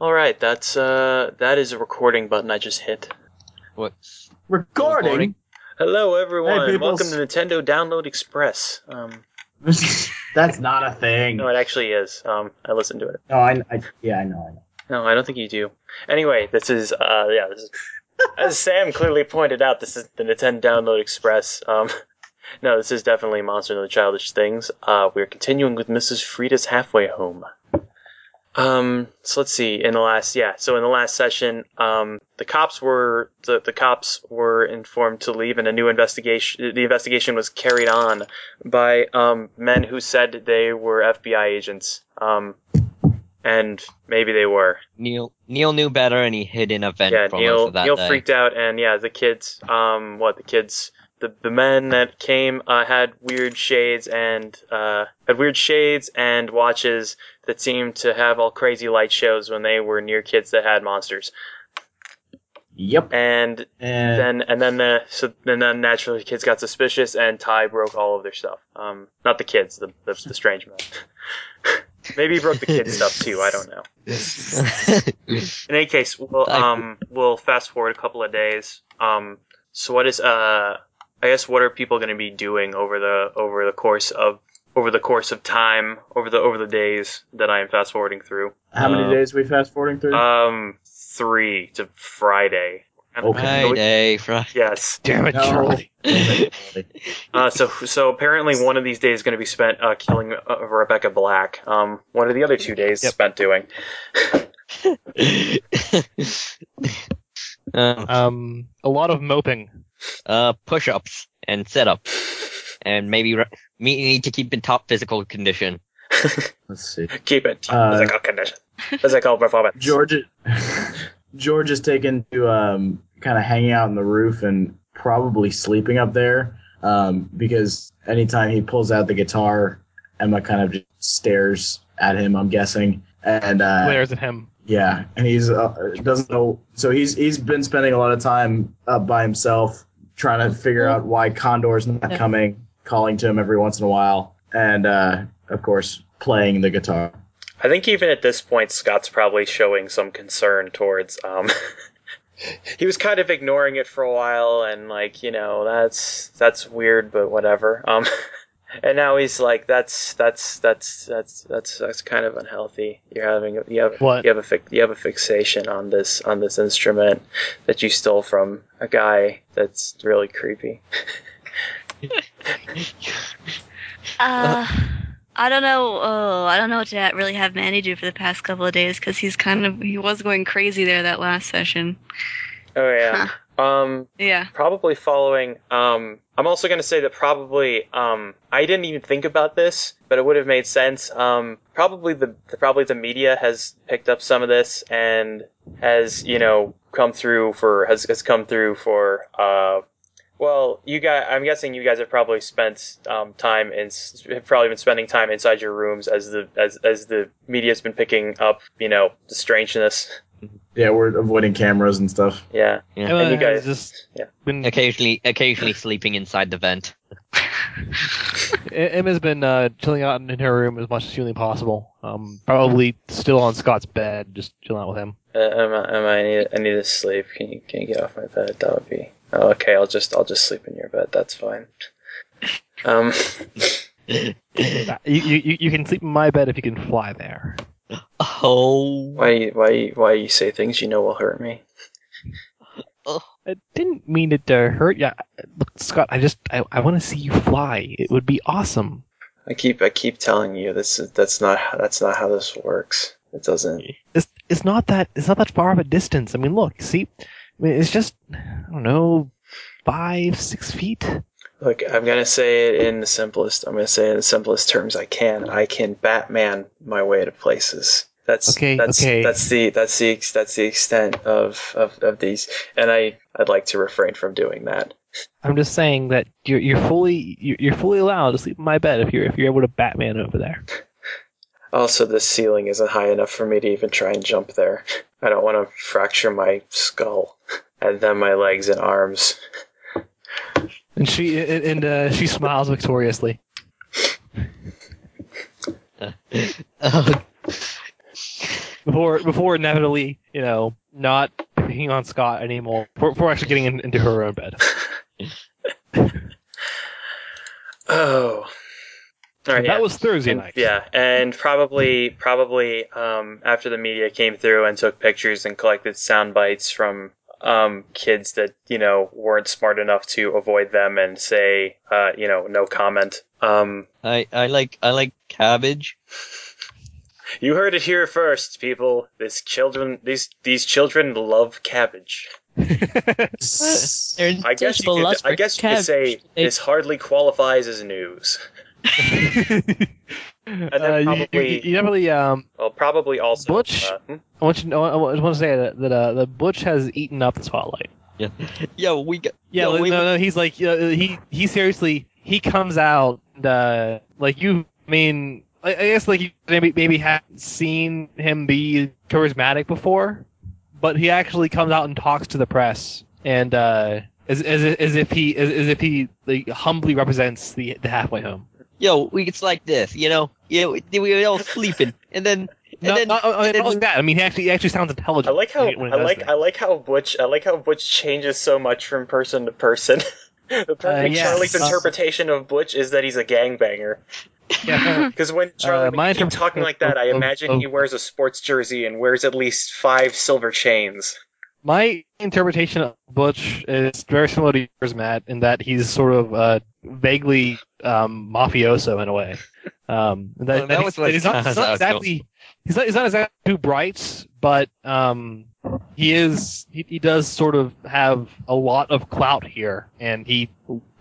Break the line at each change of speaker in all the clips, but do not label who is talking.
All right, that's uh, that is a recording button I just hit.
What?
Recording.
Hello, everyone.
Hey, peoples.
Welcome to Nintendo Download Express. Um,
That's not a thing.
no, it actually is. Um, I listened to it.
No, I, I yeah, I know. I know.
No, I don't think you do. Anyway, this is uh, yeah, this is as Sam clearly pointed out, this is the Nintendo Download Express. Um, no, this is definitely Monster and the Childish Things. Uh, we're continuing with Mrs. Frida's halfway home. Um, so let's see. In the last, yeah, so in the last session, um, the cops were the, the cops were informed to leave, and a new investigation. The investigation was carried on by um, men who said they were FBI agents. Um, and maybe they were.
Neil Neil knew better, and he hid in a vent
Yeah,
from us
Neil,
of that
Neil
day.
freaked out, and yeah, the kids, um, what the kids, the the men that came uh, had weird shades and uh, had weird shades and watches that seemed to have all crazy light shows when they were near kids that had monsters,
Yep.
and
And
then and then the so and then naturally the kids got suspicious, and Ty broke all of their stuff. Um, not the kids, the the, the strange men. Maybe he broke the kids' stuff too. I don't know. In any case, we'll
I-
um we'll fast forward a couple of days. Um, so what is uh I guess what are people going to be doing over the over the course of over the course of time over the over the days that I am fast forwarding through?
how many
uh,
days we fast forwarding through?
Um, three to Friday.
Okay.
Friday, Friday.
Yes.
Damn it,
No.
Charlie.
Uh, so so apparently one of these days is going to be spent uh, killing uh, Rebecca Black. Um, what are the other two days
Yep.
spent doing?
um,
Um, a lot of moping.
uh, push-ups and sit-ups, and maybe re- me need to keep in top physical condition.
Let's see.
Keep it.
Uh,
Physical condition. Physical performance.
George. George is taken to um, kind of hanging out on the roof and probably sleeping up there um, because anytime he pulls out the guitar, Emma kind of just stares at him. I'm guessing. And uh,
Glares at him.
Yeah, and he's uh, doesn't know. So he's he's been spending a lot of time up by himself, trying to figure out why Condor's not
Yeah.
coming, calling to him every once in a while, and uh, of course playing the guitar.
I think even at this point, Scott's probably showing some concern towards. Um, he was kind of ignoring it for a while, and like you know, that's that's weird, but whatever. Um, and now he's like, that's that's that's that's that's that's kind of unhealthy. You're having a- you have
What?
you have a fic- you have a fixation on this on this instrument that you stole from a guy that's really creepy.
Uh, I don't know. Oh, I don't know what to ha- really have Manny do for the past couple of days because he's kind of he was going crazy there that last session.
Oh yeah. Um,
Yeah.
probably following um i'm also going to say that probably um i didn't even think about this but it would have made sense um probably the, the probably the media has picked up some of this and has you know come through for has, has come through for uh well, you guys, I'm guessing you guys have probably spent um, time in, have probably been spending time inside your rooms as the as as the media's been picking up, you know, the strangeness.
Yeah, we're avoiding cameras and stuff.
Yeah,
Yeah.
Emma
you guys-
has just
yeah.
been
Occasionally, occasionally sleeping inside the vent.
Emma's been uh, chilling out in her room as much as humanly possible. Um, probably still on Scott's bed, just chilling out with him.
Uh, am I, am I, I need I need to sleep. Can you can you get off my bed? That would be oh, okay. I'll just I'll just sleep in your bed. That's fine. Um,
Uh, You, you, you can sleep in my bed if you can fly there.
oh,
why why why you say things you know will hurt me?
I didn't mean it to hurt you. I- Look, Scott, I just I, I want to see you fly. It would be awesome.
I keep I keep telling you this is that's not how, that's not how this works. It doesn't.
It's it's not that it's not that far of a distance. I mean, look, see, I mean, it's just I don't know, five six feet.
Look, I'm gonna say it in the simplest. I'm gonna say it in the simplest terms I can. I can Batman my way to places. That's
Okay,
That's
okay.
that's the that's the ex- that's the extent of of, of these. And I I'd like to refrain from doing that.
I'm just saying that you're you're fully you're, you're fully allowed to sleep in my bed if you're if you're able to Batman over there.
Also, the ceiling isn't high enough for me to even try and jump there. I don't want to fracture my skull and then my legs and arms.
And she and, and uh, she smiles victoriously.
oh.
before before inevitably, you know, not picking on Scott anymore. Before, before actually getting in, into her own bed.
Oh. All right.
that
yeah.
was Thursday
And-
night.
Yeah, and probably probably um, after the media came through and took pictures and collected sound bites from um, kids that you know weren't smart enough to avoid them and say uh, you know no comment. Um,
I, I like I like cabbage.
you heard it here first, people. These children these these children love cabbage.
They're
I guess you
insatiable
could,
lust
I
for
guess you could say
cabbage. They-
this hardly qualifies as news.
Uh,
And then
you- you,
probably
you definitely um.
well probably also
Butch?
uh, hmm?
I want you to know. I want I want to say that that, uh, that Butch has eaten up the spotlight.
Yo, we got
Yeah,
yo,
no,
we,
no, he's like, you know, he he seriously, he comes out, and, uh, like you. I mean, I, I guess like you maybe maybe haven't seen him be charismatic before, but he actually comes out and talks to the press, and uh, as as as if he as, as if he like, humbly represents the the halfway home.
yo, we, it's like this, you know. Yeah, we, we all sleeping, and then and
No,
then
not, uh,
and
not- not
then-
like that. I mean, he actually he actually sounds intelligent.
I like how
when he- when he
I
does
like
that.
I like how Butch I like how Butch changes so much from person to person. the perfect
yes.
Charlie's
Uh,
interpretation of Butch is that he's a gangbanger.
Yeah.
Because when Charlie
Uh,
when
my
you keep
interpre- oh,
talking like that, I
of-
imagine
of-
he wears a sports jersey and wears at least five silver chains.
My interpretation of Butch is very similar to yours, Matt, in that he's sort of uh, vaguely um, mafioso in a way. Um, that,
Well, that
he's-
was what
he's not,
I was
he's not
going.
exactly he's not, he's not exactly too bright, but um, he is he, he does sort of have a lot of clout here, and he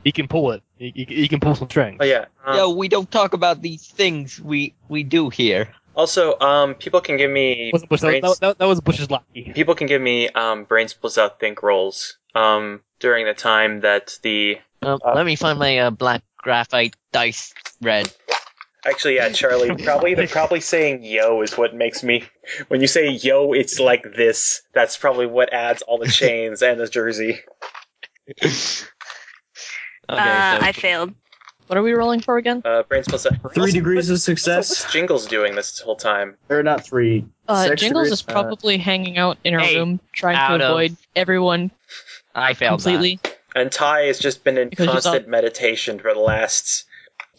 he can pull it. He, he, he can pull some strings.
Oh yeah. Um,
yo, we don't talk about these things we we do here.
Also, um, people can give me
Was- was- that,
brains-
was- that- that was Bush's lucky.
people can give me um, brain splits out think rolls um, during the time that the
Um,
Uh,
let me find my uh, black graphite dice red.
Actually, yeah, Charlie. Probably, the, probably saying "yo" is what makes me. When you say "yo," it's like this. That's probably what adds all the chains and the jersey.
Okay,
uh,
so
I failed.
What are we rolling for again?
Uh, brain's plus
Three degrees of
What's, what's
success.
Jingles doing this whole time?
Or not three.
Uh,
six
Jingles
degrees-
is probably hanging out in her
Hey,
room trying
out
to
of-
avoid everyone
I failed that.
completely.
And Ty has just been in
Because you
constant meditation for the last.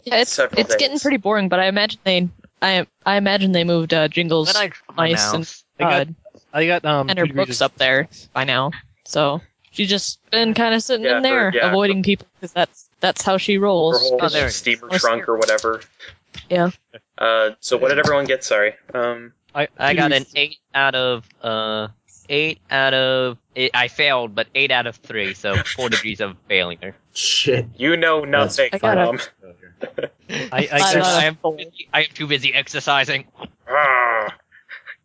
Yeah, it's
Several
it's getting
days.
pretty boring, but I imagine they I I imagine they moved uh, Jingles
But I my
Nice and-
mouse.
I
uh,
got, I got um
and her
two degrees
books
of-
up there by now, so she's just been kind of sitting
Yeah,
in
her-
there
yeah.
avoiding people because that's that's how she
Her
rolls.
whole
Oh, there it is.
steamer
Oh,
trunk or whatever.
Yeah.
Uh, so what did everyone get? Sorry. Um,
I,
I
two
got an
degrees-
eight out of uh eight out of eight, I failed, but eight out of three, so four degrees of failing her.
Uh, Shit.
you know
That's
nothing.
I got it.
Um,
I, I,
Five
got-
out of
I am
four.
I am too busy exercising.
ah,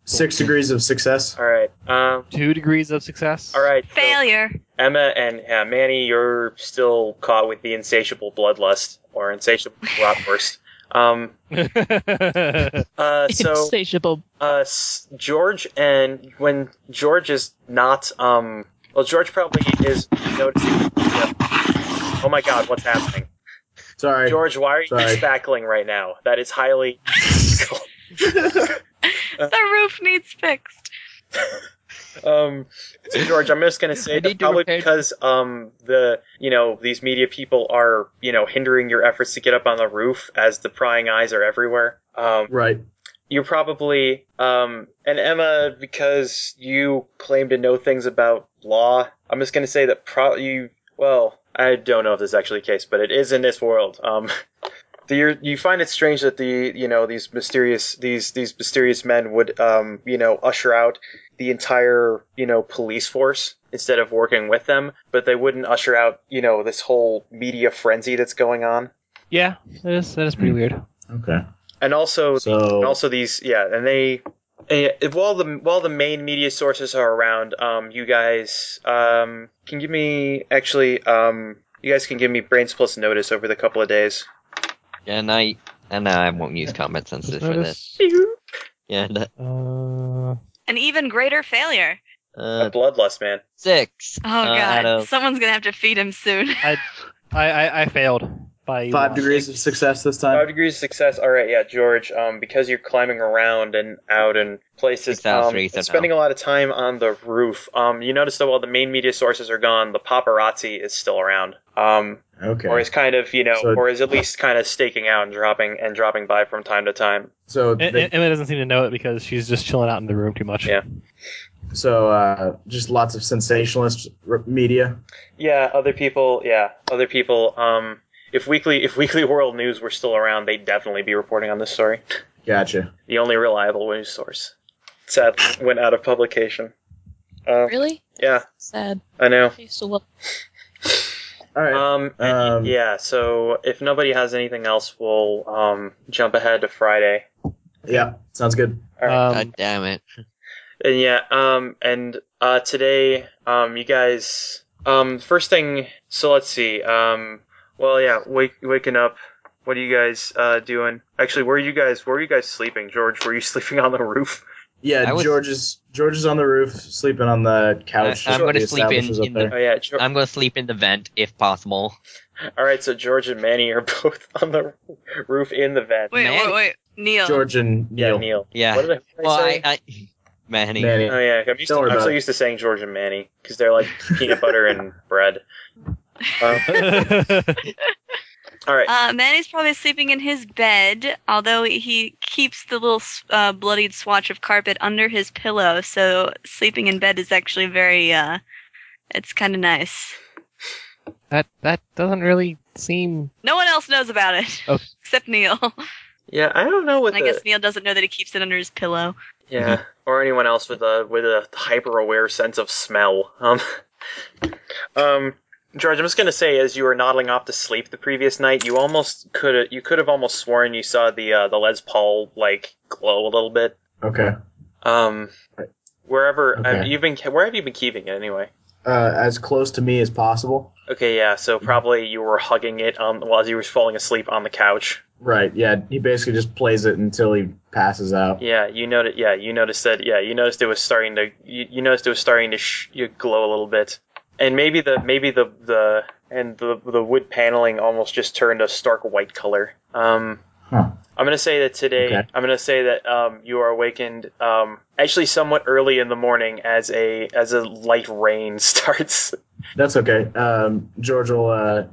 Six degrees of success.
all right. Um,
two degrees of success.
all right. so
Failure.
Emma and uh, Manny, you're still caught with the insatiable bloodlust or insatiable rotwurst. Um, uh, so
insatiable.
uh, s- George and when George is not, um, well, George probably is noticing. yeah. Oh my God, what's happening,
Sorry.
George? Why are you
Sorry.
spackling right now? That is highly.
Uh,
The roof needs fixed.
Um, so George, I'm just gonna say
I
that
need to
probably
repair-
because um the you know these media people are you know hindering your efforts to get up on the roof as the prying eyes are everywhere. Um,
Right.
you're probably um and Emma because you claim to know things about law. I'm just gonna say that pro you well I don't know if this is actually the case, but it is in this world. Um. the- You're, you find it strange that the you know these mysterious these these mysterious men would um you know usher out the entire, you know, police force instead of working with them, but they wouldn't usher out, you know, this whole media frenzy that's going on.
Yeah, that is that is pretty weird.
Okay.
And also and
So
also these yeah, and they eh, while the while the main media sources are around, um you guys um can give me actually um you guys can give me brains plus notice over the couple of days.
And I and I won't use combat sensitive for this. Yeah, that,
Uh,
An even greater failure.
uh,
Bloodlust, man.
six.
Oh
uh,
god,
Out of,
someone's gonna have to feed him soon.
I, I I failed. by Elon.
Five degrees of success this time.
Five degrees of success. All right, yeah, George. Um, because you're climbing around and out and places, um,
6,003, so
and spending
no.
a lot of time on the roof. Um, you notice that while the main media sources are gone, the paparazzi is still around. Um,
Okay.
or is kind of you know,
So-
or is at least kind of staking out and dropping and dropping by from time to time.
so
And-
they-
and Emma doesn't seem to know it because she's just chilling out in the room too much.
Yeah.
so uh, just lots of sensationalist r- media.
Yeah, other people. Yeah, other people. Um, if weekly if Weekly World News were still around, they'd definitely be reporting on this story.
Gotcha.
The only reliable news source. Seth went out of publication. Um,
Really?
yeah,
Sad.
I know.
I used to love.
All right.
Uh,
Um, and-
Um,
yeah, so if nobody has anything else, we'll um, jump ahead to Friday.
yeah. Sounds good.
All right.
Um,
God damn it.
and yeah, um, and uh, today, um, you guys, um, first thing, so let's see. Um, well, yeah, wake, waking up. What are you guys uh, doing? Actually, where are you guys? Where are you guys sleeping, George? Were you sleeping on the roof?
Yeah.
I was-
George is George is on the roof sleeping on the couch.
I- I'm
that
gonna
we
sleep in-
established was up
in the-
there.
Oh yeah. Geor
I'm gonna sleep in the vent if possible.
All right, so George and Manny are both on the roof in the vent.
Wait,
Manny.
wait, wait, Neil.
George and
Yeah,
Neil.
Neil.
Yeah.
What did I, what did I
well,
say?
I, I, Manny.
Manny.
Oh yeah, I'm, used
Don't
to,
worry
I'm
about
so
it.
used to saying George and Manny because they're like peanut butter and bread. Um, all right,
Uh, Manny's probably sleeping in his bed, although he keeps the little uh, bloodied swatch of carpet under his pillow, so sleeping in bed is actually very, uh, it's kind of nice.
that that doesn't really seem.
No one else knows about it,
Okay.
except Neil.
yeah, I don't know what
I
the
guess Neil doesn't know that he keeps it under his pillow.
yeah or anyone else with a with a hyper aware sense of smell. Um, um, George, I'm just gonna say as you were nodding off to sleep the previous night, you almost could you could have almost sworn you saw the uh, the Les Paul like glow a little bit.
Okay.
Um, wherever
Okay.
uh, you've been, where have you been keeping it anyway?
Uh, as close to me as possible.
Okay, yeah. So probably you were hugging it on while you were falling asleep on the couch.
Right. Yeah. He basically just plays it until he passes out.
Yeah, you noticed. Yeah, you noticed that. Yeah, you noticed it was starting to. You, you noticed it was starting to sh- you glow a little bit, and maybe the maybe the the and the the wood paneling almost just turned a stark white color. Um,
Huh.
I'm gonna say that today.
Okay.
I'm gonna say that um, you are awakened um, actually somewhat early in the morning as a as a light rain starts.
That's okay. Um, George will uh,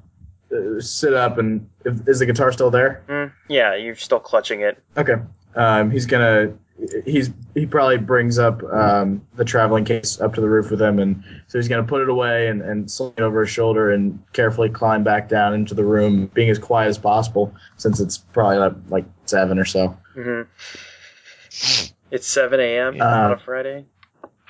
uh, sit up and if, is the guitar still there?
Mm, yeah, you're still clutching it.
Okay. Um, he's gonna. He's he probably brings up um, the traveling case up to the roof with him, and so he's gonna put it away and and slide it over his shoulder and carefully climb back down into the room, being as quiet as possible since it's probably like, like seven or so.
hmm It's 7 a.m. on a
Uh,
Friday.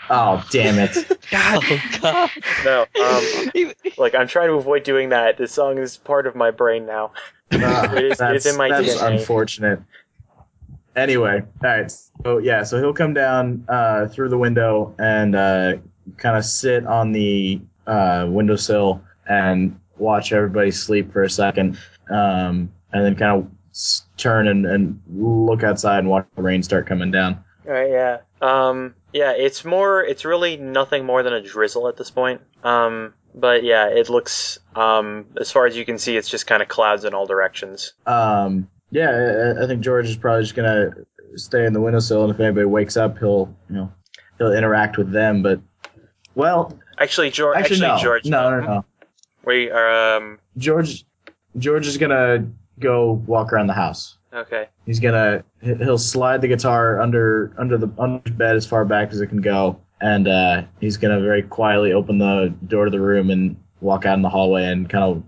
Oh damn it!
Oh, God.
No, um, like I'm trying to avoid doing that. This song is part of my brain now.
Ah,
It is- it's
that's
in my
that's
DNA.
unfortunate. Anyway, all right. So yeah, so he'll come down uh, through the window and uh, kind of sit on the uh, windowsill and watch everybody sleep for a second, um, and then kind of s- turn and, and look outside and watch the rain start coming down.
Right? Yeah. Um, yeah. It's more. It's really nothing more than a drizzle at this point. Um, but yeah, it looks. Um, as far as you can see, it's just kind of clouds in all directions.
Um, yeah, I- I, I think George is probably just gonna stay in the windowsill, and if anybody wakes up, he'll you know he'll interact with them. But well,
Actually, George.
actually,
Actually,
no,
George.
no, no, no.
We are. Um,
George, George is gonna go walk around the house.
okay.
He's gonna he- he'll slide the guitar under under the under the bed as far back as it can go, and uh, he's gonna very quietly open the door to the room and walk out in the hallway and kind of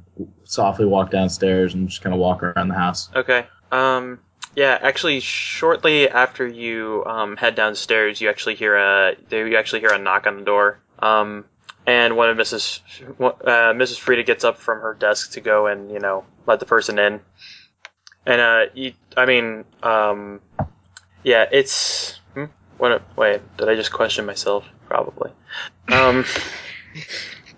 softly walk downstairs and just kind of walk around the house.
Okay. Um, yeah. Actually, shortly after you um, head downstairs, you actually hear a you actually hear a knock on the door. Um, and one of Mrs. F- Uh, Mrs. Frida gets up from her desk to go and you know let the person in. And uh, you, I mean, um, yeah, it's. Hmm? What, wait, did I just question myself? Probably. Um,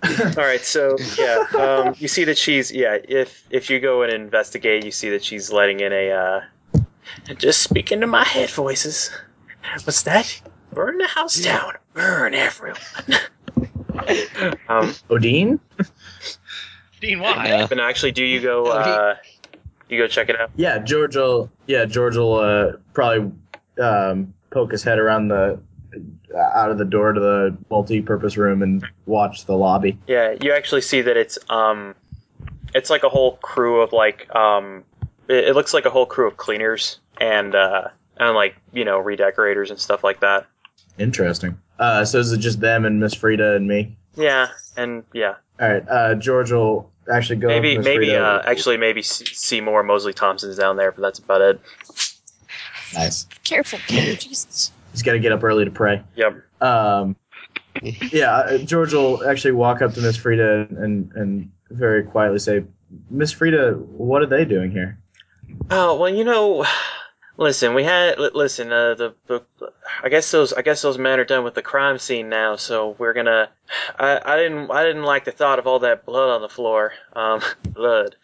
all right, so yeah, um, you see that she's yeah. If if you go and investigate, you see that she's letting in a. Uh, just speak into my head voices. What's that? Burn the house down. Burn everyone. um,
Odin?
Dean, why?
Yeah.
But no, actually, do you go? Uh, you go check it out.
Yeah, George will. Yeah, George will uh, probably um, poke his head around the out of the door to the multi-purpose room and watch the lobby.
Yeah, you actually see that it's um, it's like a whole crew of like um, it, it looks like a whole crew of cleaners and uh and like you know redecorators and stuff like that.
Interesting. Uh, so is it just them and Miss Frida and me?
Yeah, and yeah,
All right. Uh, George will actually go.
maybe
with Miss
maybe
Frida.
uh, actually maybe see, see more Mosley Thompson's down there, but that's about it.
nice.
Careful, Peter, Jesus.
He's got to get up early to pray.
Yep.
Um, yeah, uh, George will actually walk up to Miss Frida and and very quietly say, "Miss Frida, what are they doing here?"
Oh well, you know, listen, we had li- listen. Uh, the, the I guess those I guess those men are done with the crime scene now, so we're gonna. I, I didn't I didn't like the thought of all that blood on the floor. Um, blood.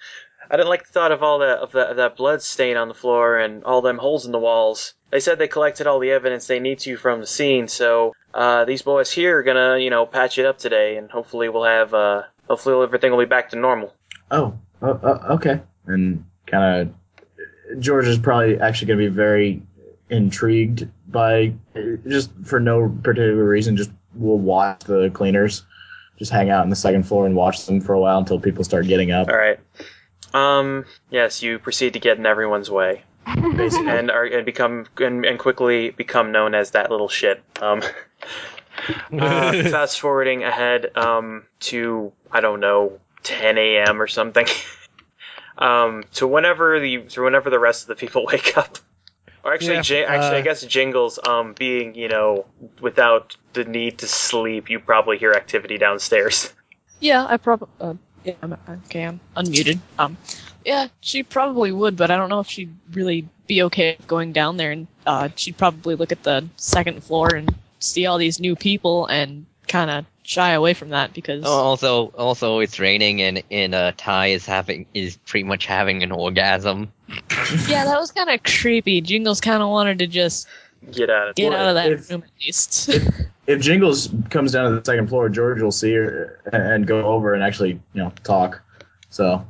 I didn't like the thought of all that of that, of that blood stain on the floor and all them holes in the walls. They said they collected all the evidence they need to from the scene, so uh, these boys here are gonna you know patch it up today, and hopefully we'll have uh, hopefully everything will be back to normal.
oh, uh, uh, okay. And kind of, George is probably actually going to be very intrigued by just for no particular reason. Just will watch the cleaners, just hang out on the second floor and watch them for a while until people start getting up.
All right. Um. Yes, you proceed to get in everyone's way,
Basically,
and are and become and, and quickly become known as that little shit. Um. uh, fast forwarding ahead. Um. To I don't know, 10 a.m. or something. um. To whenever the to whenever the rest of the people wake up. Or actually,
Yeah,
Ji- actually, I
uh,
guess Jingles, um, being you know without the need to sleep, you probably hear activity downstairs.
Yeah, I probably. Uh, yeah, I'm, okay, I'm unmuted. Um, yeah, she probably would, but I don't know if she'd really be okay with going down there, and uh, she'd probably look at the second floor and see all these new people and kind of shy away from that because
Oh, also, also, it's raining, and and uh, Ty is having is pretty much having an orgasm.
yeah, that was kind of creepy. Jingles kind of wanted to just
Get out of
get
Well,
out of that
if-
room at least.
if Jingles comes down to the second floor, George will see her and go over and actually, you know, talk. So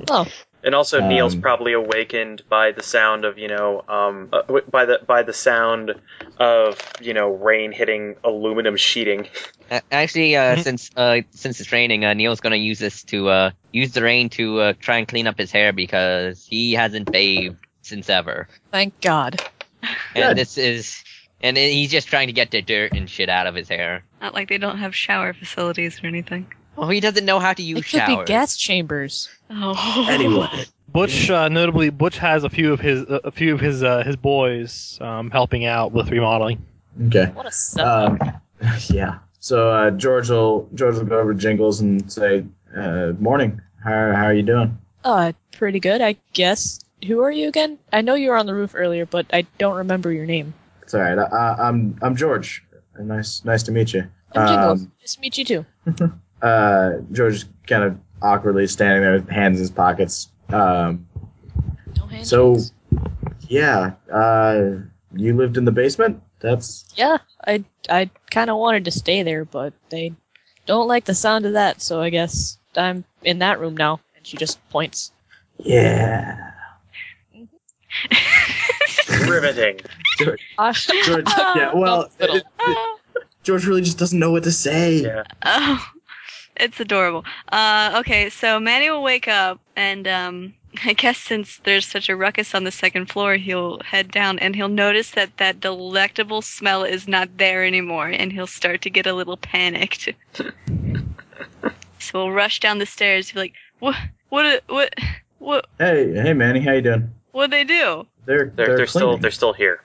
oh,
And also, Neil's
Um,
probably awakened by the sound of you know, um, uh, w- by the by the sound of you know rain hitting aluminum sheeting.
A- Actually, uh,
Mhm.
since uh, since it's raining, uh, Neil's gonna use this to uh, use the rain to uh, try and clean up his hair because he hasn't bathed since ever,
thank God.
and
Good.
this is and it- he's just trying to get the dirt and shit out of his hair.
Not like they don't have shower facilities or anything.
Oh, he doesn't know how to use
it could be
showers.
gas chambers.
Oh.
anyway,
Butch, uh, notably, Butch has a few of his uh, a few of his uh, his boys um, helping out with remodeling.
okay.
What a suck.
Um, yeah. So uh, George will George will go over to Jingles and say, uh, "Morning. How how are you doing?"
Uh, pretty good, I guess. Who are you again? I know you were on the roof earlier, but I don't remember your name.
It's all right. I, I, I'm I'm George. Nice nice to meet you.
I'm Jingles.
Um,
nice to meet you too.
uh, George is kind of awkwardly standing there with hands in his pockets. Um,
No hand
so-
jobs.
yeah. Uh, you lived in the basement. That's
Yeah, I I kind of wanted to stay there, but they don't like the sound of that, so I guess I'm in that room now. And she just points.
yeah.
Riveting.
Uh,
George, yeah. Well,
Hospital.
George really just doesn't know what to say.
Yeah.
Oh, it's adorable. Uh, okay, so Manny will wake up, and um, I guess since there's such a ruckus on the second floor, he'll head down and he'll notice that that delectable smell is not there anymore, and he'll start to get a little panicked. so we'll rush down the stairs, be like, "What? What? What? What?
Hey, hey, Manny, how you doing?
What they do?
They're
They're they're, still
cleaning.
they're still here.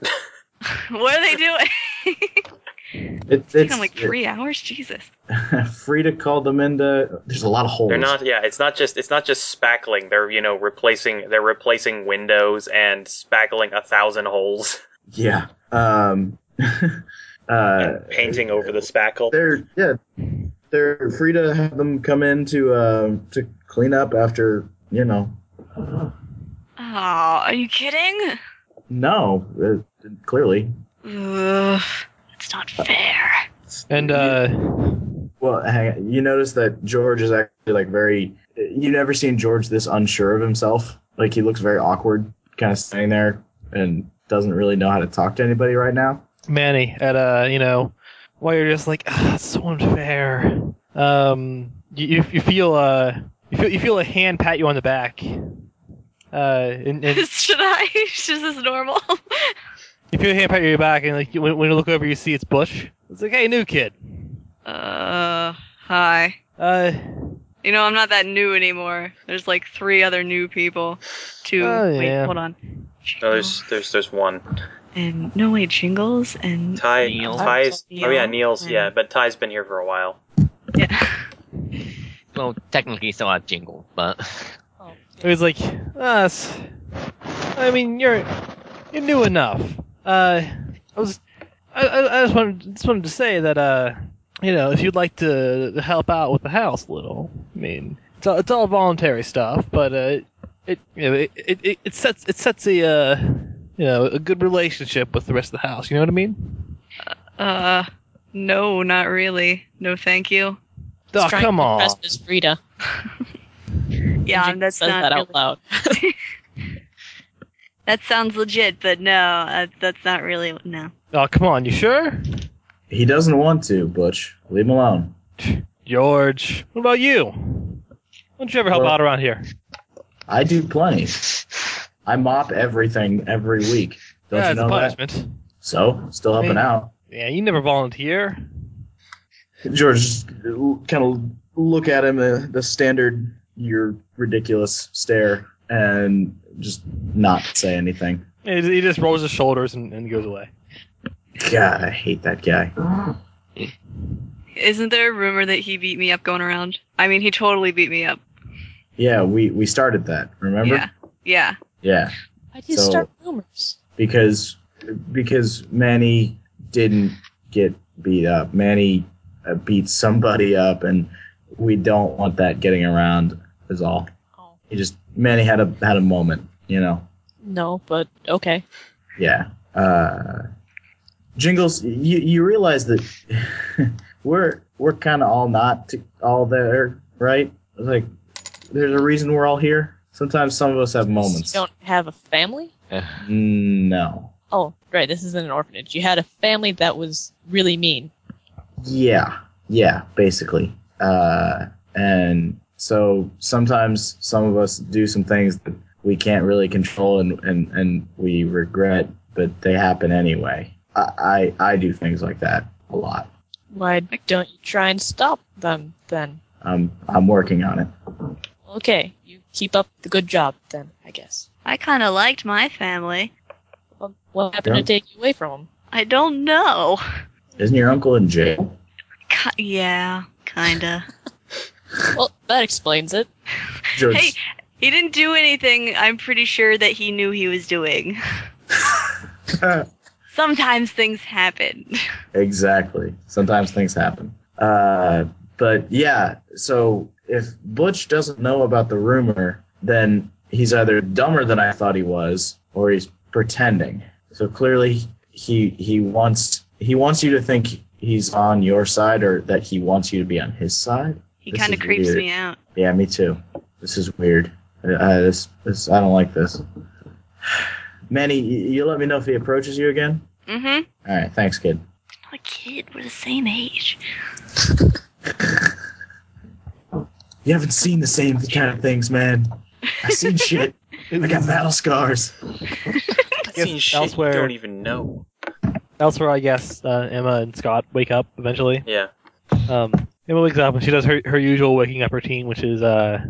What are they doing?"
It-
It's
it's
been like three hours. Jesus.
Frida called them into. There's a lot of holes.
They're not. Yeah, it's not just it's not just spackling. They're you know replacing they're replacing windows and spackling a thousand holes,
Yeah. Um. uh.
and painting over the spackle.
They're yeah. They're Frida had them come in to uh, to clean up after you know.
Oh, are you kidding?
No, uh, clearly.
Ugh, it's not fair.
And uh,
Well, hang on. you notice that George is actually like very. You never seen George this unsure of himself. Like he looks very awkward, kind of standing there and doesn't really know how to talk to anybody right now.
Manny at uh, you know, while you're just like, ah, it's so unfair. Um, you, you, you feel uh, you feel you feel a hand pat you on the back. Uh, and, and
Should I? Is this normal?
you feel a hand pat your back, and like you- when, when you look over, you see it's Bush. It's like, hey, new kid.
Uh, hi.
Uh,
You know, I'm not that new anymore. There's like three other new people. Two.
Oh, yeah.
Wait, hold on.
No, there's there's there's one.
and no wait, Jingles and
Ty
Neil.
Ty's
Neil.
Oh yeah, Neil's
And-
yeah, but Ty's been here for a while.
yeah.
Well, technically, still have Jingle, but
it was like, ah, it's- I mean, you're you're new enough. Uh, I was, I, I, I just wanted just wanted to say that uh, you know, if you'd like to help out with the house a little, I mean, it's all, it's all voluntary stuff, but uh, it you know it, it, it, it sets it sets a uh, you know a good relationship with the rest of the house. You know what I mean?
Uh, no, not really. No, thank you.
Oh,
He's trying
come
to
on.
impress Miss Frida.
Yeah,
Jake
that's
says
not.
that
really-
out loud.
That sounds legit, but no, uh, that's not really no.
Oh, come on. You sure,
He doesn't want to, Butch. Leave him alone.
George? What about you? Why don't you ever help
Well-
out around here?
I do plenty. I mop everything every week. Don't
yeah,
you
it's a
know that?
punishment.
So, still helping
Hey.
out.
Yeah, you never volunteer.
George just kind of look at him the, the standard you're ridiculous stare and just not say anything.
He he just rolls his shoulders and, and goes away.
God, I hate that guy.
Isn't there a rumor that he beat me up going around? I mean, he totally beat me up.
Yeah, we we started that. Remember?
Yeah, yeah.
Yeah,
Why do you
So-
start rumors?
because because Manny didn't get beat up. Manny uh, beat somebody up, and we don't want that getting around. Is all.
Oh.
He just Manny had a had a moment. You know.
No, but okay.
Yeah. Uh, Jingles, you, you realize that we're we're kind of all not t- all there, right? Like, there's a reason we're all here. Sometimes some of us have moments.
You don't have a family?
No.
Oh, right. This isn't an orphanage. You had a family that was really mean.
Yeah. Yeah. Basically. Uh, and so sometimes some of us do some things that we can't really control and and, and we regret, but they happen anyway. I, I I do things like that a lot.
Why don't you try and stop them then?
I'm Um, I'm working on it.
Okay, you keep up the good job then, I guess.
I kind of liked my family.
Well, what happened
Yeah.
to take you away from them?
I don't know.
Isn't your uncle in jail?
Ki- yeah, kinda.
Well, that explains it.
George,
Hey. he didn't do anything. I'm pretty sure that he knew he was doing. Sometimes things happen.
exactly. Sometimes things happen. Uh, but yeah, so if Butch doesn't know about the rumor, then he's either dumber than I thought he was, or he's pretending. So clearly, he he wants he wants you to think he's on your side, or that he wants you to be on his side.
He
This
kind
is
of creeps
weird.
me out.
Yeah, me too. This is weird. Uh, this, this, I don't like this. Manny, you, you let me know if he approaches you again.
Mm-hmm.
All right, thanks, kid.
A kid. We're the same age.
You haven't seen the same kind of things, man. I've seen shit. I got battle scars.
I've
guess
seen shit you
elsewhere-
don't even know.
Elsewhere, I guess uh, Emma and Scott wake up eventually.
Yeah.
Um, Emma wakes up and she does her, her usual waking up routine, which is uh,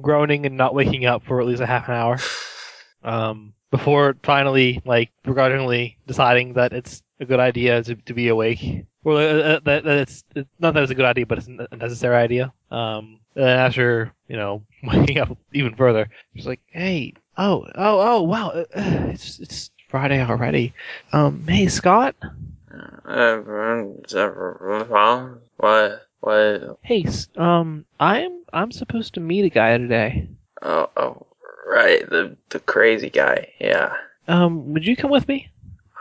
groaning and not waking up for at least a half an hour um, before finally, like, begrudgingly deciding that it's a good idea to, to be awake. Well, uh, uh, that, that it's it's- not that it's a good idea, but it's a necessary idea. Um, and then after you know waking up even further, she's like, "Hey, oh, oh, oh, wow, uh, uh, it's it's Friday already. Um, hey, Scott.
Uh, what?
oh,
What?
Hey, s- um, I'm I'm supposed to meet a guy today.
Oh, oh, right. The the crazy guy. Yeah.
Um, would you come with me?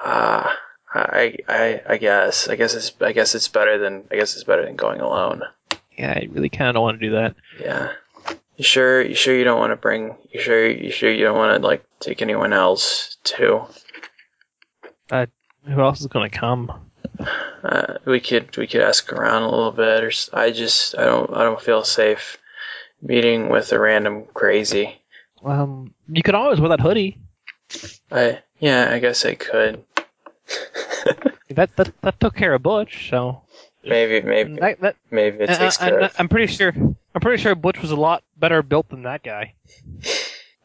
Ah,
I, I, I guess. I guess it's. I guess it's better than. I guess it's better than going alone.
Yeah, I really kind of don't want to do that.
Yeah. You sure? You sure you don't want to bring? You sure? You sure you don't want to like take anyone else too?
Who else is gonna come?
Uh, we could. We could ask around a little bit. Or s- I just. I don't. I don't feel safe meeting with a random crazy.
Um, you could always wear that hoodie.
I. Yeah. I guess I could.
That that, that took care of Butch. So
Maybe. Maybe.
that, that,
Maybe it
and I,
takes care of.
am pretty sure I'm pretty sure Butch was a lot better built than that guy.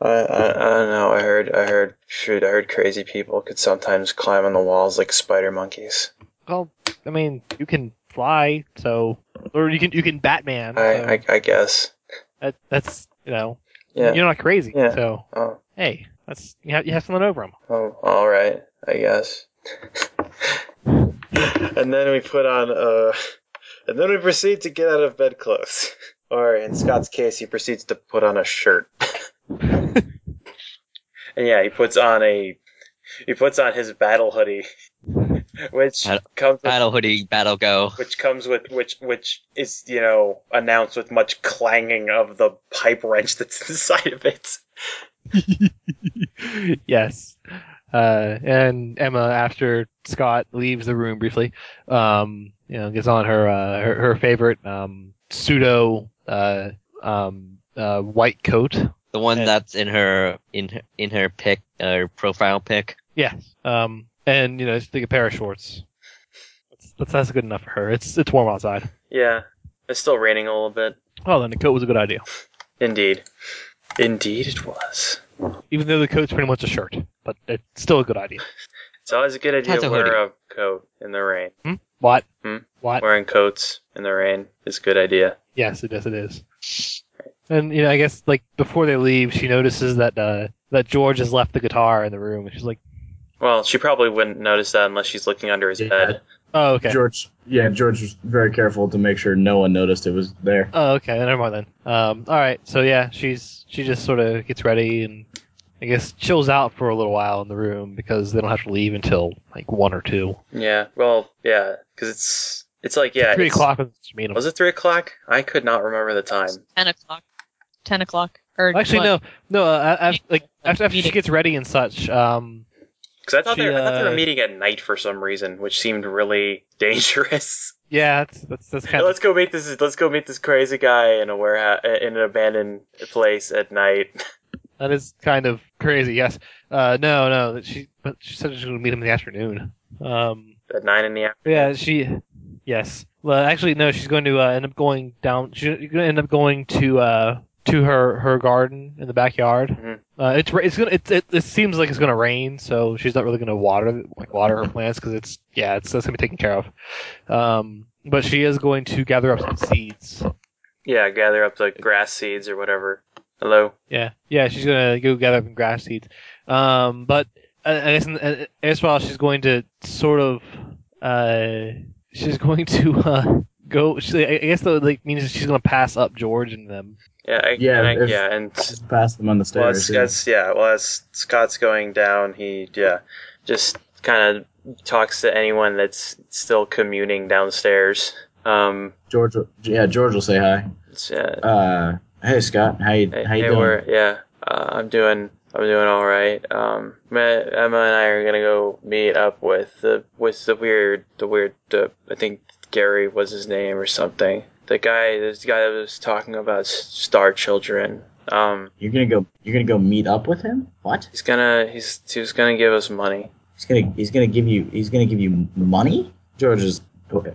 I, I, I don't know. I heard. I heard. Shoot. I heard crazy people could sometimes climb on the walls like spider monkeys.
Well, I mean, you can fly, so or you can you can Batman. so
I. I, I guess.
that, that's you know
Yeah.
you're not crazy.
Yeah.
So
Oh.
hey, that's you have, you have something over him.
Oh, all right, I guess. and then we put on, uh, and then we proceed to get out of bed clothes. Or in Scott's case, he proceeds to put on a shirt. and yeah, he puts on a, he puts on his battle hoodie, which
Bat-
comes with,
Battle hoodie, battle go.
which comes with which which is you know announced with much clanging of the pipe wrench that's inside of it.
yes. Uh, and Emma, after Scott leaves the room briefly, um, you know, gets on her uh, her, her favorite um, pseudo uh, um, uh, white coat.
The one
Yeah.
that's in her in her, in her pic, her profile pic.
Yes. Um, and you know, just like a pair of shorts. That's, that's, that's good enough for her. It's it's warm outside.
Yeah, it's still raining a little bit.
Well, then the coat was a good idea,
Indeed. Indeed it was.
even though the coat's pretty much a shirt, but it's still a good idea.
It's always a good idea
That's
to
a
wear a coat in the rain.
What?
Hmm?
What?
Wearing coats in the rain is a good idea.
Yes, it, yes, it is. And you know, I guess like before they leave, she notices that uh, that George has left the guitar in the room, and she's like,
Well, she probably wouldn't notice that unless she's looking under his
Yeah.
bed.
"Oh, okay.
George, yeah, George was very careful to make sure no one noticed it was there.
Oh, okay. Never mind then. Um, all right. So yeah, she's she just sort of gets ready and I guess chills out for a little while in the room because they don't have to leave until like one or two,
Yeah. Well, yeah, because it's it's like yeah.
three
it's-
o'clock. When she meet 'em.
Was it three o'clock? I could not remember the time.
Ten o'clock. Ten o'clock. Or
Actually,
what?
no, no. Uh, af- af- like after, after she
Meeting.
gets ready and such, um,
Because I thought
She,
they I thought they were
uh,
meeting at night for some reason, which seemed really dangerous.
yeah, that's that's, that's kind of
let's go meet this. Let's go meet this crazy guy in a warehouse uh, in an abandoned place at night.
That is kind of crazy. Yes. Uh, no, no. that She, but she said she was going to meet him in the afternoon. Um,
at nine in the afternoon.
yeah, she. Yes. Well, actually, no. She's going to uh, end up going down. She's going to end up going to uh, to her, her garden in the backyard.
Mhm.
Uh, it's ra- it's gonna it, it, it seems like it's gonna rain, so she's not really gonna water like water her plants because it's yeah it's that's gonna be taken care of. Um, but she is going to gather up some seeds.
Yeah, gather up the grass seeds or whatever. Hello.
Yeah, yeah, she's gonna go gather up some grass seeds. Um, but uh, I guess uh, as well, she's going to sort of, uh, she's going to uh, go. She, I I guess that like means that she's gonna pass up George and them.
Yeah, I,
Yeah,
and I-
if-
yeah, and
Just pass them on the
well, as,
stairs.
as- yeah, well, as Scott's going down, he yeah, just kind of talks to anyone that's still commuting downstairs. Um,
George, will- yeah, George will say hi.
it's, uh,
Uh, hey Scott, how you
hey,
how you
hey,
doing?
we're- yeah, uh, I'm doing, I'm doing all right. Um, Ma- Emma and I are gonna go meet up with the with the weird, the weird. Uh, I think Gary was his name or something. The guy, this guy that was talking about s- star children. Um,
You're gonna go. You're gonna go meet up with him. What?
He's gonna he's he was gonna give us money.
He's gonna. He's gonna give you. He's gonna give you money. George is.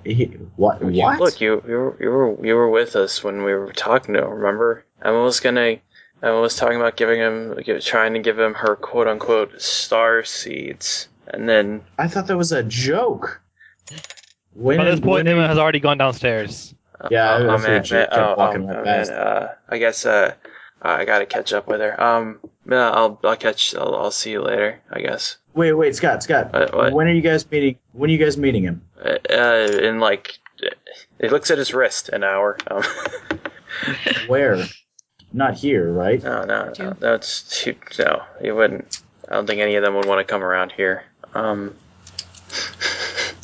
He, what?
You-
What?
Look, you you were, you were you were with us when we were talking to him. Remember, Emma was gonna Emma was talking about giving him gi- trying to give him her quote unquote star seeds, and then
I thought that was a joke. When
By this point,
when-
Emma has already gone downstairs.
Yeah, I- I
oh,
figured she kept walking right past.
uh, I guess uh, I gotta catch up with her. Um, yeah, I'll I'll catch I'll, I'll see you later. I guess.
wait, wait, Scott, Scott.
Uh, what?
When are you guys meeting? When are you guys meeting him?
Uh, uh, in like, it looks at his wrist an hour. Um,
Where? Not here, right?
No, no, no.
Two.
That's too. No, you wouldn't. I don't think any of them would want to come around here. Um,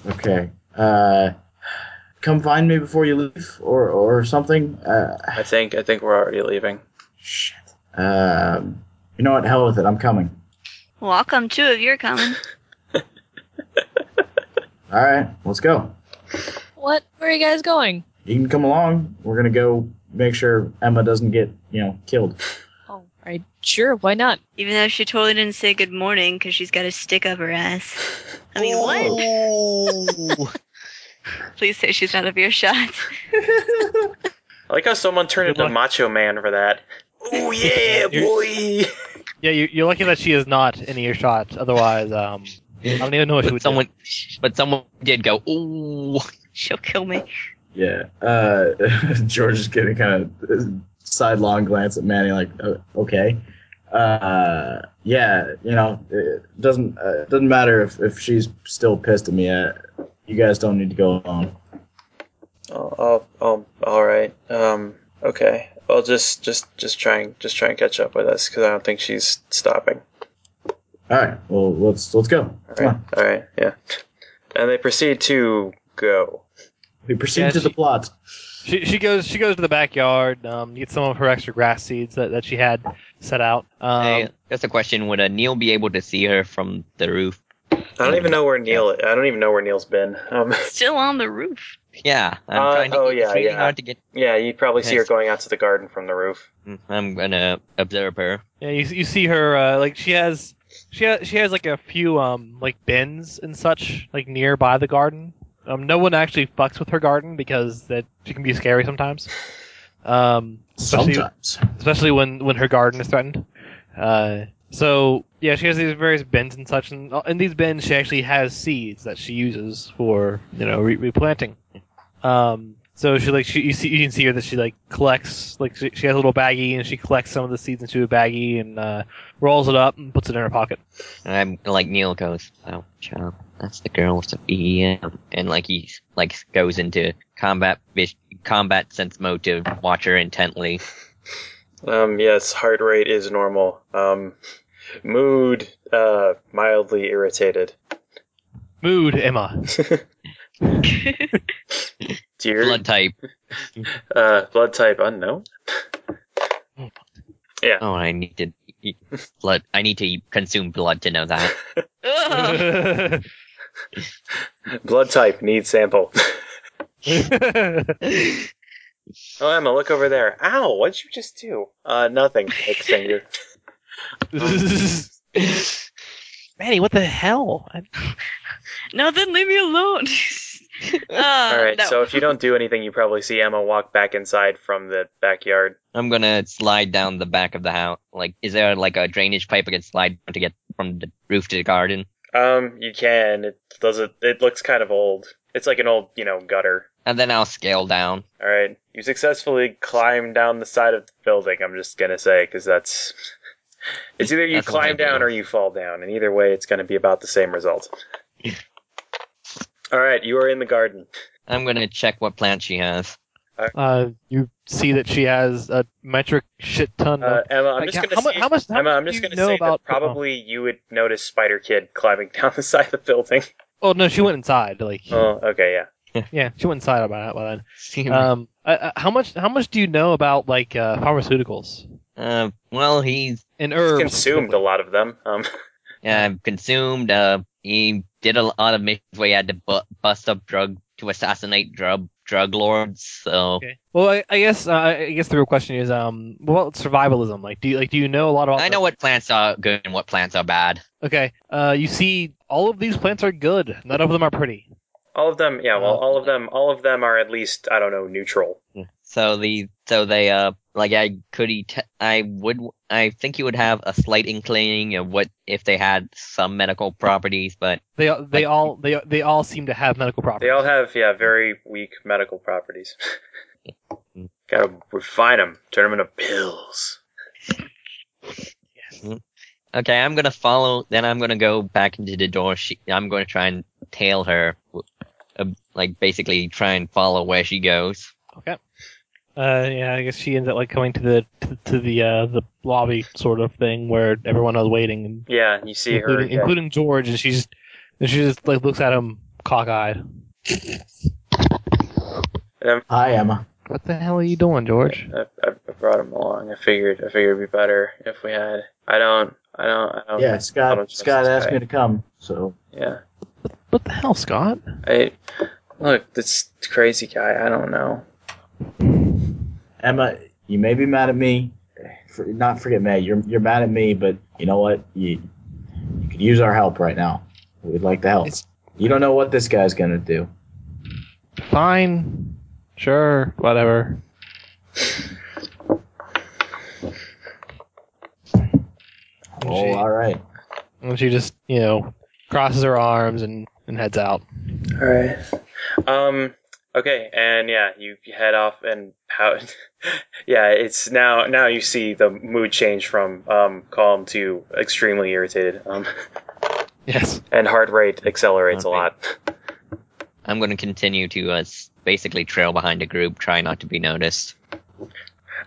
Okay. Uh, come find me before you leave, or or something. Uh,
I think I think we're already leaving.
shit. Um, you know what? Hell with it. I'm coming.
Welcome, two of you are coming.
All right, let's go.
What? Where are you guys going?
You can come along. We're gonna go make sure Emma doesn't get you know killed.
Oh, I sure. Why not?
Even though she totally didn't say good morning because she's got a stick up her ass. I mean, what? Please say she's out of your shot.
I like how someone turned into
Good luck.
Macho Man for that. Oh yeah, boy!
Yeah, you, you're lucky that she is not in earshot. Otherwise, um, I don't even know what she
But
would
someone, but someone did go. Ooh,
She'll kill me.
Yeah. Uh, George is getting kind of uh, sidelong glance at Manny, like, "Oh, okay. Uh, yeah, you know, it doesn't uh, doesn't matter if, if she's still pissed at me. Uh, you guys don't need to go along.
Oh, oh, oh, all right. Um, okay. Well, just, just, just try and just try and catch up with us because I don't think she's stopping.
All right. Well, let's let's go.
All
Come
right.
on.
All right. Yeah. And they proceed to go.
We proceed
Yeah,
to the
she-
plot.
She, she goes she goes to the backyard, um, gets some of her extra grass seeds that, that she had set out. Um,
Hey, that's a question. Would uh, Neil be able to see her from the roof?
I don't even know where Neil. I don't even know where Neil's been. Um,
Still on the roof.
Yeah, I'm
Uh,
trying to.
oh,
it's
yeah,
really
yeah.
hard to get.
yeah, you probably see her
Yes.
going out to the garden from the roof.
I'm gonna observe her.
Yeah, you, you see her uh, like she has she has she has like a few um like bins and such like nearby the garden. Um, no one actually fucks with her garden because that she can be scary sometimes. Um, especially
Sometimes.
especially when when her garden is threatened. Uh, so yeah, she has these various bins and such, and uh, in these bins she actually has seeds that she uses for you know re- replanting. Um, so she like she you see you can see her that she like collects like she, she has a little baggie and she collects some of the seeds into a baggie and uh, rolls it up and puts it in her pocket.
And I'm like Neil goes, "Oh, child, that's the girl with the EM," and like he like goes into combat vis- combat sense mode to watch her intently.
Um, yes, heart rate is normal. Um, mood uh, mildly irritated.
Mood, Emma.
Dear
Blood type.
Uh, blood type unknown.
Oh, I need to eat blood. I need to consume blood to know that.
Ugh.
Blood type needs sample.
Emma
Oh, Emma, look over there. Ow, what'd you just do? Uh, nothing. Next thing you
Manny, what the hell? I-
no, then leave me alone. uh,
All right,
no.
so if you don't do anything, you probably see Emma walk back inside from the backyard.
I'm gonna slide down the back of the house. Like, is there like a drainage pipe I can slide to get from the roof to the garden?
Um, you can. It doesn't. It looks kind of old. It's like an old, you know, gutter.
And then I'll scale down.
All right, you successfully climb down the side of the building. I'm just gonna say because that's. It's either you
That's what I
climb down
do.
or you fall down, and either way, it's going to be about the same result. All right, you are in the garden.
I'm gonna check what plant she has.
Uh, you see that she has a metric shit ton of
Uh, Emma, I'm
Like,
just
how-
going to
how, mu-
say,
how much? How
Emma,
much
I'm
do
just
you
going to
know
say
about uh-huh.
that probably you would notice Spider Kid climbing down the side of the building.
Oh no, she went inside. Like,
Oh, okay, yeah.
yeah, she went inside about that. By then, um, uh, uh, how much? How much do you know about like uh, pharmaceuticals
uh, well, he's
and
He's
herbs?
consumed a lot of them. Um,
uh, consumed. Uh, he did a lot of missions where he had to bu- bust up drug to assassinate drug drug lords. So
Okay. Well, I, I guess uh, I guess the real question is, um, what about survivalism? Like, do you like do you know a lot about?
I know what plants are good and what plants are bad.
Okay. Uh, you see, all of these plants are good. None of them are pretty.
all of them, yeah. Well,
Uh,
all of them, all of them are at least I don't know neutral.
So the so they uh like I could he te- I would I think he would have a slight inclining of what if they had some medical properties, but
They all- they
Like-
all they they all seem to have medical properties.
They all have yeah very weak medical properties. Gotta refine them, turn them into pills.
okay, I'm gonna follow. Then I'm gonna go back into the door. She, I'm gonna try and tail her, uh, like basically try and follow where she goes.
Uh, yeah, I guess she ends up like coming to the to, to the uh the lobby sort of thing where everyone is waiting and
Yeah, you see her.
including,
yeah.
including George, and she's And she just like looks at him cockeyed.
Hi, Emma.
What the hell are you doing, George?
I, I I brought him along. I figured I figured it'd be better if we had. I don't. I don't. Oh, I don't.
Yeah,
I don't
Scott.
trust
Scott
this
asked
guy.
me to come, so
Yeah.
What the hell, Scott?
I look. This crazy guy. I don't know.
Emma, you may be mad at me. For, not forget May. You're you're mad at me, but you know what? You you could use our help right now. We'd like the help.
It's-
you don't know what this guy's gonna do.
Fine. Sure. Whatever. And
Oh,
she-
all right.
And she just, you know, crosses her arms and, and heads out.
All right. Um. Okay. And yeah, you head off, and how? yeah. It's now. Now you see the mood change from um calm to extremely irritated. Um.
Yes.
And heart rate accelerates a lot.
I'm going to continue to uh, s- basically trail behind a group, try not to be noticed.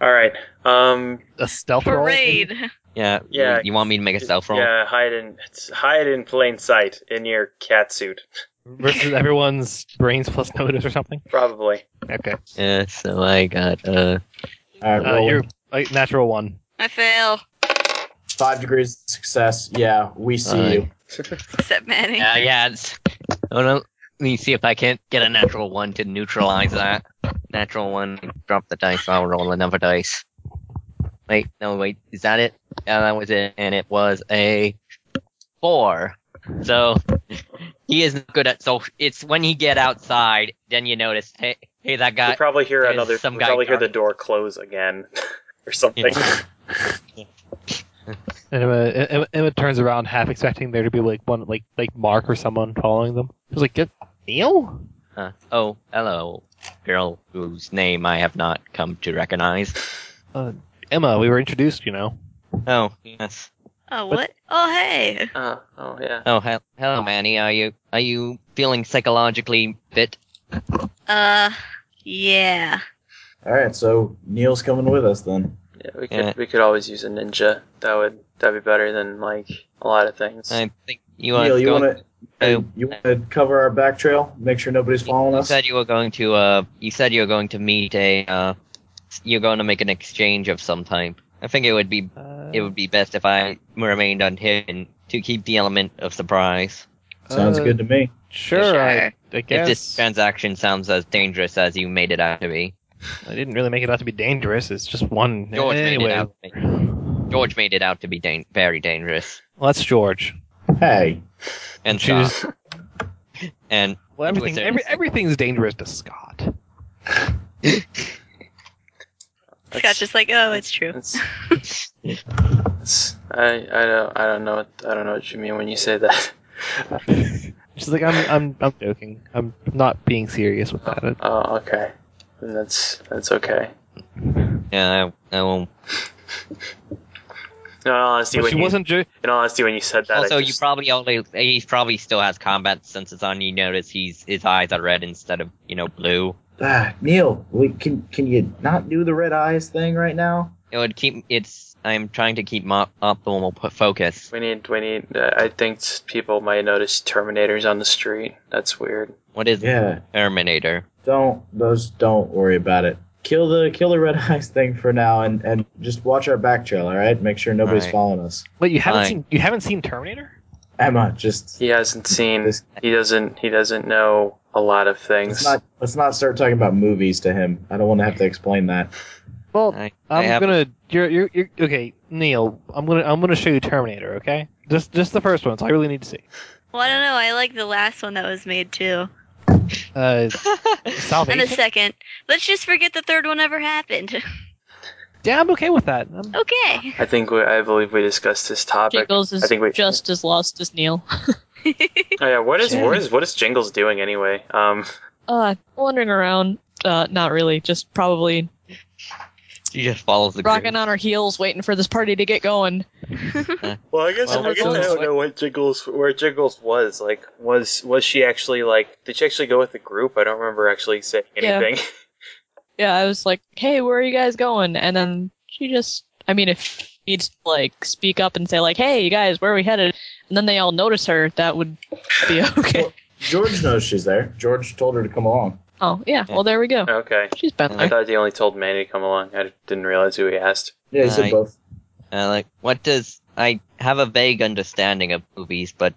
All right. Um.
A stealth roll?
Parade.
Yeah.
Yeah.
You want me to make a stealth roll?
Yeah. Hide in. Hide in plain sight in your cat suit.
Versus everyone's brains plus notice or something?
Probably.
Okay.
Yeah, so I got uh
All right.
Uh,
rolling.
you're like natural one.
I fail.
Five degrees of success. Yeah, we see
Aye.
you.
Uh,
Except Manny.
yeah, yeah. It's, oh no, let me see if I can't get a natural one to neutralize that. Natural one, drop the dice. I'll roll another dice. Wait, no, wait. Is that it? Yeah, that was it, and it was a four. So he is good at so. It's when he get outside, then you notice. Hey, hey, that
We'll
guy.
probably hear
there's
another.
some
We'll
guy
probably hear the
guarding-
door close again, or something.
Yeah.
And Emma, Emma, Emma turns around, half expecting there to be like one, like like Mark or someone following them. She's like, "Get Neil."
Uh, oh, hello, girl whose name I have not come to recognize.
Uh, Emma, we were introduced, you know.
Oh, yes.
Oh what? Oh hey.
Uh, oh yeah.
Oh, he- hello, Manny. Are you are you feeling psychologically fit?
Uh yeah.
All right. So Neil's coming with us then.
Yeah, we could
Yeah.
we could always use a ninja. That would that'd be better than like a lot of things.
I think you are
Neil, you
going.
want to
to,
you want to cover our back trail? Make sure nobody's following
you
us.
said you were going to. Uh, you said you were going to meet a. Uh, you're going to make an exchange of some type. I think it would be
Uh,
it would be best if I remained unhidden to keep the element of surprise.
Sounds
Uh,
good to me.
Sure, I, I
If
guess.
this transaction sounds as dangerous as you made it out to be,
I didn't really make it out to be dangerous. It's just one.
George made it
anyway,
out. To be, George made it out to be dan- very dangerous.
well, that's George.
Hey,
And
She was-
Scott. and
Well,
And to a
everything
certain
every,
extent.
everything's dangerous to Scott.
Scott's just like, oh, it's true.
It's- it's- I I don't I don't know what, I don't know what you mean when you say that.
She's like, "I'm I'm I'm joking. I'm not being serious with that."
Oh okay, and that's that's okay.
yeah, uh, I, I won't
No, in all honesty,
But
when
she
you,
wasn't. Jo-
in all honesty, when you said that,
also,
I
you
just,
probably only he probably still has combat senses on. You notice he's his eyes are red instead of you know blue.
ah, Neil, we can can you not do the red eyes thing right now?
It would keep it's. I'm trying to keep my optimal p- focus.
we need we need. Uh, I think s- people might notice Terminators on the street. That's weird.
What is
Yeah,
Terminator?
don't those don't worry about it. Kill the kill the red eyes thing for now, and and just watch our back trail. All right, make sure nobody's
Alright.
following us.
Wait, you haven't
Fine.
seen you haven't seen Terminator?
Emma, just
He hasn't seen.
This-
He doesn't. He doesn't know a lot of
let's
things.
not let's not start talking about movies to him. I don't want to have to explain that.
Well,
I, I
I'm
have,
gonna. You're, you're you're okay, Neil. I'm gonna I'm gonna show you Terminator. Okay, just just the first one. So I really need to see.
Well, I don't know. I like the last one that was made too.
Uh,
Oh,
And the
Salvation.
second. Let's just forget the third one ever happened.
Yeah, I'm okay with that. I'm-
Okay.
I think we, I believe we discussed this topic.
Jingles
I
is
think we-
just as lost as Neil.
Oh, yeah, what is
Yeah.
what is what is Jingles doing anyway? Um,
Uh, wandering around. Uh, not really. Just probably
she just follows the
rocking
group.
on our heels, waiting for this party to get going.
well, I guess
Well,
I guess I don't know what Jingles where Jingles was. Like, was was she actually like? Did she actually go with the group? I don't remember actually saying
Yeah.
anything.
Yeah, I was like, "Hey, where are you guys going?" And then she just. I mean, if needs to like speak up and say like, "Hey, you guys, where are we headed?" And then they all notice her. That would be okay.
George knows she's there. George told her to come along.
Oh yeah. Well, there we go.
Okay.
She's been
I
there.
thought he only told Manny to come along. I didn't realize who he asked.
Yeah, he said
Aye.
both.
Uh, like, what does I have a vague understanding of movies, but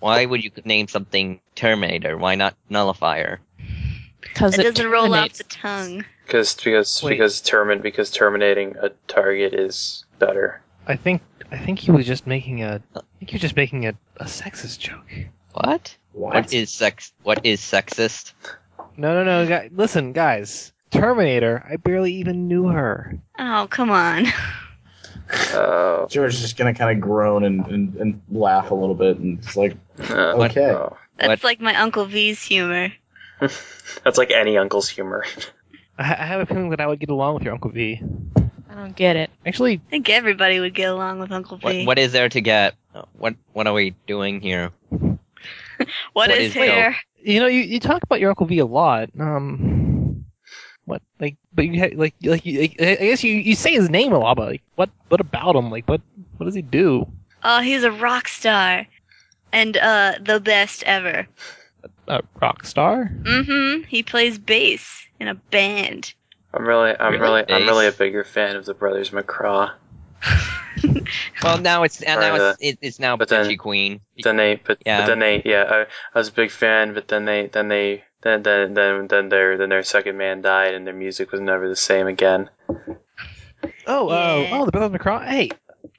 why would you name something Terminator? Why not Nullifier?
Because
It
it,
doesn't roll off
terminates.
the tongue.
Because because
Wait.
because termin because terminating a target is better.
I think I think he was just making a I think you're just making a, a sexist joke.
What?
What?
What is sex? What is sexist?
No, no, no. Guy, listen, guys. Terminator. I barely even knew her.
Oh, come on.
Oh.
George is just gonna kind of groan and, and, and laugh a little bit, and it's like,
uh,
What?
okay,
oh.
That's
What?
like my Uncle V's humor.
That's like any uncle's humor.
I, I have a feeling that I would get along with your Uncle V.
I don't get it.
Actually,
I think everybody would get along with Uncle
What
V.
What is there to get? Uh, What What are we doing here?
what
what
is,
is
there?
you know, you, you talk about your Uncle V a lot. Um, what like, but you had like like you, like, I I guess you, you say his name a lot, but like what what about him? Like what what does he do?
Oh, he's a rock star. And uh the best ever.
A rock star?
Mm-hmm. He plays bass in a band.
I'm really I'm really
Really?
I'm
Ace?
really a bigger fan of the brothers McCraw
Well, now it's and now
Or uh,
it's it, it's now
but then-
Bitchy Queen.
than they but, but
Yeah.
then they yeah I, I was a big fan but then they then they then then then then their then their second man died and their music was never the same again.
Oh, oh,
Yeah.
oh, the Brothers McCraw. Hey,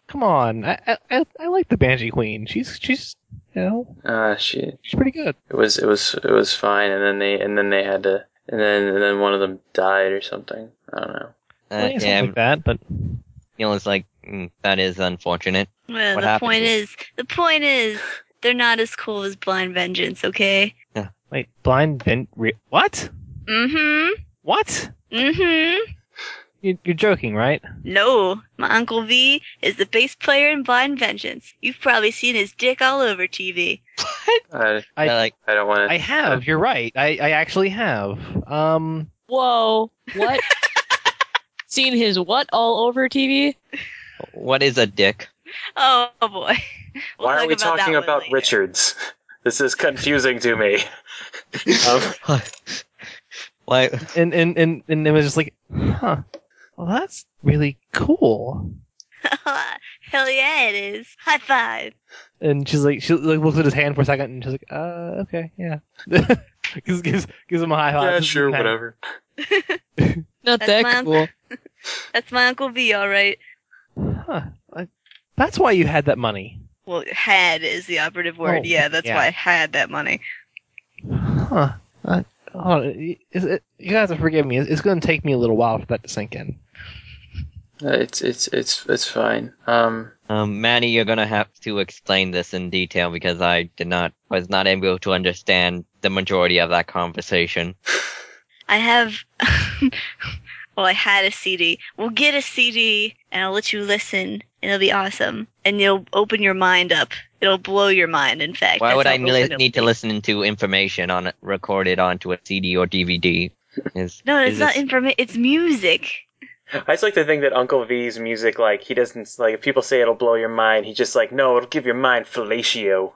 come on. I, I- I I like the Banshee Queen. She's she's you know
Uh, she
she's pretty good.
it was it was it was fine and then they and then they had to and then and then one of them died or something. I don't know.
Uh,
yeah,
yeah,
something like that. But
Neil is like mm, that is unfortunate.
Well,
What
the
happened?
point is the point is they're not as cool as Blind Vengeance, okay?
wait, blind vent. Re- what?
Mm-hmm.
What?
Mm-hmm.
You, you're joking, right?
No. My Uncle V is the bass player in Blind Vengeance. You've probably seen his dick all over TV.
I
I-
They're like
I don't want to.
I have. You're right. I, I actually have. Um,
Whoa. What? Seen his what all over TV?
what is a dick?
Oh boy. We'll
Why are
talk
we
that
talking
one
about
later.
Richards? This is confusing to me.
Oh.
Um,
Why?
and and and and it was just like, huh. Well, that's really cool.
Hell yeah, it is. High five.
And she's like, she like looks at his hand for a second, and she's like, uh, okay, yeah. gives, gives gives him a high five.
yeah, sure,
Kind of-
whatever.
Not
That's
that
my uncle-
cool.
That's my Uncle V, alright.
Huh. Like, that's why you had that money.
Well, had is the operative word.
Oh,
yeah, that's
yeah.
why I had that money.
Huh. Uh, oh, is it, you guys have to forgive me. It's, it's going to take me a little while for that to sink in.
Uh, It's it's it's it's fine. Um,
Um, Manny, you're gonna have to explain this in detail because I did not was not able to understand the majority of that conversation.
I have. well, I had a CD. We'll get a CD, and I'll let you listen. and It'll be awesome, and you'll open your mind up. It'll blow your mind. In fact,
Why
That's
would
how
I li-
open it-
need to listen to information on it recorded onto a CD or DVD? Is,
No, it's
is
not
this-
information. It's music.
I just like to think that Uncle V's music, like he doesn't like. If people say it'll blow your mind, he's just like, no, it'll give your mind fellatio.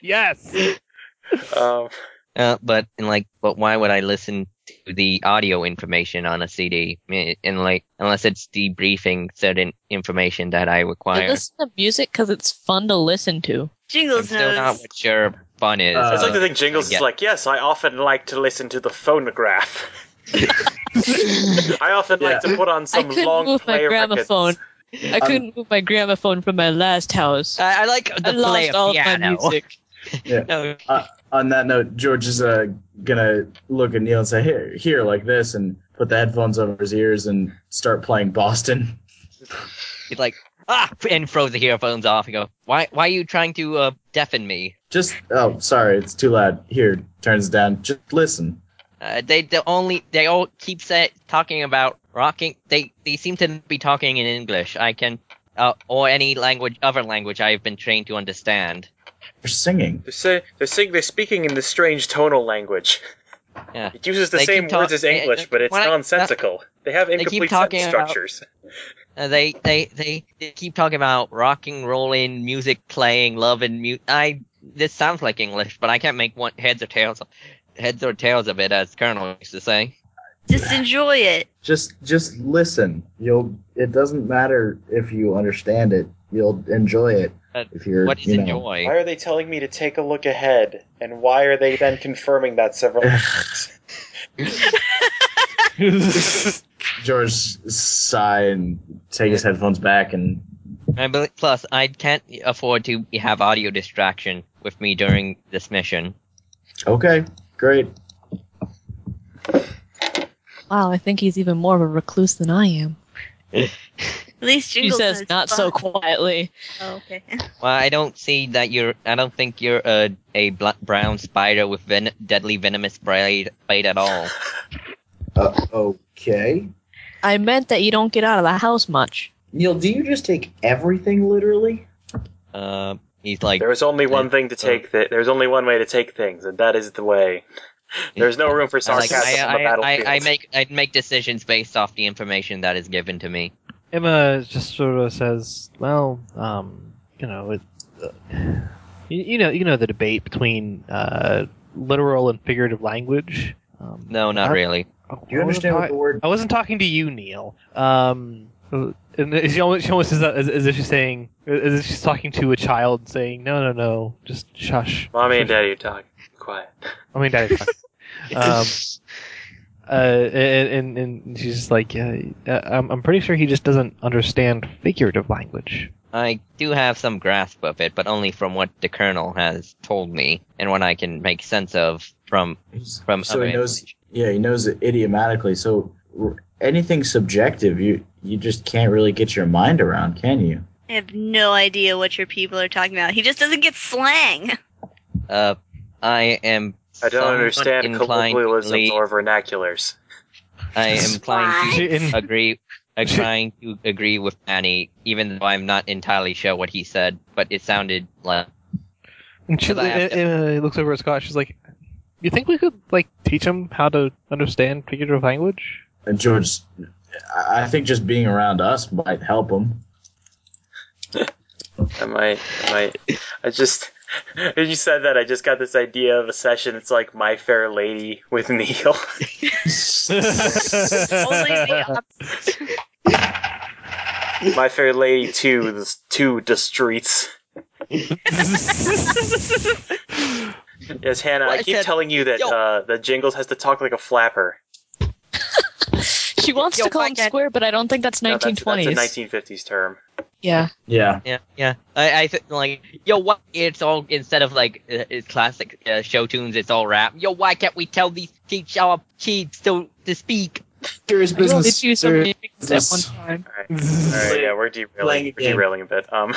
yes.
Um,
uh, but and like, but why would I listen to the audio information on a CD? Eh, And like, unless it's debriefing certain information that I
I
require.
listen to music because it's fun to listen to.
I'm
Jingles
still
knows.
not what your fun is.
Uh,
I just like to think
I
Jingles
get-
is like, yes, I often like to listen to the phonograph. I often like
Yeah.
to put on some
couldn't
long
move my
play
gramophone.
records. Um,
I couldn't move my gramophone from my last house. I,
I, I like the play
lost
of
all
piano.
of my music.
No,
on that note, George is uh, gonna look at Neil and say, "Here, here, like this," and put the headphones over his ears and start playing Boston.
He's like, ah, and throws the earphones off and go, why, why are you trying to uh, deafen me?
Just oh, sorry, it's too loud. Here, turns it down. Just listen.
Uh, they the only they all keep say, talking about rocking. They they seem to be talking in English. I can uh, or any language other language I've been trained to understand.
They're singing.
They're, say, they're, saying, they're speaking in this strange tonal language.
It uses the
They
same
keep talk-
words as English,
eh, eh,
but it's
when I-
nonsensical. they have
keep
incomplete
talking
sentence
about-
structures.
Uh, they, they they they keep talking about rocking, rolling, music playing, love and mu I this sounds like English, but I can't make one heads or tails heads or tails of it, as Colonel used to say.
Just enjoy it.
Just just listen. You'll. It doesn't matter if you understand it. You'll enjoy it
But
if you're.
What is
you know.
enjoy?
Why are they telling me to take a look ahead? And why are they then confirming that several times?
George sigh and take his headphones back and
I bel plus, I can't afford to have audio distraction with me during this mission.
okay, great.
Wow, I think he's even more of a recluse than I am.
At least
She
Jingles
says
knows
not so
fun.
quietly.
Oh, okay.
Well, I don't see that you're. I don't think you're a a bl- brown spider with ven- deadly venomous blade, blade at all.
Uh, okay.
I meant that you don't get out of the house much.
Neil, do you just take everything literally?
Uh, he's like
There is only one thing to take. Th- there's only one way to take things, and that is the way. There's no room for
I like-
sarcasm on the
I, I,
battlefield.
I, I make I make decisions based off the information that is given to me.
Emma just sort of says, "Well, um, you know, it, uh, you, you know, you know the debate between uh, literal and figurative language." Um,
No, not
Uh-huh.
I-
really.
I
Do you
wasn't
understand what
talk-
the word?
I wasn't talking to you, Neil. Um, and she almost, she almost says that as, as if she's saying, as if she's talking to a child, saying, "No, no, no, just shush."
Mommy and Daddy are talking. Quiet.
I mean, that is fine. um, uh, and, and and she's just like, uh, uh, I'm I'm pretty sure he just doesn't understand figurative language.
I do have some grasp of it, but only from what the colonel has told me and what I can make sense of from from
so
other
he knows.
information.
Yeah, he knows it idiomatically. So r- anything subjective, you you just can't really get your mind around, can you?
I have no idea what your people are talking about. He just doesn't get slang.
Uh, I am.
I don't
somewhat
understand
inclined to
colloquialisms
believe-
or vernaculars.
I am inclined
She- and-
to agree. I'm trying to agree with Annie, even though I'm not entirely sure what he said, but it sounded like
And she
Because I have
and, and, uh, looks over at Scott. She's like, "You think we could like teach him how to understand figurative language?"
And George, I I think just being around us might help him.
I might, I might. I just, when you said that, I just got this idea of a session. It's like My Fair Lady with Neil.
Only the opposite.
My Fair Lady to the, to the streets. Yes, Hannah,
Well,
I
I
keep
said-
telling you that
Yo.
uh, that Jingles has to talk like a flapper.
She wants
Yo,
to call
my
him
dad-
square, but I don't think that's
No, that's-
1920s.
That's, a 1950s term.
yeah.
Yeah.
Yeah, yeah. I, I th- like, yo, what? It's all instead of like uh, it's classic uh, show tunes. It's all rap. Yo, why can't we tell these teach our kids to to speak?
Serious
I did do so many things at one
er, business.
time.
All right, All right yeah, we're
playing
derailing,
a
we're
game.
derailing a bit. Um,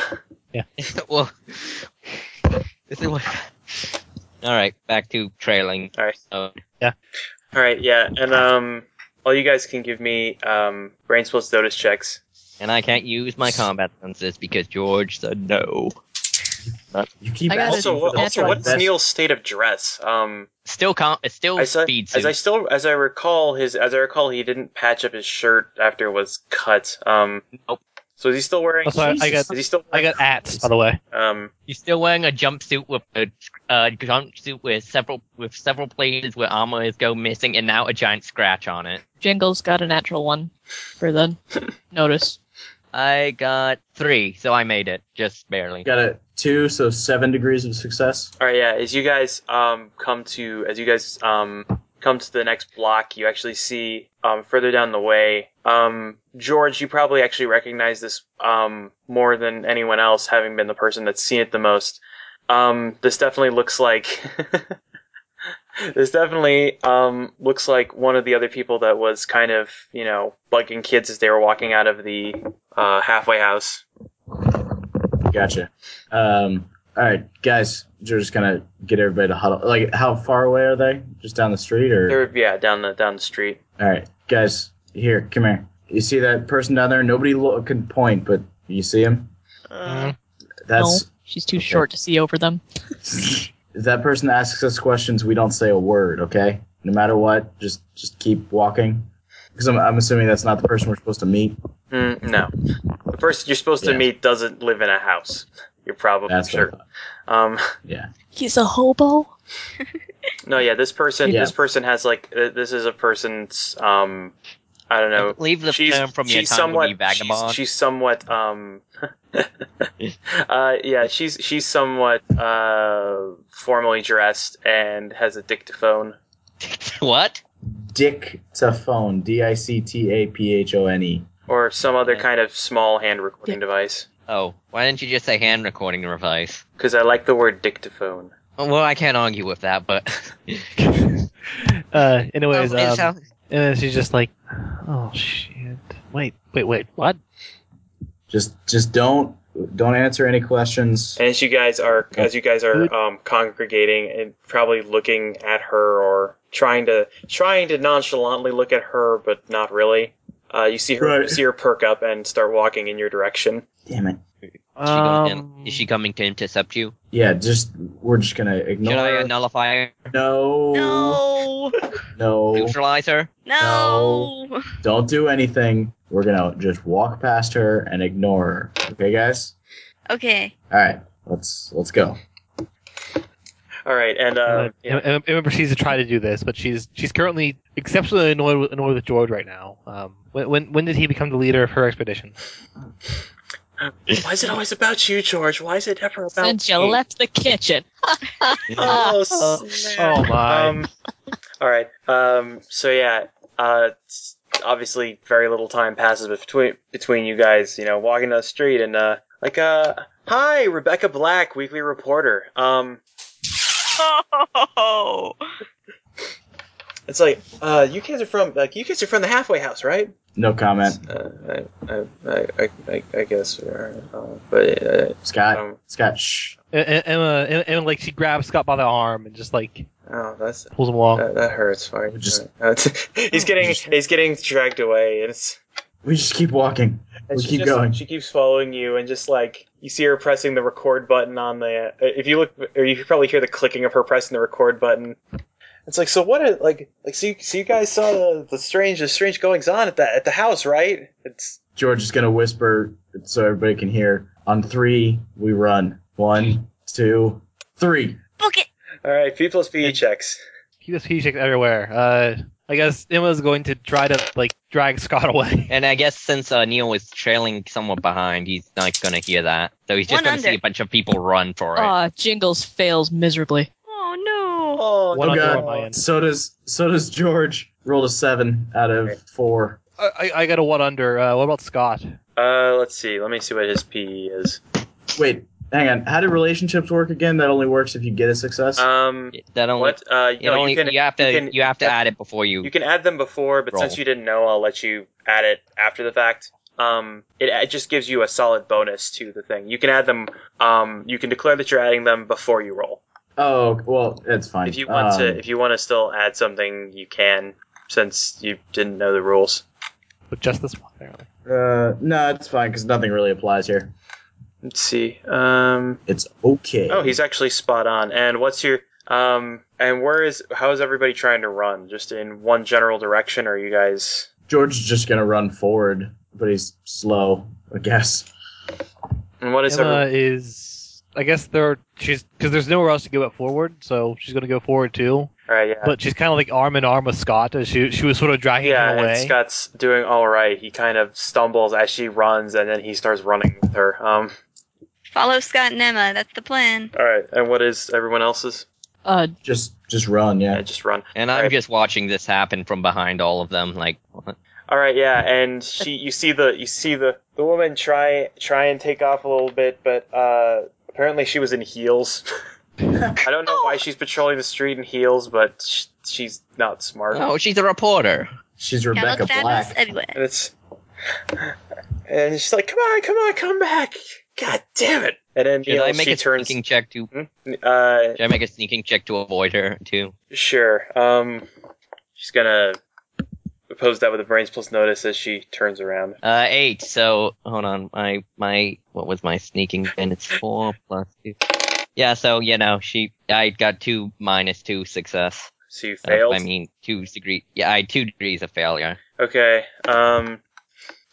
well, this is what. All right, back to trailing.
all right,
Oh,
all right, yeah, and um, all you guys can give me um, brain spills notice checks.
and I can't use my combat senses because George said no.
You keep
I got
asking
Also,
for
what,
the
also, what is
best-
Neil's state of dress? Um,
Still, com- it's still
as I,
speed
as I
suit.
still as I recall his as I recall he didn't patch up his shirt after it was cut. Um,
Nope.
so is he still wearing?
Also, I- I got-
Is he still?
I
Wearing,
got ats by the way.
um,
He's still wearing a jumpsuit with a uh, jumpsuit with several with several places where armor is go missing, and now a giant scratch on it.
Jingles got a natural one for the notice.
I got three, so I made it just barely.
Got a two, so seven degrees of success.
All right, yeah. As you guys um come to as you guys um come to the next block, you actually see um further down the way. Um, George, you probably actually recognize this um more than anyone else, having been the person that's seen it the most. Um, this definitely looks like this definitely um looks like one of the other people that was kind of you know bugging kids as they were walking out of the uh, halfway house.
Gotcha. Um, all right, guys, you're just gonna get everybody to huddle. Like, how far away are they? Just down the street, or
They're yeah down the down the street.
all right, guys, here, come here. You see that person down there? Nobody lo- can point, but you see him.
Uh,
That's
no, she's too short to see over them.
if that person asks us questions. We don't say a word, okay? no matter what, just just keep walking? Because I'm, I'm assuming that's not the person we're supposed to meet.
Mm, no, the person you're supposed
Yeah.
to meet doesn't live in a house. You're probably
That's what I
sure.
thought.
Um,
Yeah.
He's a hobo.
no, yeah, this person,
Yeah.
this person has like, th- this is a person's. Um, I don't know.
Leave the
she's
term from your
she's
tongue
somewhat
when you
she's,
vagabond.
she's somewhat um uh yeah she's she's somewhat uh formally dressed and has a dictaphone
what?
Dictaphone. D I C T A P H O N E.
or some other
Okay.
kind of small hand recording device. 'Cause device
Oh, why didn't you just say hand recording device?
because I like the word dictaphone.
Well, I can't argue with that, but
uh, anyways,
Oh, it
um,
sounds-
and then she's just like, "Oh shit! Wait, wait, wait! What?
Just just don't don't answer any questions.
As you guys are, as you guys are um, congregating and probably looking at her or trying to trying to nonchalantly look at her, but not really. Uh, you see her,
Right.
you see her perk up and start walking in your direction.
Damn it.
Is she going to-
Um,
is she coming to intercept you?
Yeah, just we're just gonna ignore.
Should I nullify her? Mm-hmm.
no,
No.
no,
Neutralize her?
No.
don't do anything. We're gonna just walk past her and ignore her. Okay, guys.
Okay.
All right, let's let's go.
All right, and uh,
Uh, I, I remember she's tried to do this, but she's she's currently exceptionally annoyed with, annoyed with George right now. Um, when, when when did he become the leader of her expedition?
why is it always about you, George? Why is it never about
Since you
me?
left the kitchen.
Oh, snap.
Oh my!
Um, all right. Um, so yeah, uh, s- obviously very little time passes between between you guys. You know, walking down the street and uh, like uh, hi, Rebecca Black, weekly reporter. Um,
Oh.
it's like uh, you kids are from like you kids are from the halfway house, right?
No comment,
Uh, I, I, I, I, I, I guess we are. Uh, but uh,
Scott.
um,
Scott, shh.
E- E- Emma, Emma, Emma, like she grabs Scott by the arm and just like
oh, that's
pulls him along.
that, that hurts. Fine.
Just-
Uh, he's getting
Just-
he's getting dragged away, and it's.
We just keep walking.
And
We
she
keep
just,
going.
She keeps following you, and just like you see her pressing the record button on the. uh, If you look, or you could probably hear the clicking of her pressing the record button. It's like so. What? Are, like, like so you, so you guys saw the, the strange, the strange goings on at that at the house, right? It's
George is gonna whisper so everybody can hear. On three, we run. One, two, three.
Book it.
all right. P plus PE checks.
PSP chicks everywhere. Uh, I guess Emma's going to try to like drag Scott away.
And I guess since uh, Neil was trailing someone behind, he's not going to hear that. So he's just
One
going to see
under.
a bunch of people run for it.
Ah, Jingles fails miserably.
Oh no.
Oh
One
no.
other
on my end.
So does so does George. Rolled a seven out of four.
I, I, I got a one under. Uh, what about Scott?
Uh, let's see. Let me see what his PE is.
Wait, hang on. How do relationships work again? That only works if you get a success.
Um,
That only,
what? Uh,
it
no,
only
you
you,
can you,
have to you,
can-
have to add it before you.
can add them before, but
Roll.
since you didn't know, I'll let you add it after the fact. Um, it, it just gives you a solid bonus to the thing. You can add them. Um, you can declare that you're adding them before you roll.
oh, well, that's fine.
If you want to,
Um,
if you want to still add something, you can. Since you didn't know the rules.
With just this one, apparently.
uh, no, it's fine because nothing really applies here.
Let's see. Um,
It's okay.
oh, he's actually spot on. And what's your um? And where is how is everybody trying to run? Just in one general direction, or are you guys?
George is just gonna run forward, but he's slow, I guess.
And what is
Emma
every-
is. I guess there she's because there's nowhere else to go but forward, so she's going to go forward too.
All right, yeah.
But she's kind of like arm in arm with Scott. As she she was sort of dragging
Yeah,
him
and
away.
Scott's doing all right. He kind of stumbles as she runs, and then he starts running with her. Um,
Follow Scott and Emma. That's the plan.
all right. And what is everyone else's?
Uh,
Just just run,
Yeah,
yeah.
just run.
and I'm
Right.
just watching this happen from behind all of them. Like, what?
All right, yeah. And she, you see the, you see the, the woman try, try and take off a little bit, but uh, apparently she was in heels. I don't know why she's patrolling the street in heels, but sh- she's not smart.
oh, she's a reporter.
She's
Got
Rebecca
sadness
Black.
everywhere.
And it's and she's like, "Come on, come on, come back! God damn it!" And then
Should
you know,
I make
she
a
turns.
sneaking check to?
Uh,
Should I make a sneaking check to avoid her too?
Sure. Um, she's gonna oppose that with a brains plus notice as she turns around.
Uh, eight. So hold on. My my what was my sneaking? And it's four plus two. Yeah. So you know she I got two minus two success.
So you
Uh,
failed.
I mean, two degree. Yeah, I had two degrees of failure.
Okay. Um,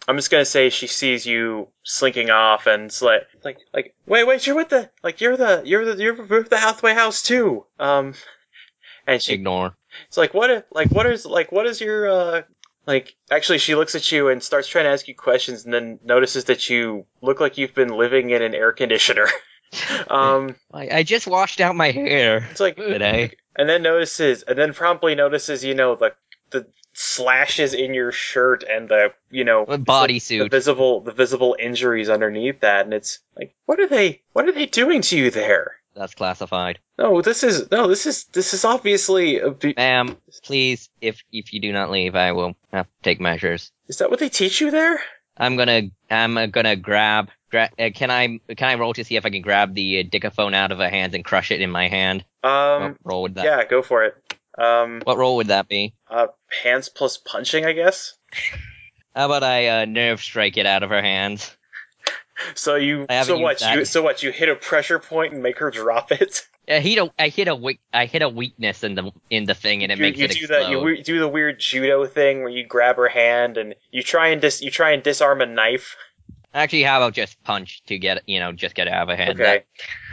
I'm just gonna say she sees you slinking off, and it's like, like, like, wait, wait, you're with the, like, you're the, you're the, you're with the Hathaway house too. Um, and she,
Ignore.
it's like, what, i- like, what is, like, what is your, uh, like, actually, she looks at you and starts trying to ask you questions, and then notices that you look like you've been living in an air conditioner. um,
I, I just washed out my hair
it's like, uh,
today.
and then notices, and then promptly notices, you know, the, the slashes in your shirt and the, you know,
A
the
bodysuit.
visible the visible injuries underneath that and it's like what are they what are they doing to you there
That's classified.
no this is no this is this is obviously uh, a be-
Ma'am, please, if if you do not leave, I will have to take measures.
is that what they teach you there
I'm gonna I'm uh, gonna grab. Gra- uh, can I can I roll to see if I can grab the uh, dictaphone out of her hands and crush it in my hand?
um
what roll would that?
yeah go for it um
What roll would that be?
uh hands plus punching i guess
How about I uh, nerve strike it out of her hands?
so you
I haven't
so what
used that.
you so what you hit a pressure point and make her drop it
I hit a I hit a weak I hit a weakness in the in the thing and it
you,
makes
you
it
do
explode.
that you we- do the weird judo thing where you grab her hand and you try and dis you try and disarm a knife
Actually, how about just punch to get you know just get it out of her hand? That-
okay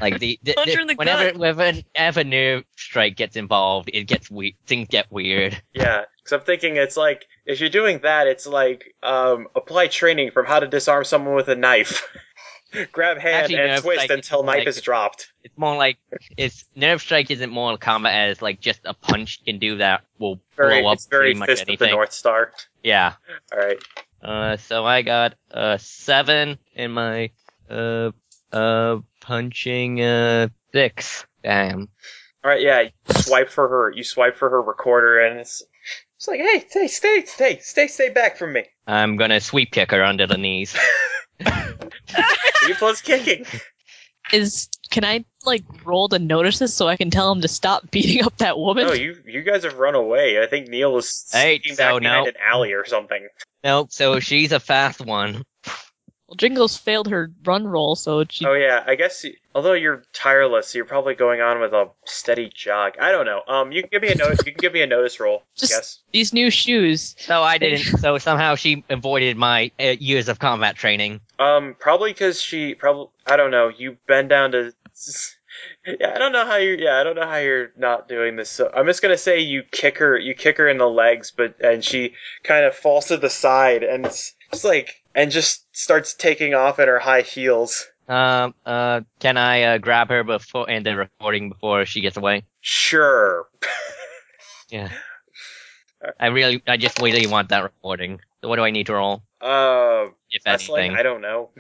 like the, the,
Punch
the-
her in the
whenever whenever whenever nerve strike gets involved, it gets weird. Things get weird.
Yeah, because I'm thinking it's like if you're doing that, it's like um, apply training from how to disarm someone with a knife. Grab hand
Actually,
and
no, it's
twist
like-
until
it's
knife
like-
is dropped.
It's more like it's nerve strike isn't more combat as like just a punch can do that will
Very,
blow up
it's very
pretty much
fist of the
anything.
North Star.
Yeah.
All right,
Uh, so I got uh seven in my uh uh punching uh six. Damn.
all right, yeah. You swipe for her. You swipe for her recorder, and it's it's like, hey, stay, stay, stay, stay, stay back from me.
I'm gonna sweep kick her under the knees.
You plus kicking.
Is can I like roll to notice this so I can tell him to stop beating up that woman?
No, you you guys have run away. I think Neil is
Hey,
sneaking
so
back behind
now-
an alley or something.
nope. So she's a fast one.
Well, Jingles failed her run roll, so she
Oh yeah, I guess. You, although you're tireless, you're probably going on with a steady jog. I don't know. Um, you can give me a notice. You can give me a notice roll.
Just-
yes.
these new shoes.
So I didn't. So somehow she avoided my uh, years of combat training.
Um, probably because she probably. I don't know. You bend down to. Yeah, I don't know how you're. Yeah, I don't know how you're not doing this. So I'm just gonna say you kick her. You kick her in the legs, but and she kind of falls to the side and it's just like and just starts taking off at her high heels.
Um. Uh, Can I uh, grab her before and the recording before she gets away?
Sure.
Yeah. I really. I just really want that recording. So what do I need to roll?
Uh,
If
wrestling.
anything.
I don't know.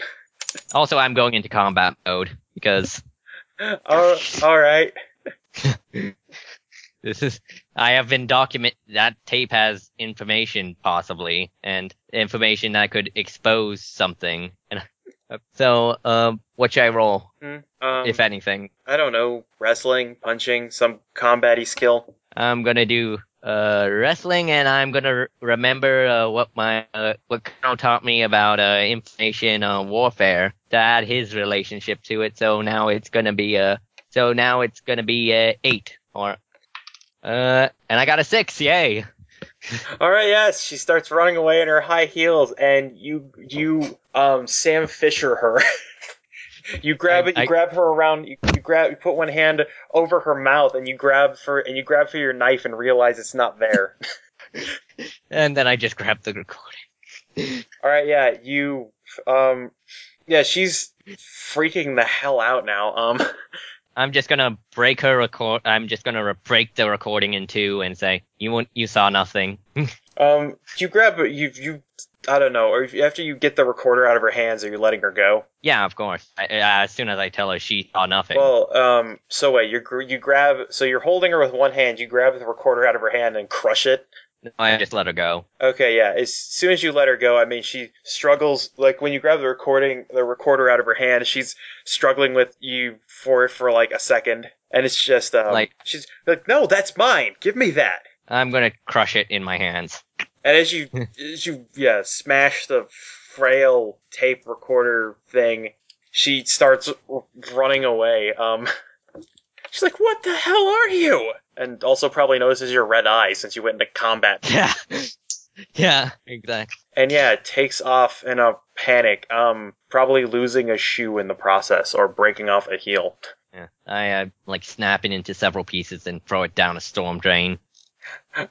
Also, I'm going into combat mode because
All, Uh, all right.
this is. I have been document that tape has information possibly and information that could expose something. And so, um, what should I roll
Hmm, Um,
if anything?
I don't know, wrestling, punching, some combat skill.
I'm gonna do uh wrestling, and I'm gonna re- remember uh, what my uh, what Colonel taught me about uh, information uh, warfare to add his relationship to it. So now it's gonna be uh so now it's gonna be uh, eight or uh and I got a six, yay!
All right, yes, she starts running away in her high heels, and you you um Sam Fisher her. you grab
I-
it, you
I-
grab her around, you, you grab, you put one hand over her mouth, and you grab for and you grab for your knife and realize it's not there.
And then I just grabbed the recording.
All right, yeah, you um yeah, she's freaking the hell out now. Um,
I'm just gonna break her record. I'm just gonna re- break the recording in two and say you won't, you saw nothing.
um, you grab you you I don't know, or if, after you get the recorder out of her hands, are you letting her go?
yeah, of course. I, I, as soon as I tell her she saw nothing.
Well, um, so wait, you gr- you grab, so you're holding her with one hand. You grab the recorder out of her hand and crush it.
I just let her go.
Okay, yeah. As soon as you let her go, I mean, she struggles. Like when you grab the recording, the recorder out of her hand, she's struggling with you for for like a second, and it's just um,
Like-
she's like, "No, that's mine. Give me that."
I'm gonna crush it in my hands.
And as you as you yeah smash the frail tape recorder thing, she starts r- running away. Um, She's like, "What the hell are you?" And also probably notices your red eye since you went into combat
Yeah. yeah, exactly.
and yeah, it takes off in a panic, um, probably losing a shoe in the process or breaking off a heel.
Yeah. I uh, like snap it into several pieces and throw it down a storm drain.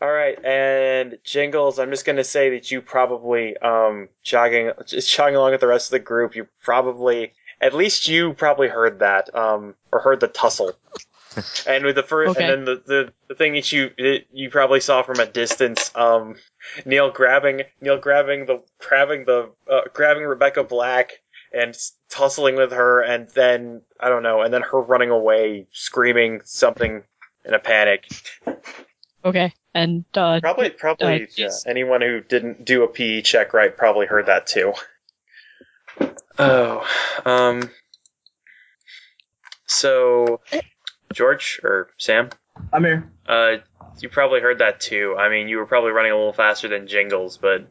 All right, and Jingles, I'm just gonna say that you probably, um, jogging, just jogging along with the rest of the group, you probably, at least you probably heard that, um, or heard the tussle. And with the first,
Okay.
and then the, the, the thing that you that you probably saw from a distance, um, Neil grabbing Neil grabbing the grabbing the uh, grabbing Rebecca Black and s- tussling with her, and then I don't know, and then her running away, screaming something in a panic.
Okay. And uh,
Probably, probably,
Uh,
yeah.
just-
Anyone who didn't do a PE check right probably heard that too. Oh, um, so George or Sam,
I'm here.
uh, you probably heard that too. I mean, you were probably running a little faster than Jingles, but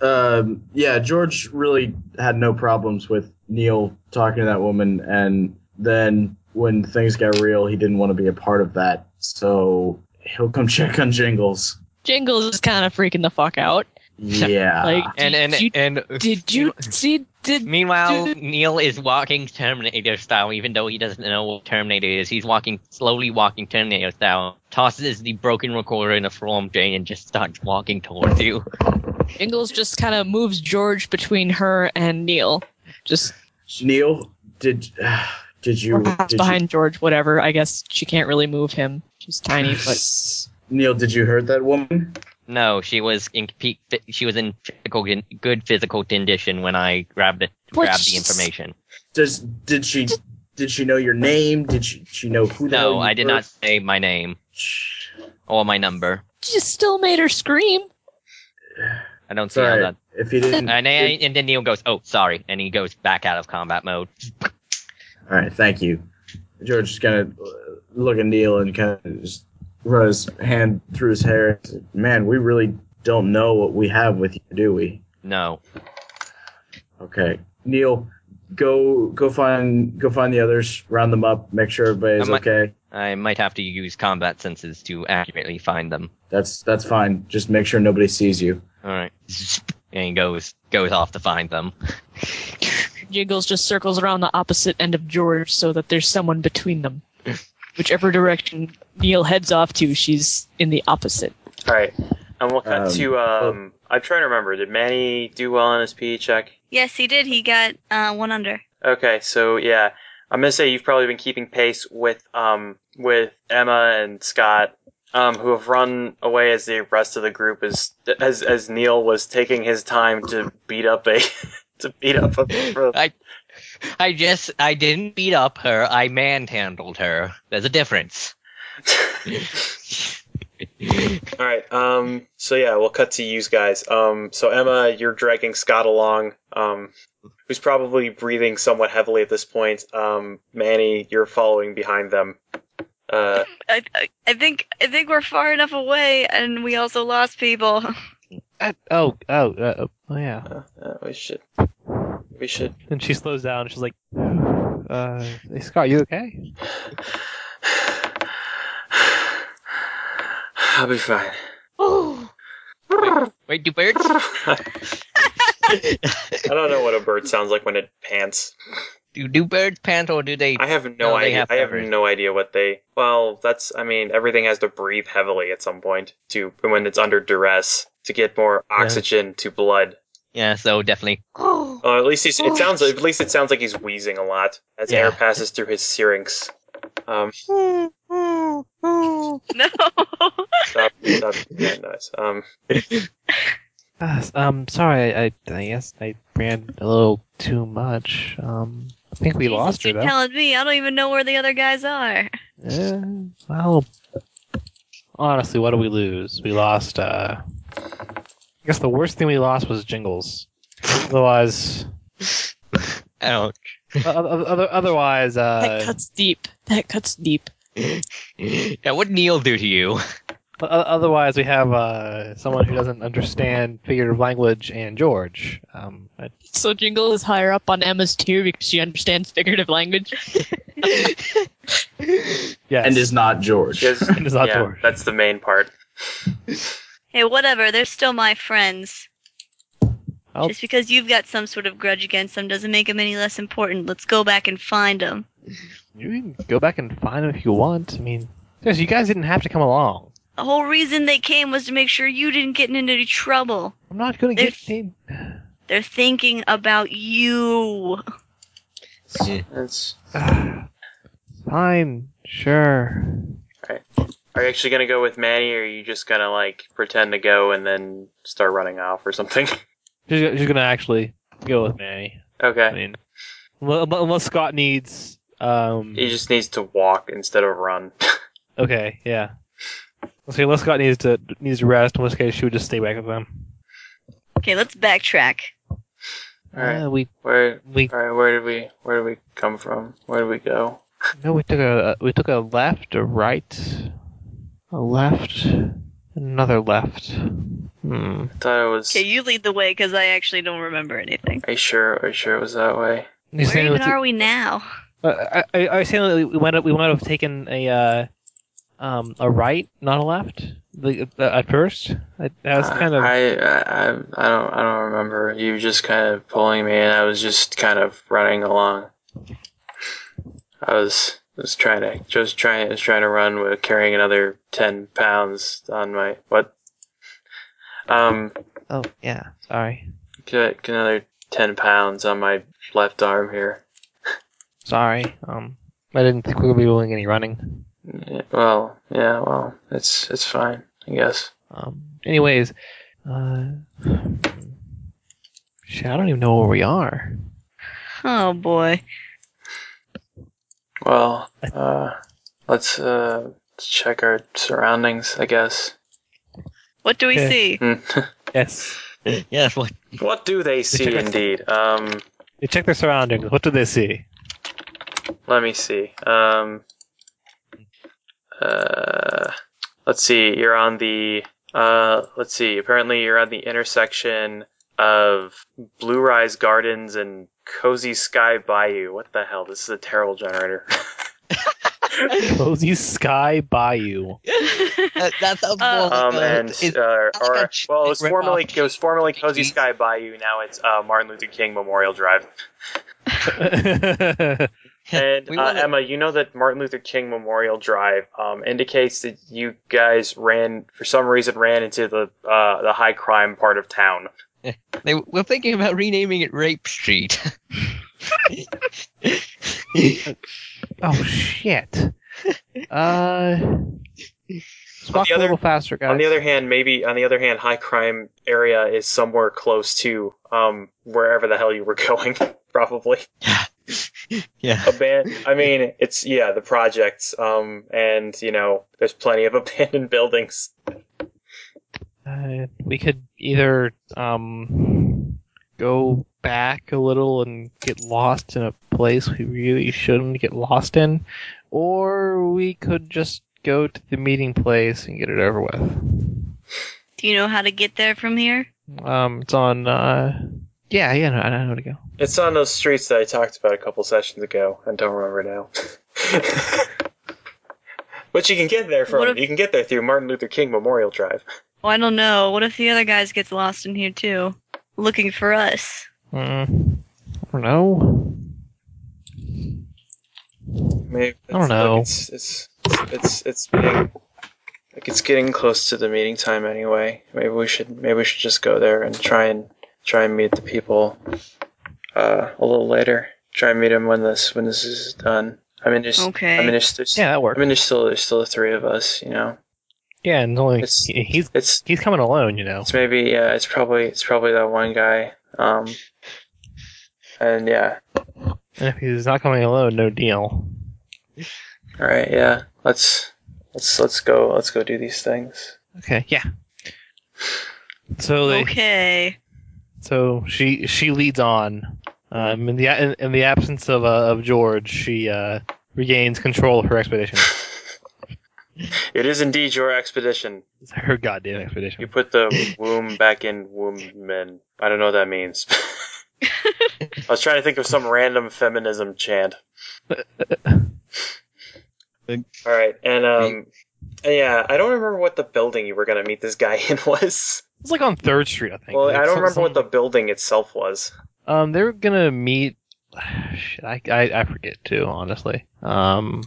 Um, yeah, George really had no problems with Neil talking to that woman, and then when things got real, he didn't want to be a part of that, so he'll come check on Jingles.
Jingles is kind of freaking the fuck out.
Yeah.
Like,
And and
did you,
and
did you see? Did
Meanwhile,
Dude.
Neil is walking Terminator style, even though he doesn't know what Terminator is. He's walking slowly, walking Terminator style. Tosses the broken recorder in a form drain and just starts walking towards you.
Jingles just kind of moves George between her and Neil. Just
Neil, did did you
or pass
did
behind George, whatever. I guess she can't really move him. She's tiny,
you,
but
Neil, did you hurt that woman?
No, she was in peak. fi- She was in physical, good physical condition when I grabbed it.
What
Grabbed the
she-
information.
Does did she did she know your name? Did she, she know who the hell
No,
you
I did
were?
not say my name or Oh, my number.
she still made her scream.
I don't see how
Sorry,
that.
if you didn't.
And, then- and then Neil goes, "Oh, sorry," and he goes back out of combat mode.
All right, thank you. George is gonna uh, look at Neil and kind of just run his hand through his hair. Man, we really don't know what we have with you, do we?
No,
Okay, Neil, go go find go find the others, round them up, make sure everybody's
I'm-
okay.
I might have to use combat senses to accurately find them.
That's that's fine. Just make sure nobody sees you.
All right. And he goes goes off to find them.
Jingles just circles around the opposite end of George so that there's someone between them. Whichever direction Neil heads off to, she's in the opposite.
all right. And we'll cut
Um,
to um. I'm trying to remember. Did Manny do well on his PE check?
Yes, he did. He got uh, one under.
Okay, so yeah, I'm gonna say you've probably been keeping pace with um with Emma and Scott, um who have run away as the rest of the group is as as Neil was taking his time to beat up a to beat up a. for-
I I just I didn't beat up her. I manhandled her. There's a difference.
All right, um, so yeah, we'll cut to you guys. Um, so Emma, you're dragging Scott along, um, who's probably breathing somewhat heavily at this point. Um, Manny, you're following behind them. Uh.
I, I, I think I think we're far enough away, and we also lost people.
Uh, oh, oh, uh, oh, yeah.
Uh, uh, we should. We should.
Then she slows down. She's like, uh, "Hey, Scott, you okay?"
I'll be fine.
Wait, do birds?
I don't know what a bird sounds like when it pants.
Do do birds pant or do they?
I have no,
No, they
idea.
have
I have
feathers.
no idea what they. Well, that's. I mean, everything has to breathe heavily at some point to when it's under duress to get more oxygen to blood.
Yeah, so definitely.
Or at least he's, it sounds. At least it sounds like he's wheezing a lot as
Yeah.
air passes through his syrinx. Um,
No,
stop. Stop. Yeah, nice. Um.
Ah, s- um, sorry, I, I, I guess I ran a little too much. Um, I think we
Jesus,
lost her
you're
though.
telling me I don't even know where the other guys are.
Eh, well, honestly, what did we lose? We lost. uh I guess the worst thing we lost was Jingles. Otherwise,
Ouch.
o- o- other, otherwise,
that
uh,
cuts deep. That cuts deep.
Yeah, what Neil do to you?
o- otherwise we have uh someone who doesn't understand figurative language and George. Um, I-
So Jingle is higher up on Emma's tier because she understands figurative language.
Yes.
and is not George.
She has-
And is not
yeah,
George.
that's the main part.
Hey, whatever. They're still my friends.
I'll-
Just because you've got some sort of grudge against them doesn't make them any less important. Let's go back and find them.
You can go back and find him if you want. I mean, seriously, you guys didn't have to come along.
The whole reason they came was to make sure you didn't get into any trouble.
I'm not going to
They're-
get seen.
They're thinking about you.
That's.
Fine, sure.
Are you actually gonna go with Manny, or are you just gonna like pretend to go and then start running off or something?
She's, she's going to actually go with Manny. I
okay.
mean, unle- unless Scott needs. Um,
He just needs to walk instead of run.
okay, yeah. Let's see. Unless Scott needs to needs to rest, in which case she would just stay back with them.
Okay, let's backtrack.
Alright.
Uh, we
Where?
we
All right. Where did we? Where did we come from? Where did we go?
No, we took a uh, we took a left, a right, a left, another left. Hmm.
I thought it was.
Okay, you lead the way because I actually don't remember anything.
Are you sure? Are you sure it was that way?
You
Where even
we
are we now?
uh, I, I, I saying that we might have, we might have taken a uh, um a right, not a left. The, uh, at first, I, that was
I-
kind of
I, I I I don't I don't remember. You were just kind of pulling me, and I was just kind of running along. I was was trying to just trying was trying to run with carrying another ten pounds on my what? Um,
oh yeah, sorry,
ca- another ten pounds on my left arm here.
sorry. Um, I didn't think we would be doing any running.
Yeah, Well, yeah, well, it's it's fine, I guess.
Um, anyways, uh, shit, I don't even know where we are.
Oh boy.
Well, uh, let's uh let's check our surroundings, I guess.
What do we
Okay.
see?
Hmm.
Yes.
yes, what?
What do they see indeed? Um,
They check their surroundings. What do they see?
let me see. Um, uh, let's see. You're on the. Uh, let's see. Apparently, you're on the intersection of Blue Rise Gardens and Cozy Sky Bayou. What the hell? This is a terrible generator.
Cozy Sky Bayou.
That, that sounds more
Uh,
like
Um,
a-
and
is-
uh, or,
like a
well, it was
rip-off.
formerly it was formerly Cozy
Jeez.
Sky Bayou. Now it's uh, Martin Luther King Memorial Drive. And
We
uh,
wanna-
Emma, you know that Martin Luther King Memorial Drive um, indicates that you guys ran, for some reason, ran into the uh, the high crime part of town.
They were thinking about renaming it Rape Street.
oh shit. Uh, let's walk a
the other-
little faster, guys.
On the other hand, maybe on the other hand, high crime area is somewhere close to um, wherever the hell you were going, probably.
yeah.
Aban- I mean, it's yeah, the projects, um, and you know, there's plenty of abandoned buildings.
uh, we could either um go back a little and get lost in a place we really shouldn't get lost in, or we could just go to the meeting place and get it over with.
Do you know how to get there from here?
Um, it's on. Uh, yeah, yeah, no, I know where to go.
It's on those streets that I talked about a couple sessions ago and don't remember now. but you can get there from
What if-
you can get there through Martin Luther King Memorial Drive.
Oh, I don't know. What if the other guys gets lost in here too, looking for us?
Mm, I don't know.
Maybe
I don't know.
It's it's it's it's being like it's getting close to the meeting time anyway. Maybe we should maybe we should just go there and try and try and meet the people uh, a little later. Try and meet them when this when this is done. I mean, there's
Okay.
I mean, there's, there's
Yeah, that
I
works.
mean, there's still there's still the three of us. You know,
yeah, and only
It's-
he- he's
it's
he's coming alone, you know.
It's maybe yeah. It's probably it's probably that one guy. Um, and yeah.
And if he's not coming alone, no deal.
All right. Yeah. Let's let's let's go. Let's go do these things.
Okay, yeah. Oh. So they,
Okay.
so she she leads on. Um, in the in, in the absence of uh, of George, she uh, regains control of her expedition.
It is indeed your expedition.
It's her goddamn
You
expedition.
put the womb back in woman. I don't know what that means. I was trying to think of some random feminism chant. All right, and um, and yeah, I don't remember what the building you were gonna meet this guy in was.
It's like on Third Street, I think.
Well,
Like,
I don't
some-
remember what the
some-
building itself was.
Um, they were gonna meet. Shit, I, I I forget too, honestly. Um,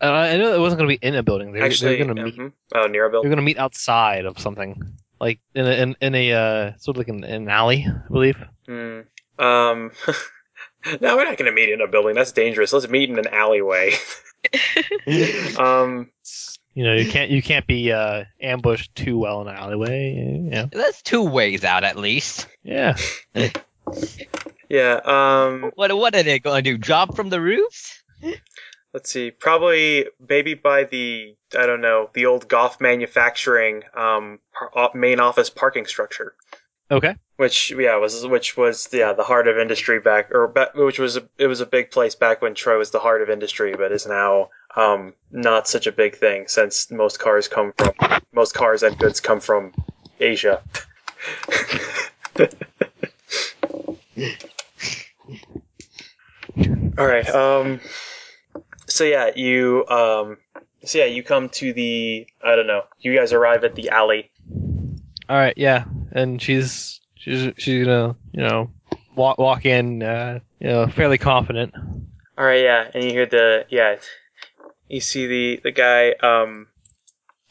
and I, I know it wasn't gonna be in a building. They, were-
Actually,
they were gonna meet.
mhm. oh, near a
They're
building.
gonna meet outside of something, like in a in, in a uh, sort of like an, an alley, I believe.
Hmm. Um. no, we're not gonna meet in a building. That's dangerous. Let's meet in an alleyway. um.
You know, you can't you can't be uh, ambushed too well in an alleyway. Yeah,
That's two ways out at least.
yeah.
Yeah. Um.
What what are they gonna do? Drop from the roofs?
Let's see. Probably maybe by the I don't know the old golf manufacturing um par- op- main office parking structure.
Okay.
which yeah was which was yeah the heart of industry back or ba- which was a, it was a big place back when Troy was the heart of industry, but is now um, not such a big thing since most cars come from most cars and goods come from Asia. All right. Um, so yeah, you um, so yeah you come to the I don't know you guys arrive at the alley.
All right, yeah, and she's she's she's gonna you know walk walk in uh, you know fairly confident.
All right, yeah, and you hear the yeah, you see the the guy. Um,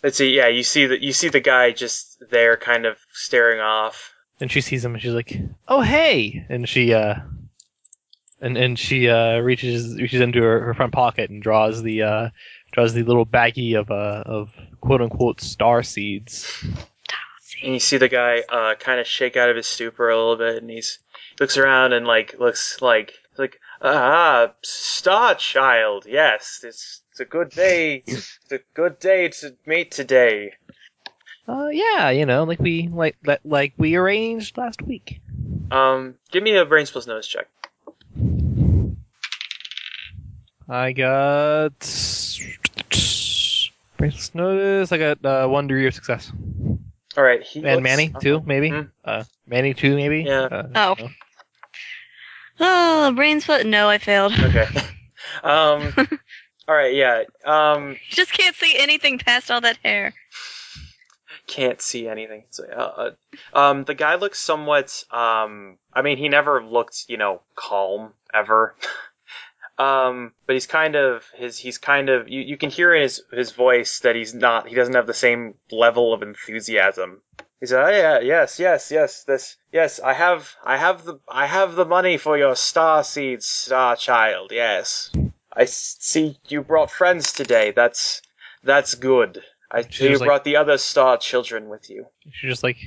let's see, yeah, you see the you see the guy just there, kind of staring off.
And she sees him and she's like, "Oh hey!" And she uh, and and she uh reaches reaches into her, her front pocket and draws the uh draws the little baggie of uh of quote unquote star seeds.
And you see the guy uh, kind of shake out of his stupor a little bit, and he's looks around and like looks like like ah star child, yes, it's it's a good day, it's a good day to meet today.
Uh yeah, you know like we like like, like we arranged last week.
Um, give me a brains plus nose check.
I got braceless notice. I got uh, one degree of success.
All right, he
and
looks-
Manny too, maybe.
Mhm.
Uh, Manny too, maybe.
Yeah.
Uh,
Oh.
you know.
Oh, brains foot. No, I failed.
Okay. Um. all right. Yeah. Um.
Just can't see anything past all that hair.
can't see anything. So, uh, uh, um, the guy looks somewhat. Um, I mean, he never looked, you know, calm ever. um, but he's kind of his. He's kind of you. You can hear in his his voice that he's not. He doesn't have the same level of enthusiasm. He's like, oh, yeah, yes, yes, yes. This, yes, I have, I have the, I have the money for your star seeds, star child. Yes, I s- see you brought friends today. That's, that's good. I
She
see you
was like-
brought the other star children with you.
She's just like,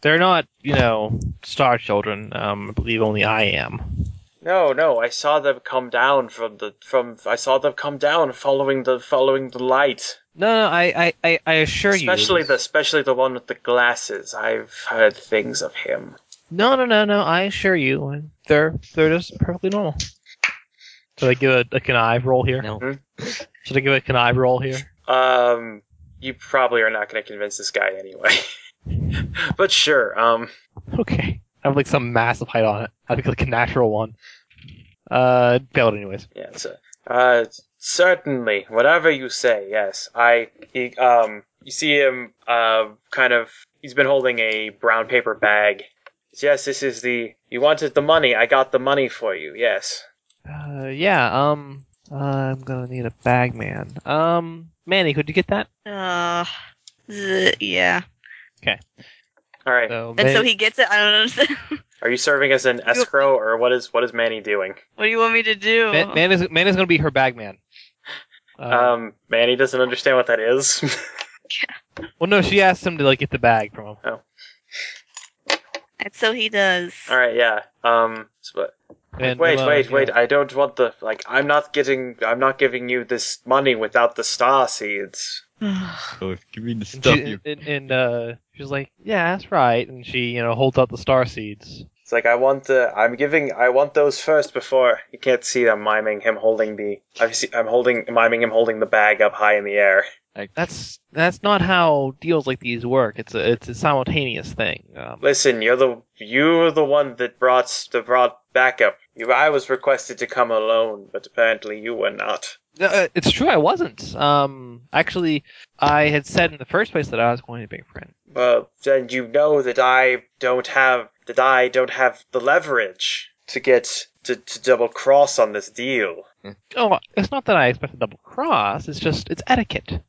they're not, you know, star children. Um, I believe only I am.
No, no, I saw them come down from the from. I saw them come down following the following the light.
No, no, I, I, I, I assure
especially
you.
the especially the one with the glasses. I've heard things of him.
No, no, no, no. I assure you, they're they're just perfectly normal. Should I give a, a connive roll here?
No.
Should I give a connive roll here?
Um, you probably are not going to convince this guy anyway. but sure. Um,
Okay. I have like some massive height on it. I think like a natural one. Uh, failed anyways.
yeah. So, uh, certainly, whatever you say. Yes, I. He, um, you see him. Uh, kind of. He's been holding a brown paper bag. Yes, this is the. You wanted the money. I got the money for you. Yes.
Uh, yeah. Um, uh, I'm gonna need a bag man. Um, Manny, could you get that?
Uh, z- yeah.
All right.
So,
And so
Manny-
he gets it. I don't understand.
Are you serving as an escrow, or what is what is Manny doing?
what do you want me to do?
Man, man is man is gonna be her bag man. Uh,
Um, Manny doesn't understand what that is.
well, no, she asked him to like get the bag from him.
and so he does.
All right, yeah. Um, so- but-
And,
wait,
uh,
wait, wait.
yeah.
I don't want the like. I'm not getting. I'm not giving you this money without the star seeds.
So Oh, give me the
And,
stuff
she-
you.
and, and, uh, she's like, yeah, that's right. And she, you know, holds out the star seeds.
It's like I want the. I'm giving. I want those first before you can't see. I'm miming him holding the. I see, I'm holding miming him holding the bag up high in the air.
That's that's not how deals like these work. It's a it's a simultaneous thing. Um,
Listen, you're the you're the one that brought the brought backup. You, I was requested to come alone, but apparently you were not.
No, uh, it's true. I wasn't. Um, actually, I had said in the first place that I was going to big print.
Well, then you know that I don't have that I don't have the leverage to get to, to double cross on this deal.
Oh, it's not that I expect a double cross. It's just it's etiquette.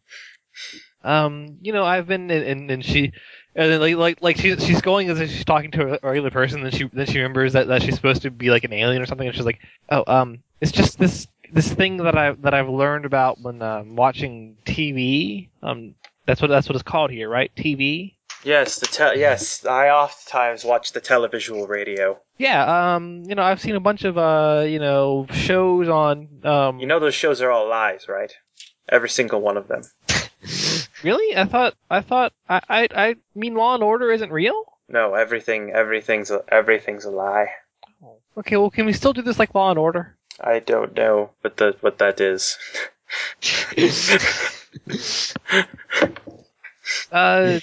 Um, you know, I've been and and, and she, and then like like like she's she's going as if she's talking to a regular person. Then she then she remembers that, that she's supposed to be like an alien or something, and she's like, oh, um, it's just this this thing that I that I've learned about when um, watching TV. Um, that's what that's what it's called here, right? TV.
Yes, the te- yes, I oftentimes watch the televisual radio.
Yeah. Um, you know, I've seen a bunch of uh, you know, shows on um.
You know those shows are all lies, right? Every single one of them.
Really? I thought I thought I I, I mean Law and Order isn't real?
No, everything everything's a, everything's a lie.
Okay, well can we still do this like Law and Order?
I don't know what the what that is.
Uh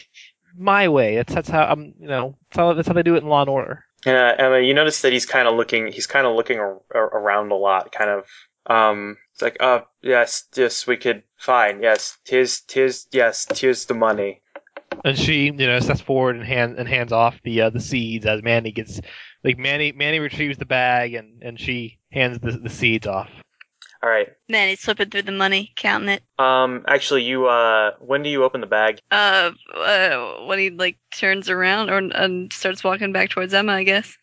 my way. That's that's how I'm you know, that's how, that's how they do it in Law and Order.
And uh, Emma, you notice that he's kind of looking. He's kind of looking ar- ar- around a lot. Kind of. Um. It's like, uh, yes, yes, we could. Fine. Yes. Here's, here's, yes, here's the money.
And she, you know, steps forward and hand and hands off the uh, the seeds as Manny gets like Manny Manny retrieves the bag and and she hands the, the seeds off.
All right.
Man, he's flipping through the money, counting it.
Um. Actually, you. Uh. When do you open the bag?
Uh, uh when he like turns around or and starts walking back towards Emma, I guess.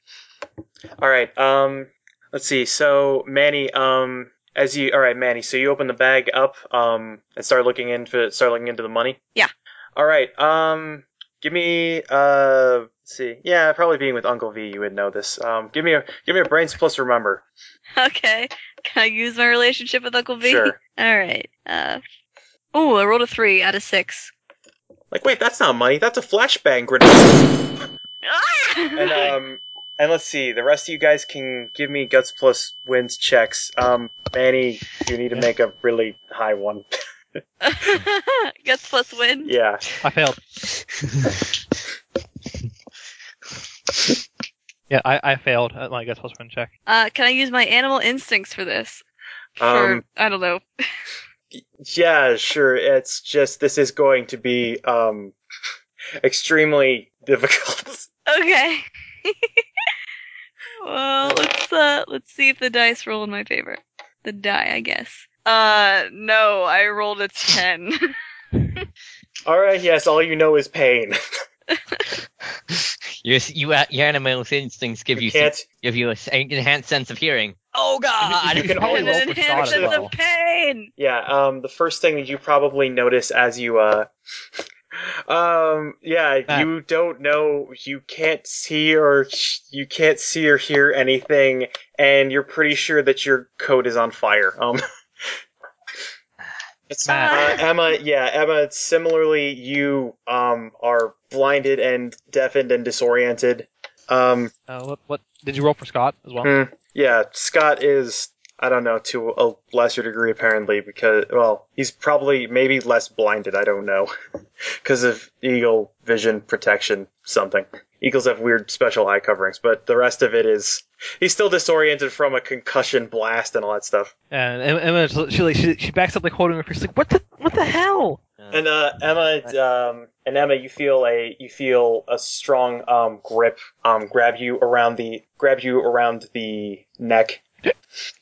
All right. Um, let's see. So Manny, um, as you, all right, Manny. So you open the bag up, um, and start looking into start looking into the money.
Yeah.
All right. Um, give me. Uh, let's see. Yeah, probably being with Uncle V, you would know this. Um, give me a give me a brains plus remember.
Okay. Can I use my relationship with Uncle V?
Sure.
All right. Uh, oh, I rolled a three out of six.
Like, wait, that's not money. That's a flashbang grenade. and
Ah!
um. And let's see, the rest of you guys can give me guts plus wins checks. Um, Manny, you need to make a really high one.
Guess plus win.
yeah.
I failed. yeah, I, I failed. Uh, My guess was one check.
Uh, can I use my animal instincts for this? For
Um,
I don't know.
Yeah, sure. It's just this is going to be um extremely difficult.
Okay. well, let's uh let's see if the dice roll in my favor. The die, I guess. Uh, no, I rolled a ten.
All right, yes, all you know is pain.
Your you your animal instincts give
You
you
can't
give you an enhanced sense of hearing. Oh God!
You can only
and
roll
an
for shot as
enhancement
well.
of pain.
Yeah, um the first thing that you probably notice as you uh um yeah,
Ah.
you don't know you can't see or you can't see or hear anything and you're pretty sure that your coat is on fire. Um It's, uh,
Matt.
Emma, yeah, Emma. Similarly, you um are blinded and deafened and disoriented. Um,
Uh, what, what did you roll for Scott as well?
Hmm. yeah, Scott is I don't know to a lesser degree apparently because well he's probably maybe less blinded I don't know because of eagle vision protection something. Eagles have weird special eye coverings, but the rest of it is he's still disoriented from a concussion blast and all that stuff.
And Emma, Emma she, she like she, she backs up like holding her fist like what the what the hell?
And uh, Emma, um, and Emma, you feel a you feel a strong um, grip um, grab you around the grab you around the neck,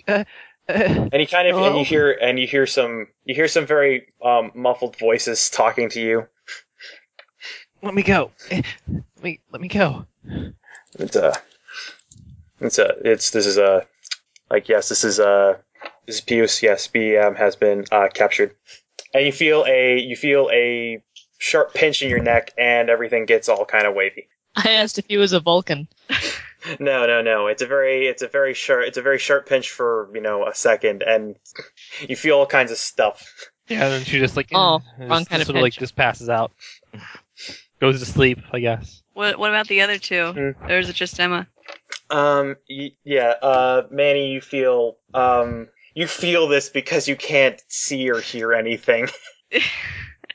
Uh,
and you kind of and
Hello?
you hear and you hear some you hear some very um, muffled voices talking to you.
let me go. Eh, Let me let me go.
It's a uh, it's a it's this is a like yes this is a this is Pius yes BM has been uh, captured, and you feel a you feel a sharp pinch in your neck, and everything gets all kind of wavy.
I asked if he was a Vulcan.
No, no, no. It's a very, it's a very sharp, it's a very sharp pinch for you know a second, and you feel all kinds of stuff.
Yeah, and then she just like
Oh,
eh, just-
wrong kind
just
of
sort of like just passes out, goes to sleep, I guess.
What What about the other two?
Hmm.
Or is it just Emma?
Um, y- yeah, uh, Manny, you feel, um, you feel this because you can't see or hear anything.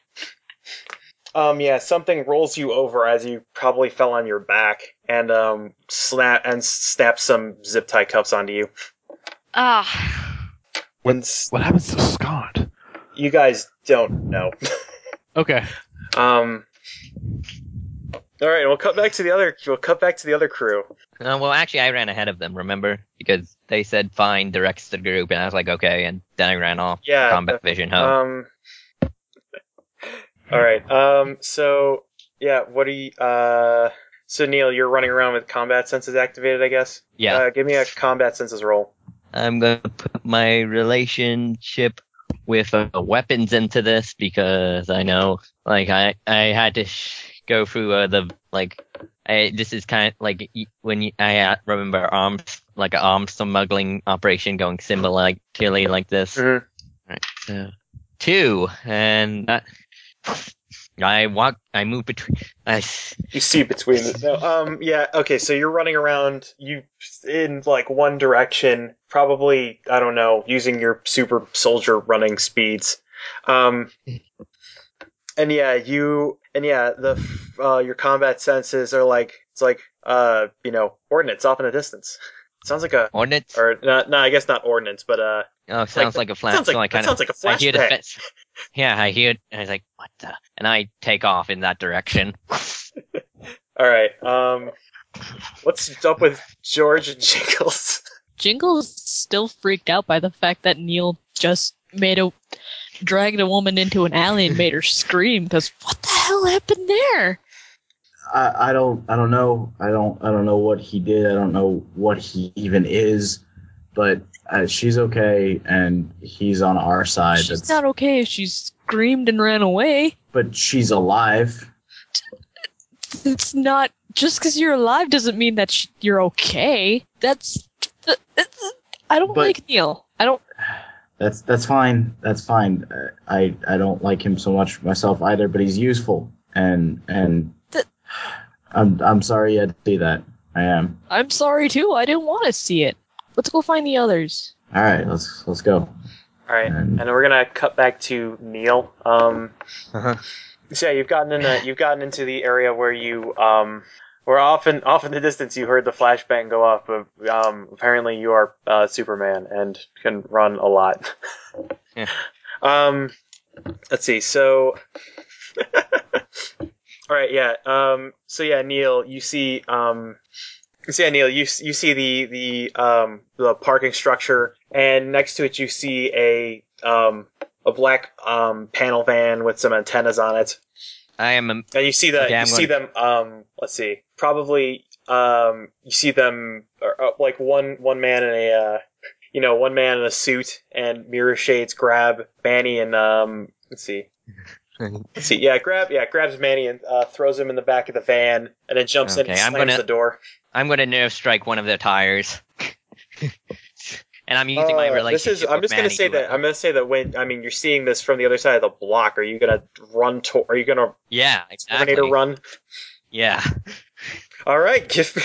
um, yeah, something rolls you over as you probably fell on your back and um snap and snaps some zip tie cuffs onto you.
Ah.
Once
What happens to Scott?
you guys don't know.
Okay.
Um. All right, we'll cut back to the other. We'll cut back to the other crew.
Uh, well, actually, I ran ahead of them, remember? Because they said fine, directs the group, and I was like, okay, and then I ran off
Yeah.
Combat Vision Hub.
Um. All right. Um. So yeah. What do you? Uh. So Neil, you're running around with combat senses activated, I guess.
yeah,
Uh, give me a combat senses roll.
I'm gonna put my relationship with uh, weapons into this because I know, like, I I had to sh- go through uh, the like, I this is kind of like y- when you, I uh, remember arms like an arms smuggling operation going similar like clearly like this.
Mhm.
Right, so two and that. I walk. I move between. I s-
You see between the no, um yeah okay so you're running around you in like one direction probably I don't know using your super soldier running speeds um and yeah you and yeah the f- uh, your combat senses are like it's like uh you know ordnance off in the distance sounds like a
ordnance.
or not no I guess not ordnance but uh
oh, sounds like, a flash.
sounds like
so I
that
kind of
sounds like a
I hear the
flashback
fence. Yeah, I hear it. And I was like, what the? And I take off in that direction.
all right um what's up with George and Jingles
Jingle's still freaked out by the fact that Neil just made a dragged a woman into an alley and made her scream because what the hell happened there?
I, I don't I don't know I don't I don't know what he did I don't know what he even is, but uh, she's okay and he's on our side.
She's
That's-
not okay. She screamed and ran away.
but she's alive.
It's not just because you're alive doesn't mean that sh- you're okay. That's, th- it's- I don't
But-
like Neil. I don't.
That's that's fine. That's fine. Uh, I I don't like him so much myself either, but he's useful and and
Th-
I'm I'm sorry you had to see that. I am.
I'm sorry too. I didn't want to see it. Let's go find the others.
All right, let's let's go.
all right
And
and we're gonna cut back to Neil. Um,
Uh-huh.
so yeah, you've gotten in a, you've gotten into the area where you um, where often off in the distance you heard the flashbang go off, but um, apparently you are uh, Superman and can run a lot.
Yeah.
Um, let's see. So. All right, yeah. Um, so yeah, Neil, you see, um, so yeah, Neil, you s- you see the the um, the parking structure, and next to it you see a um, a black um, panel van with some antennas on it,
I am a,
and you see the
Okay,
you
I'm
see them. Um, let's see, probably um, you see them or, uh, like one one man in a uh, you know one man in a suit and mirror shades grab Manny and um, let's see. Let's see, yeah, grab, yeah, grabs Manny and uh, throws him in the back of the van, and then jumps in and
Okay, I'm
slams
gonna-
the door.
I'm going to nerve strike one of their tires. and I'm using my
Uh,
relationship.
This is, I'm
with
just gonna
Manny
say
to-
that I'm gonna say that when I mean you're seeing this from the other side of the block. Are you gonna run to? Are you gonna
yeah, exactly.
tornado run?
Yeah,
All right, give me.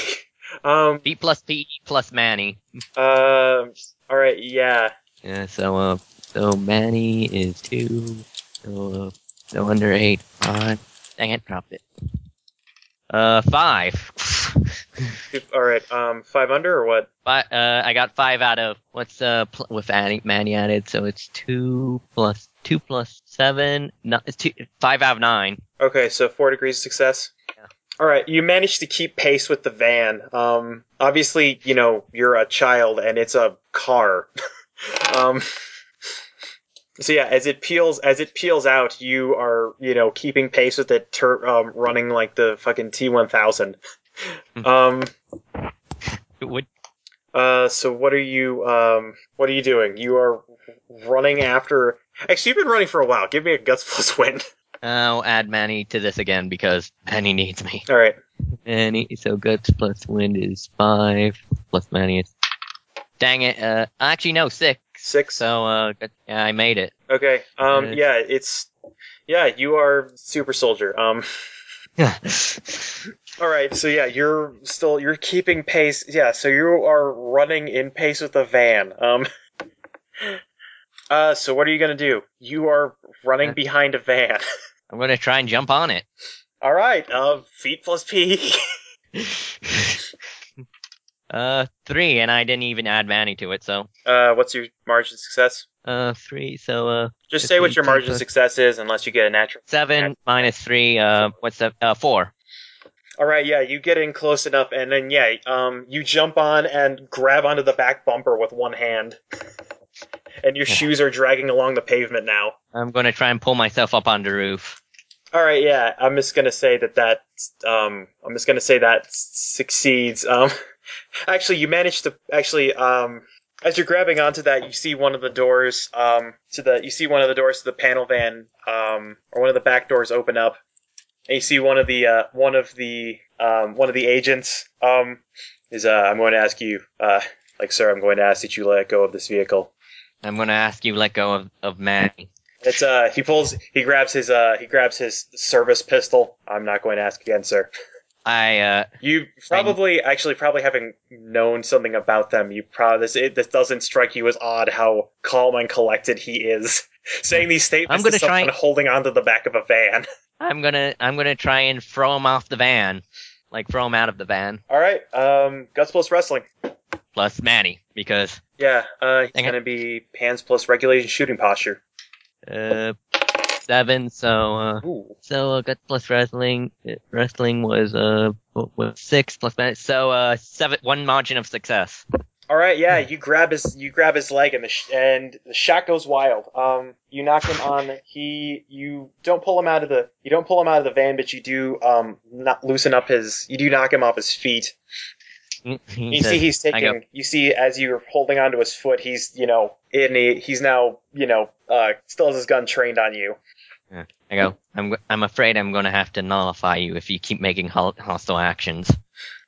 Um.
B plus P E plus Manny.
Uh. All right. Yeah.
Yeah, so uh, so Manny is two. So uh, so under eight. Five. Dang it, dropped it. Uh, five.
All right. Um. Five under or what?
But uh, I got five out of what's uh pl- with Annie, Manny added, so it's two plus two plus seven. No, it's two, five out of nine.
Okay. So four degrees of success.
Yeah.
All right, you managed to keep pace with the van. Um, obviously, you know you're a child and it's a car. um, so yeah, as it peels as it peels out, you are you know keeping pace with it, tur um, running like the fucking T1000. um,
It would
uh, so what are you um, what are you doing? You are running after. Actually, you've been running for a while. Give me a guts plus win.
I'll add Manny to this again because Manny needs me.
All right.
Manny, so guts plus wind is five plus Manny is. Dang it! Uh, actually no six.
Six.
So uh, good- yeah, I made it.
Okay. Um.
Uh,
Yeah. It's. Yeah. You are super soldier. Um. All right. So yeah, you're still you're keeping pace. Yeah. So you are running in pace with the van. Um. Uh. So what are you gonna do? You are running
Uh.
behind a van.
I'm gonna try and jump on it.
All right. Um. feet plus P.
uh, Uh, three, and I didn't even add Vanny to it, so.
Uh, what's your margin of success?
Uh, three, so, uh,
Just say what your margin of
15%.
success is, unless you get a natural.
seven minus three, uh, what's that? Uh, four.
All right, yeah, you get in close enough, and then yeah, um, you jump on and grab onto the back bumper with one hand, and your
Yeah.
shoes are dragging along the pavement now.
I'm gonna try and pull myself up on the roof.
All right, yeah. I'm just gonna say that that um, I'm just gonna say that s- succeeds. Um, actually, you managed to actually um, as you're grabbing onto that, you see one of the doors um, to the you see one of the doors to the panel van um, or one of the back doors open up, and you see one of the uh, one of the um, one of the agents um, is uh, I'm going to ask you uh, like sir, I'm going to ask that you let go of this vehicle.
I'm gonna ask you to let go of, of Manny.
It's uh he pulls he grabs his uh he grabs his service pistol. I'm not going to ask again, sir.
I, uh,
You probably actually probably having known something about them, you probably this it, this doesn't strike you as odd how calm and collected he is. Saying these statements
I'm gonna
to someone
try-
holding onto the back of a van.
I'm gonna, I'm gonna try and throw him off the van. Like, throw him out of the van.
All right, um, guts plus wrestling.
Plus Manny, because,
Yeah, uh, it's
Dang it.
gonna be hands plus regulation shooting posture.
uh, seven, so, uh,
Ooh,
So uh, gut plus wrestling, uh, wrestling was uh what was six plus man. So uh seven, one margin of success.
All right, yeah,
Hmm.
you grab his you grab his leg and the sh- and the shot goes wild. Um, you knock him on. He you don't pull him out of the you don't pull him out of the van, but you do um not loosen up his you do knock him off his feet.
He
You see
says,
he's
I go-
taking you see as you're holding onto his foot, he's you know in a, he's now you know uh still has his gun trained on you.
I go. I'm go- I'm afraid I'm gonna have to nullify you if you keep making ho- hostile actions.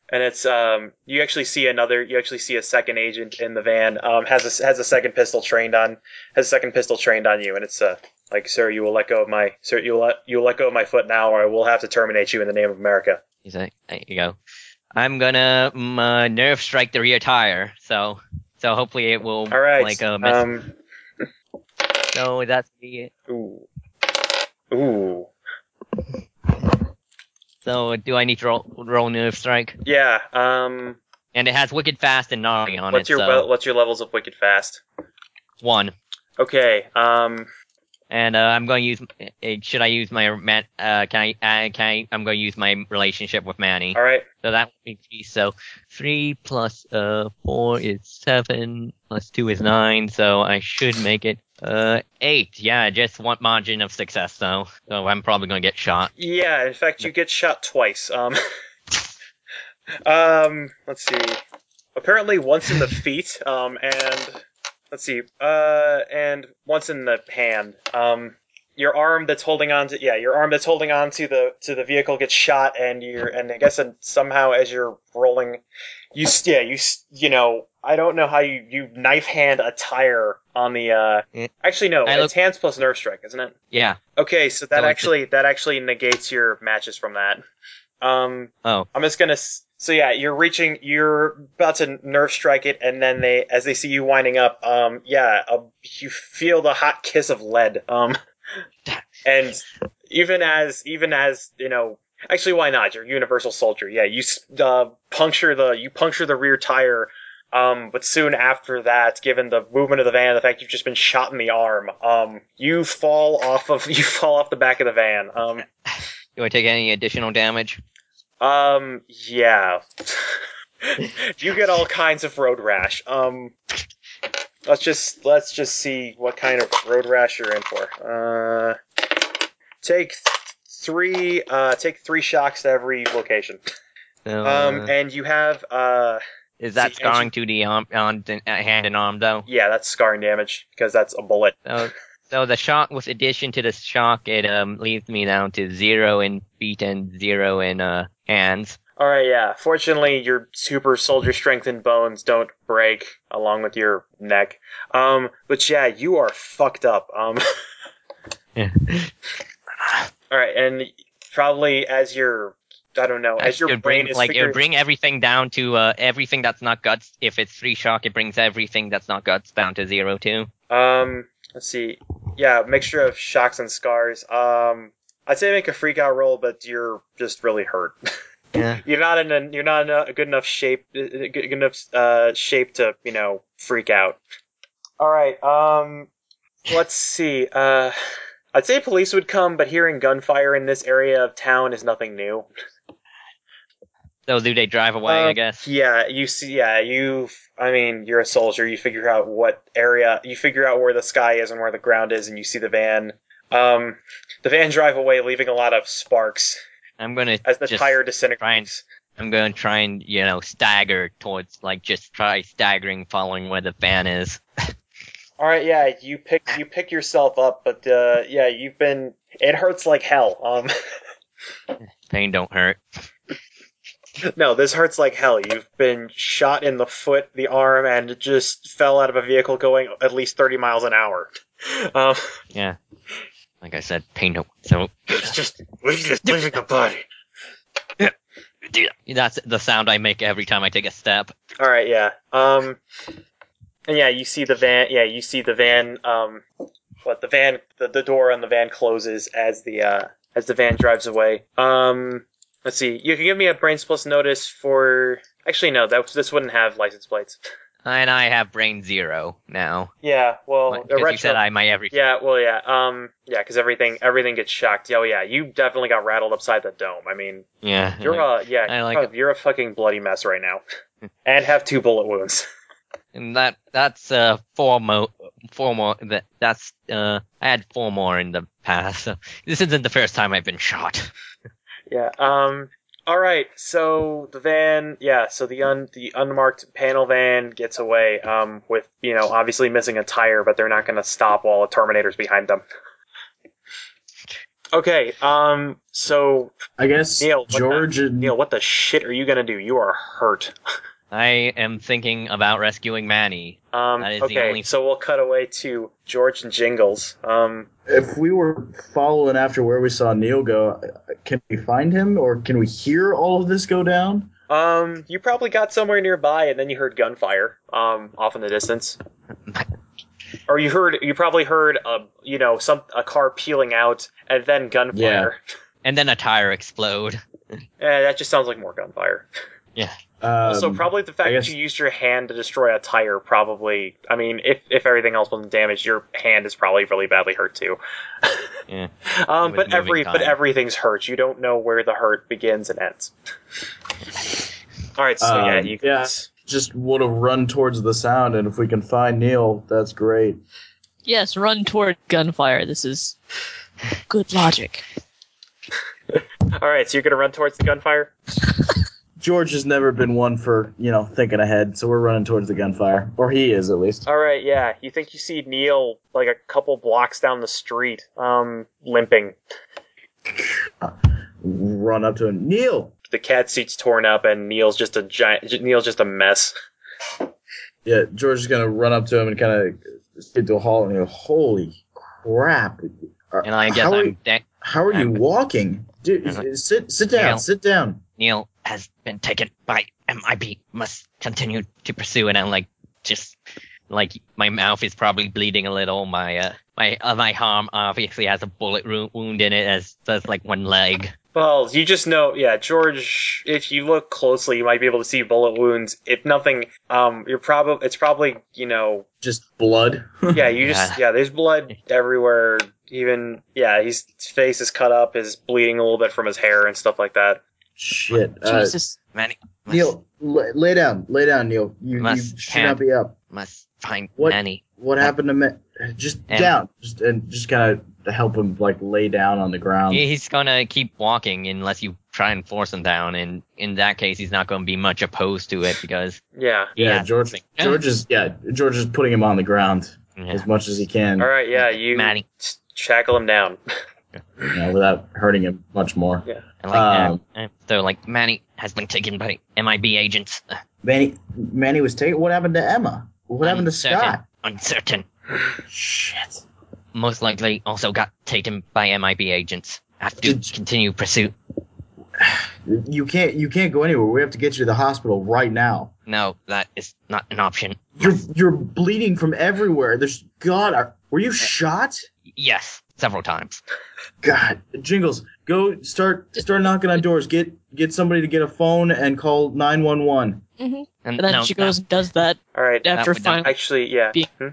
and it's um you actually see another you actually see a second agent in the van um has a has a second pistol trained on has a second pistol trained on you and it's uh like sir you will let go of my sir you will let you will let go of my foot now or I will have to terminate you in the name of America.
He's like, I- you go. I'm gonna um, uh, nerve strike the rear tire. So so hopefully it will
All right.
like a mess.
um
so that's the
ooh ooh
so do I need to roll, roll nerve strike?
yeah um
And it has wicked fast and gnarly on
what's
it.
your
so
wel- what's your levels of wicked fast?
one.
Okay um
And uh, I'm going to use. Uh, should I use my man? Uh, can I? Uh, can I? I'm going to use my relationship with Manny.
all right
So that would be three. So three plus uh four is seven. Plus two is nine. So I should make it uh eight. Yeah, just one margin of success though. So I'm probably going to get shot.
yeah in fact you get shot twice um Um, let's see. Apparently, once in the feet, um, and let's see, uh, and once in the hand. Um, your arm that's holding on to yeah, your arm that's holding on to the to the vehicle gets shot, and you're and I guess and somehow as you're rolling, you s- yeah you s- you know I don't know how you you knife hand a tire on the uh
Mm.
actually no
I
it's
look-
hands plus nerve strike isn't it
Yeah.
okay so
I
that
looked at-
actually that actually negates your matches from that um
Oh.
I'm just gonna. s- So yeah, you're reaching. You're about to nerve strike it, and then they, as they see you winding up, um, yeah, uh, you feel the hot kiss of lead. Um, and even as, even as you know, actually, why not? You're a Universal Soldier. Yeah, you s- uh, puncture the, you puncture the rear tire. Um, but soon after that, given the movement of the van, the fact you've just been shot in the arm, um, you fall off of, you fall off the back of the van. Um,
Do I take any additional damage?
um, yeah. you get all kinds of road rash. Um, let's just let's just see what kind of road rash you're in for. Uh, take th- three uh take three shocks to every location.
So,
Um,
uh,
and you have uh
is that
see, and
scarring to the arm, arm, uh, hand and arm though?
yeah that's scarring damage because that's a bullet.
So, so the shock with addition to the shock, it um leaves me down to zero in feet and zero in uh hands.
All right, yeah. Fortunately, your super soldier strength and bones don't break along with your neck. Um, but yeah, you are fucked up. Um.
Yeah.
All right, and probably as your I don't know, as your
It'd
brain,
bring,
is
like
figuring
it bring everything down to uh everything that's not guts. If it's three shock, it brings everything that's not guts down to zero too.
um let's see. Yeah, mixture of shocks and scars. Um I'd say make a freak out roll, but you're just really hurt.
Yeah.
You're not in a you're not in a good enough shape good good enough uh, shape to you know freak out. All right. Um, let's see. Uh, I'd say police would come, but hearing gunfire in this area of town is nothing new.
So do they drive away?
Uh,
I guess.
Yeah, you see. Yeah, you. I mean, you're a soldier. You figure out what area. You figure out where the sky is and where the ground is, and you see the van. Um, the van drive away, leaving a lot of sparks
I'm gonna
as the
just,
tire disintegrates.
try and- I'm gonna try and you know stagger towards like just try staggering, following where the van is.
All right, yeah, you pick you pick yourself up, but uh, yeah, you've been. It hurts like hell. Um,
Pain don't hurt.
no, this hurts like hell. You've been shot in the foot, the arm, and just fell out of a vehicle going at least thirty miles an hour. Um,
Yeah. Like I said, pain don't. So
it's just we're just leaving the body.
that's the sound I make every time I take a step.
All right, yeah. Um, and yeah, you see the van. Yeah, you see the van. Um, what the van? The, the door on the van closes as the uh, as the van drives away. Um, let's see. You can give me a brains plus notice for. Actually, no. That this wouldn't have license plates.
And I have brain zero now.
Yeah.
Oh,
Well,
What-
a
'cause you
retro-
said I might every.
Yeah. Well, yeah. Um, yeah. Because everything everything gets shocked. Oh, yeah. You definitely got rattled upside the dome. I mean,
Yeah.
you're a yeah. oh,
I like
you're, a, you're a fucking bloody mess right now, and have two bullet wounds.
And that that's uh four mo four more that that's uh I had four more in the past. So this isn't the first time I've been shot.
Yeah. Um. All right. So the van. Yeah. So the un the unmarked panel van gets away. Um. With you know obviously missing a tire, but they're not going to stop while a Terminator's behind them. Okay. Um. So
I guess
Neil, what the-
George and
Neil, what the shit are you going to do? You are hurt.
I am thinking about rescuing Manny.
Um.
That is the
Okay.
only-
So we'll cut away to George and Jingles. Um.
if we were following after where we saw Neil go, can we find him or can we hear all of this go down?
Um. You probably got somewhere nearby, and then you heard gunfire. Um. Off in the distance. or you heard you probably heard a you know some a car peeling out and then gunfire.
And then a tire explode.
Eh, that just sounds like more gunfire.
Um,
also, probably the fact
I
that
guess-
you used your hand to destroy a tire probably. I mean, if if everything else wasn't damaged, your hand is probably really badly hurt too.
Yeah.
Um,
With
but every
moving
but
time.
everything's hurt. You don't know where the hurt begins and ends. All right, so yeah,
Um,
you
yeah.
guys.
just would have run towards the sound, and if we can find Neil, that's great.
Yes, run toward gunfire. This is good logic.
All right, so you're gonna run towards the gunfire.
George has never been one for you know thinking ahead, so we're running towards the gunfire, or he is at least.
All right, yeah. You think you see Neil like a couple blocks down the street, um, limping.
Run up to him, Neil.
the cat suit's torn up and Neil's just a giant Neil's just a mess.
Yeah, George is gonna run up to him and kind of get to a halt and go, "Holy crap!" Are-
And I guess
how are,
I'm de-
how are you
I'm-
walking, dude?
I'm like-
sit sit down,
Neil.
sit down.
Neil has been taken by MIB. Must continue to pursue. And I'm like, just like my mouth is probably bleeding a little. My uh, my uh, my arm obviously has a bullet ru- wound in it, as does like one leg.
Well, you just know, yeah, George. If you look closely, you might be able to see bullet wounds. If nothing, um, you're probably it's probably you know,
Just blood.
yeah, you just yeah, there's blood everywhere. Even yeah, his face is cut up, is bleeding a little bit from his hair and stuff like that.
Shit. Uh,
Jesus.
Manny must,
Neil, lay, lay down, lay down, Neil. You, you
Must
should
have-
not be up.
must find
What-
Manny.
What happened to me? Just
And-
down, just and just kind of help him like lay down on the ground.
He- he's gonna keep walking unless you try and force him down, and in that case, he's not gonna be much opposed to it because
Yeah.
yeah,
yeah,
George.
something.
George is yeah. George is putting him on the ground
yeah,
as much as he can,
All right. Yeah, you
Manny.
s- shackle him down.
you know, without hurting him much more.
I like
Um,
that. Uh, So like Manny has been taken by MIB agents. Uh,
Manny, Manny was taken. What happened to Emma? What happened to
uncertain-
Scott?
Uncertain.
Shit.
most likely also got taken by MIB agents. Have to
Did-
continue pursuit.
You can't. You can't go anywhere. We have to get you to the hospital right now.
No, that is not an option.
You're you're bleeding from everywhere. There's God. Are, were you shot?
Yes, several times.
God, Jingles, Go start start knocking on doors. Get get somebody to get a phone and call nine one one.
And,
And then
no,
she goes and does that
All right.
after
would not-
finally.
Actually, yeah.
Be-
Hmm?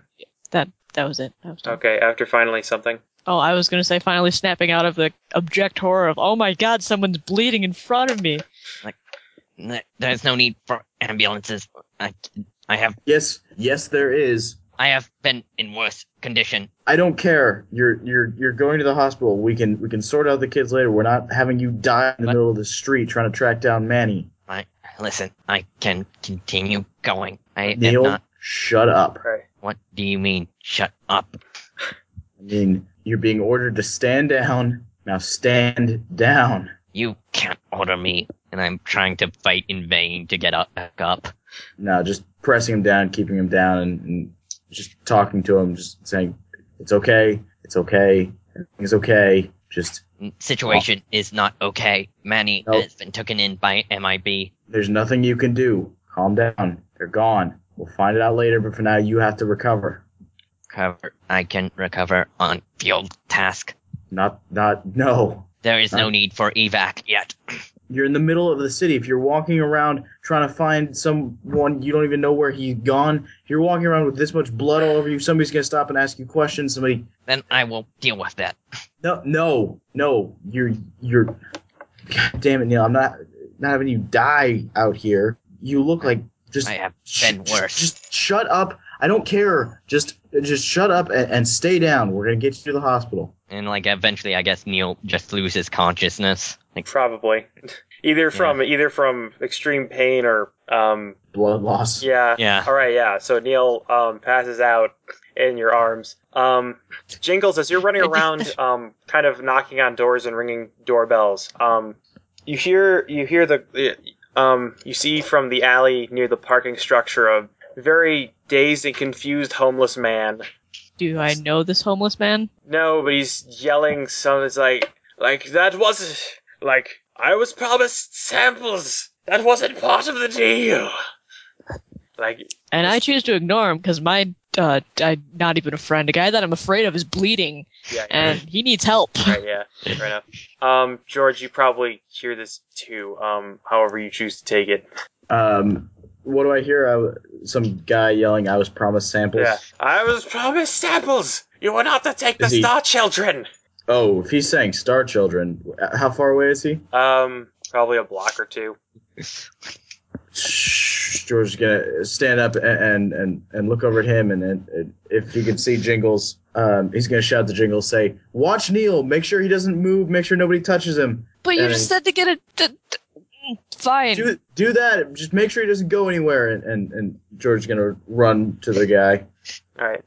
That that was it. That was done.
Okay. After finally something.
Oh, I was gonna say finally snapping out of the abject horror of oh my god, someone's bleeding in front of me.
no, there's no need for ambulances. I, I have,
Yes, yes, there is.
I have been in worse condition.
I don't care. You're you're you're going to the hospital. We can we can sort out the kids later. We're not having you die in the
What?
middle of the street trying to track down Manny.
Listen, I can continue going. I am
Neil,
not.
shut up.
All right.
What do you mean? Shut up.
I mean, you're being ordered to stand down. Now stand down.
You can't order me. And I'm trying to fight in vain to get up, back up.
No, just pressing him down, keeping him down, and, and just talking to him, just saying, "It's okay, it's okay, everything's okay." Just
Situation is not okay. Manny
Oh. Nope.
has been taken in by MIB.
there's nothing you can do. Calm down. They're gone. We'll find it out later, but for now, you have to recover.
Recover. I can recover on field task.
Not, not, no.
There is no
Huh?
need for evac yet.
You're in the middle of the city. If you're walking around trying to find someone you don't even know where he's gone, if you're walking around with this much blood all over you, somebody's gonna stop and ask you questions. Somebody,
Then I will deal with that.
No, no, no. You're, you're. God damn it, Neil! I'm not, not having you die out here. You look like just.
I have
sh-
been
sh-
worse.
Just, shut up. I don't care. Just, just shut up and, and stay down. We're gonna get you to the hospital.
And like eventually, I guess Neil just loses consciousness. Like
Probably. Either from either from extreme pain or um
Blood loss.
yeah.
yeah,
All right, yeah. So Neil um, passes out in your arms. Um, Jingles, as you're running around, um, kind of knocking on doors and ringing doorbells, um, you hear you hear the the- um, you see from the alley near the parking structure a very dazed and confused homeless man.
Do I know this homeless man?
No, but he's yelling. Some it's like like that was like I was promised samples. That wasn't part of the deal. Like
And I choose to ignore him because my uh, I'm not even a friend. A guy that I'm afraid of is bleeding
yeah.
and he needs help.
right, yeah, fair enough. Um, George, you probably hear this too. Um, however you choose to take it.
Um, what do I hear? I, some guy yelling, "I was promised samples."
Yeah, I was promised samples. You were not to take the
Is he-
star children.
Oh, if he's saying "Star Children," how far away is he?
Um, probably a block or two.
George is gonna stand up and and and look over at him, and, and, and if you can see Jingles, um, he's gonna shout to Jingles, say, "Watch Neil. Make sure he doesn't move. Make sure nobody touches him.
But you
And-
just said to get a t- t- mm, fine.
Do do that. Just make sure he doesn't go anywhere." And and, and George is gonna run to the guy.
All right.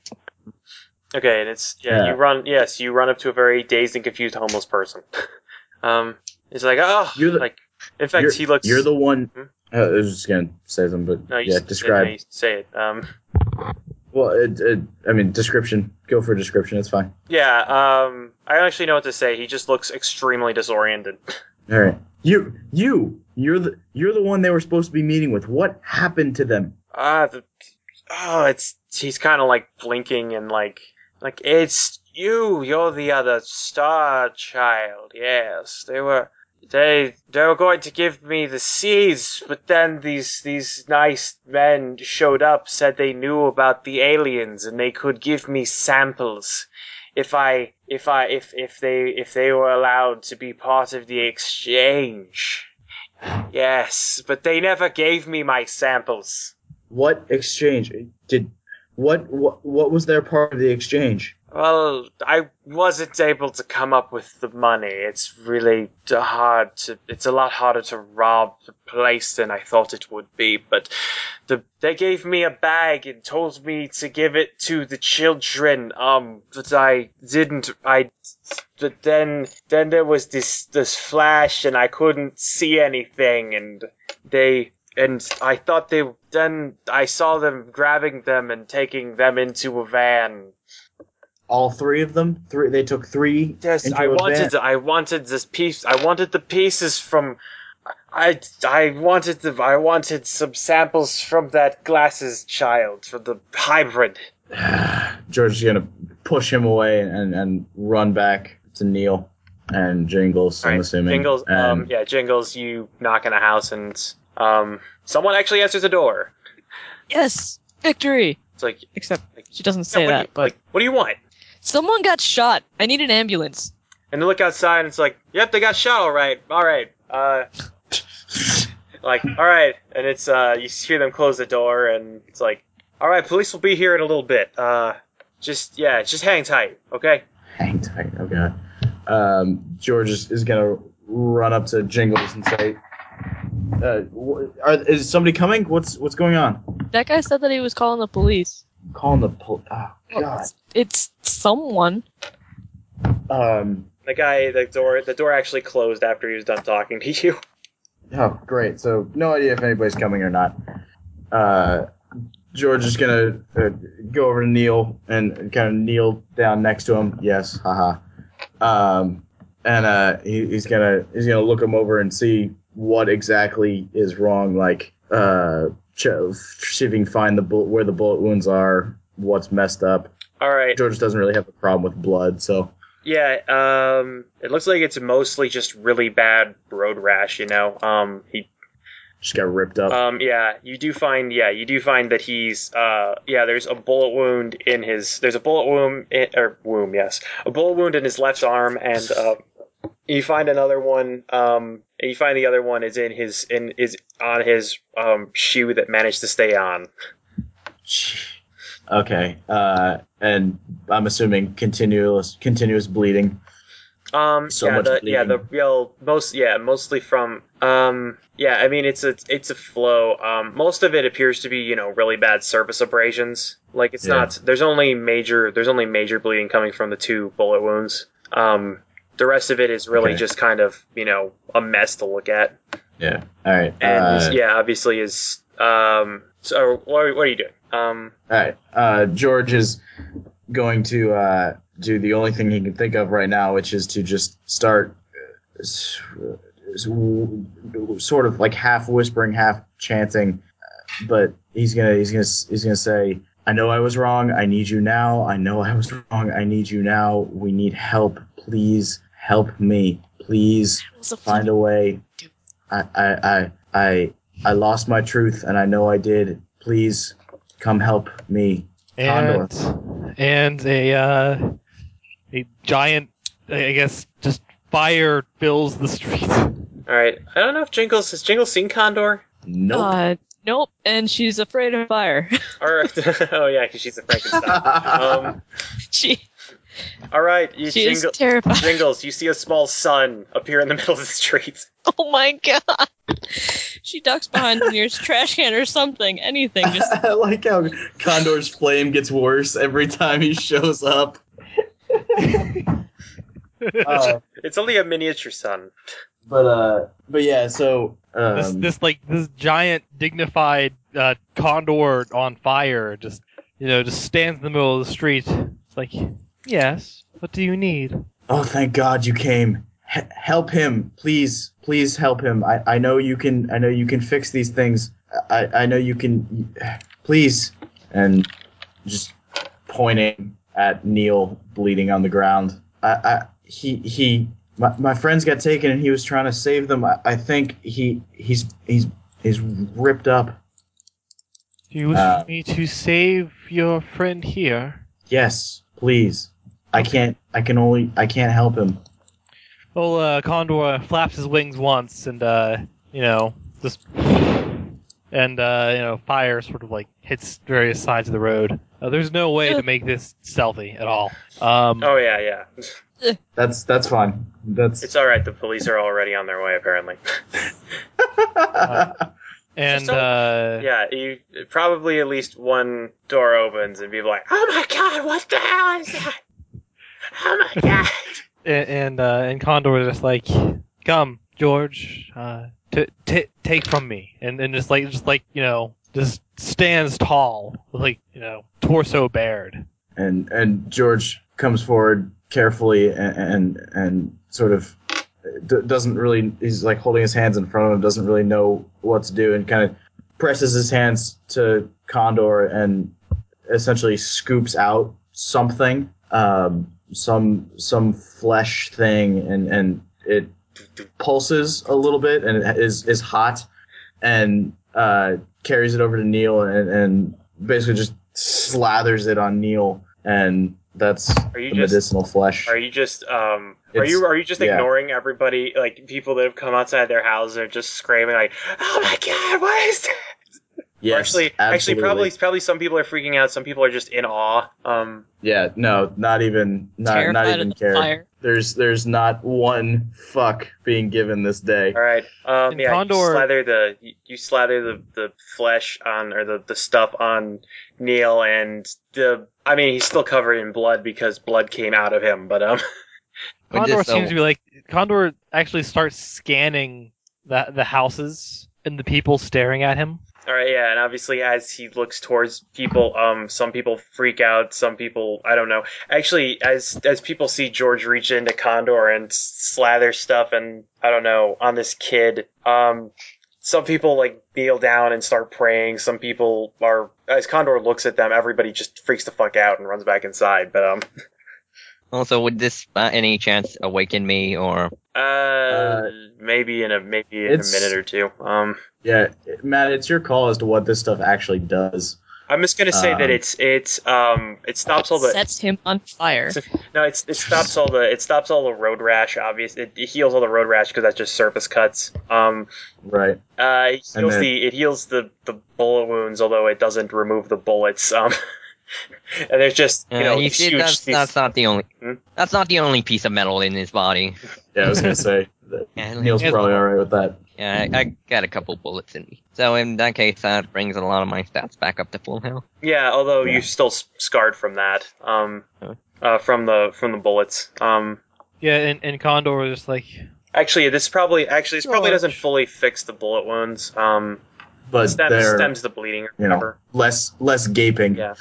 Okay, and it's yeah,
Yeah.
You run. Yes, you run up to a very dazed and confused homeless person. um, he's like, oh,
You're the-
like. In fact,
you're,
he looks.
You're the one.
Hmm?
Uh, I was just gonna say something, but
No, you
yeah,
s-
describe.
yeah, you say it. Um,
Well, it, it, I mean, description. Go for a description. It's fine.
yeah. Um, I don't actually know what to say. He just looks extremely disoriented.
All right. You you you're the you're the one they were supposed to be meeting with. What happened to them?
Ah, the, oh, it's he's kind of like blinking and like like it's you. You're the other star child. Yes, they were. They they were going to give me the seeds, but then these these nice men showed up, said they knew about the aliens and they could give me samples if I if I if if they if they were allowed to be part of the exchange. Yes, but they never gave me my samples.
What exchange did? What what what was their part of the exchange?
Well, I wasn't able to come up with the money. It's really d- hard to. It's a lot harder to rob the place than I thought it would be. But the, they gave me a bag and told me to give it to the children. Um, but I didn't. I. But then, then there was this this flash, and I couldn't see anything, and they and I thought they. Then I saw them grabbing them and taking them into a van.
All three of them. Three. They took three.
Yes,
into
I
a
wanted.
van.
I wanted this piece. I wanted the pieces from. I I wanted the. I wanted some samples from that glasses child for the hybrid.
George is gonna push him away and and run back to Neil. and Jingles. I'm
Alright,
assuming.
Jingles,
And-
um, yeah, Jingles, you knock on a house and um, someone actually answers the door.
Yes, victory.
It's like,
Except
Like,
she doesn't say
"Yeah, what do
that,
you-
but
like, what do you want?
someone got shot. I need an ambulance.
And they look outside and it's like, yep, they got shot all right, all right. Uh, like, all right. And it's, uh, you hear them close the door and it's like, all right, police will be here in a little bit. Uh, just, yeah, just hang tight, okay?
Hang tight. Oh god. Um, George is, is gonna run up to Jingles and say, uh, wh- are, "Is somebody coming? What's what's going on?"
That guy said that he was calling the police.
I'm calling the police. Oh
Well,
god.
it's, it's someone.
Um.
The guy, the door, the door actually closed after he was done talking to you.
Oh great. So no idea if anybody's coming or not. Uh, George is gonna uh, go over to Neil and kind of kneel down next to him. Yes. Haha. Um. And uh, he, he's gonna he's gonna look him over and see what exactly is wrong. Like uh. ch- see if he can find the bull- where the bullet wounds are, what's messed up.
All right.
George doesn't really have a problem with blood, so
Yeah, um, it looks like it's mostly just really bad road rash. You know, um, he,
just got ripped up.
um, yeah, you do find, yeah, you do find that he's, uh, yeah, there's a bullet wound in his, there's a bullet wound in, or womb, yes, a bullet wound in his left arm, and uh, you find another one, um, you find the other one is in his, in is on his um shoe that managed to stay on.
Okay, uh, and I'm assuming continuous continuous bleeding.
Um,
So
yeah,
much
the, yeah, the
bleeding.
real most, yeah, mostly from, um, yeah, I mean, it's a, it's a flow. Um, most of it appears to be, you know, really bad surface abrasions. Like it's
Yeah.
not, there's only major, there's only major bleeding coming from the two bullet wounds. Um, the rest of it is really
Okay.
just kind of, you know, a mess to look at.
Yeah. All right.
And
uh,
yeah, obviously is, um, so what are, what are you doing? Um,
All right. Uh, George is going to uh, do the only thing he can think of right now, which is to just start uh, s- s- w- sort of like half whispering, half chanting. uh, But he's gonna he's gonna s- he's gonna say, "I know I was wrong. I need you now. I know I was wrong. I need you now. We need help. Please help me. Please."
It was a
find a way. I, I, I, I, I lost my truth, and I know I did. Please come help me.
and and a uh, a giant, I guess, just fire fills the streets.
all right. I don't know if Jingles, has Jingles seen Condor?
Nope.
Uh, nope. And she's afraid of fire.
Or, oh yeah, cause she's a Frankenstein. um,
she
All right, you
she is
jingle-
terrified.
jingles. You see a small sun appear in the middle of the street.
Oh my god. She ducks behind the nearest trash can or something. Anything. Just
I like how Condor's flame gets worse every time he shows up. Uh,
It's only a miniature sun.
but uh, but yeah. So
this
um,
this like this giant dignified uh, condor on fire just you know just stands in the middle of the street. It's like yes, what do you need?
Oh, thank God you came. H- help him, please, please help him. I, I know you can. I know you can fix these things. I, I know you can. Please, and just pointing at Neil bleeding on the ground. I, I he he. My, my friends got taken, and he was trying to save them. I, I think he he's he's he's ripped up.
Do you wish
Uh,
me to save your friend here?
Yes, please. I can't. I can only. I can't help him.
Well, uh, Condor flaps his wings once, and uh, you know, just and uh, you know, fire sort of like hits various sides of the road. Uh, there's no way to make this stealthy at all. Um,
Oh yeah, yeah.
That's that's fine. That's
It's all right. The police are already on their way, apparently.
and
Just don't-
uh,
Yeah, you probably at least one door opens and people are like, "Oh my god, what the hell is that? Oh my god!"
a- and uh, and Condor is just like, "Come, George, uh, t- t- take from me," and and just like just like you know, just stands tall, like you know, torso bared.
and and George comes forward carefully and and, and sort of d- doesn't really he's like holding his hands in front of him doesn't really know what to do and kind of presses his hands to Condor and essentially scoops out something um, some some flesh thing, and and it pulses a little bit, and it is is hot, and uh, carries it over to Neil, and, and basically just slathers it on Neil, and that's
Are you
the
just
medicinal flesh.
Are you just um? Are
It's-
you are you just
yeah.
ignoring everybody? Like people that have come outside their house and are just screaming like, "Oh my god, what is?" That? Or
yes,
actually, actually,
absolutely.
probably probably some people are freaking out. Some people are just in awe. Um,
Yeah, no, not even not
Terrified
not
of
even
the
care.
fire.
There's there's not one fuck being given this day.
all right. Um,
And
yeah,
Condor-
you slather the you, you slather the the flesh on or the the stuff on Neil and the. I mean, he's still covered in blood because blood came out of him. But um,
Or
Condor
just, uh,
seems to be like Condor actually starts scanning the the houses and the people staring at him.
all right, yeah, and obviously as he looks towards people, um, some people freak out. Some people, I don't know. Actually, as as people see George reach into Condor and s- slather stuff, and I don't know on this kid, um, some people like kneel down and start praying. Some people are as Condor looks at them, everybody just freaks the fuck out and runs back inside. But um,
Also, would this by any chance awaken me or
uh, maybe in a maybe in a
it's-
minute or two. Um,
Yeah, Matt, it's your call as to what this stuff actually does.
I'm just gonna say that
Um,
it's it's um it stops all the
Sets him on fire.
No, it's, it stops all the it stops all the road rash. Obvious, it, it heals all the road rash because that's just surface cuts. Um,
Right.
uh, it
And
heals
then-
the it heals the the bullet wounds, although it doesn't remove the bullets. Um, and there's just you
Uh,
know
he
these
said
huge.
that's,
these-
that's not the only
Hmm?
that's not the only piece of metal in his body.
Yeah, I was gonna say that
Yeah, like-
Neil's probably all right with that.
yeah, I, I got a couple bullets in me. So in that case, that brings a lot of my stats back up to full health.
yeah, although
Yeah.
you're still s- scarred from that. Um,
Huh.
uh, from the from the bullets. Um,
Yeah, and, and Condor was just like,
actually, this probably actually this probably doesn't
George.
fully fix the bullet wounds. Um,
But
stems
they're
stems the bleeding or
you know,
whatever.
less less gaping.
Yeah.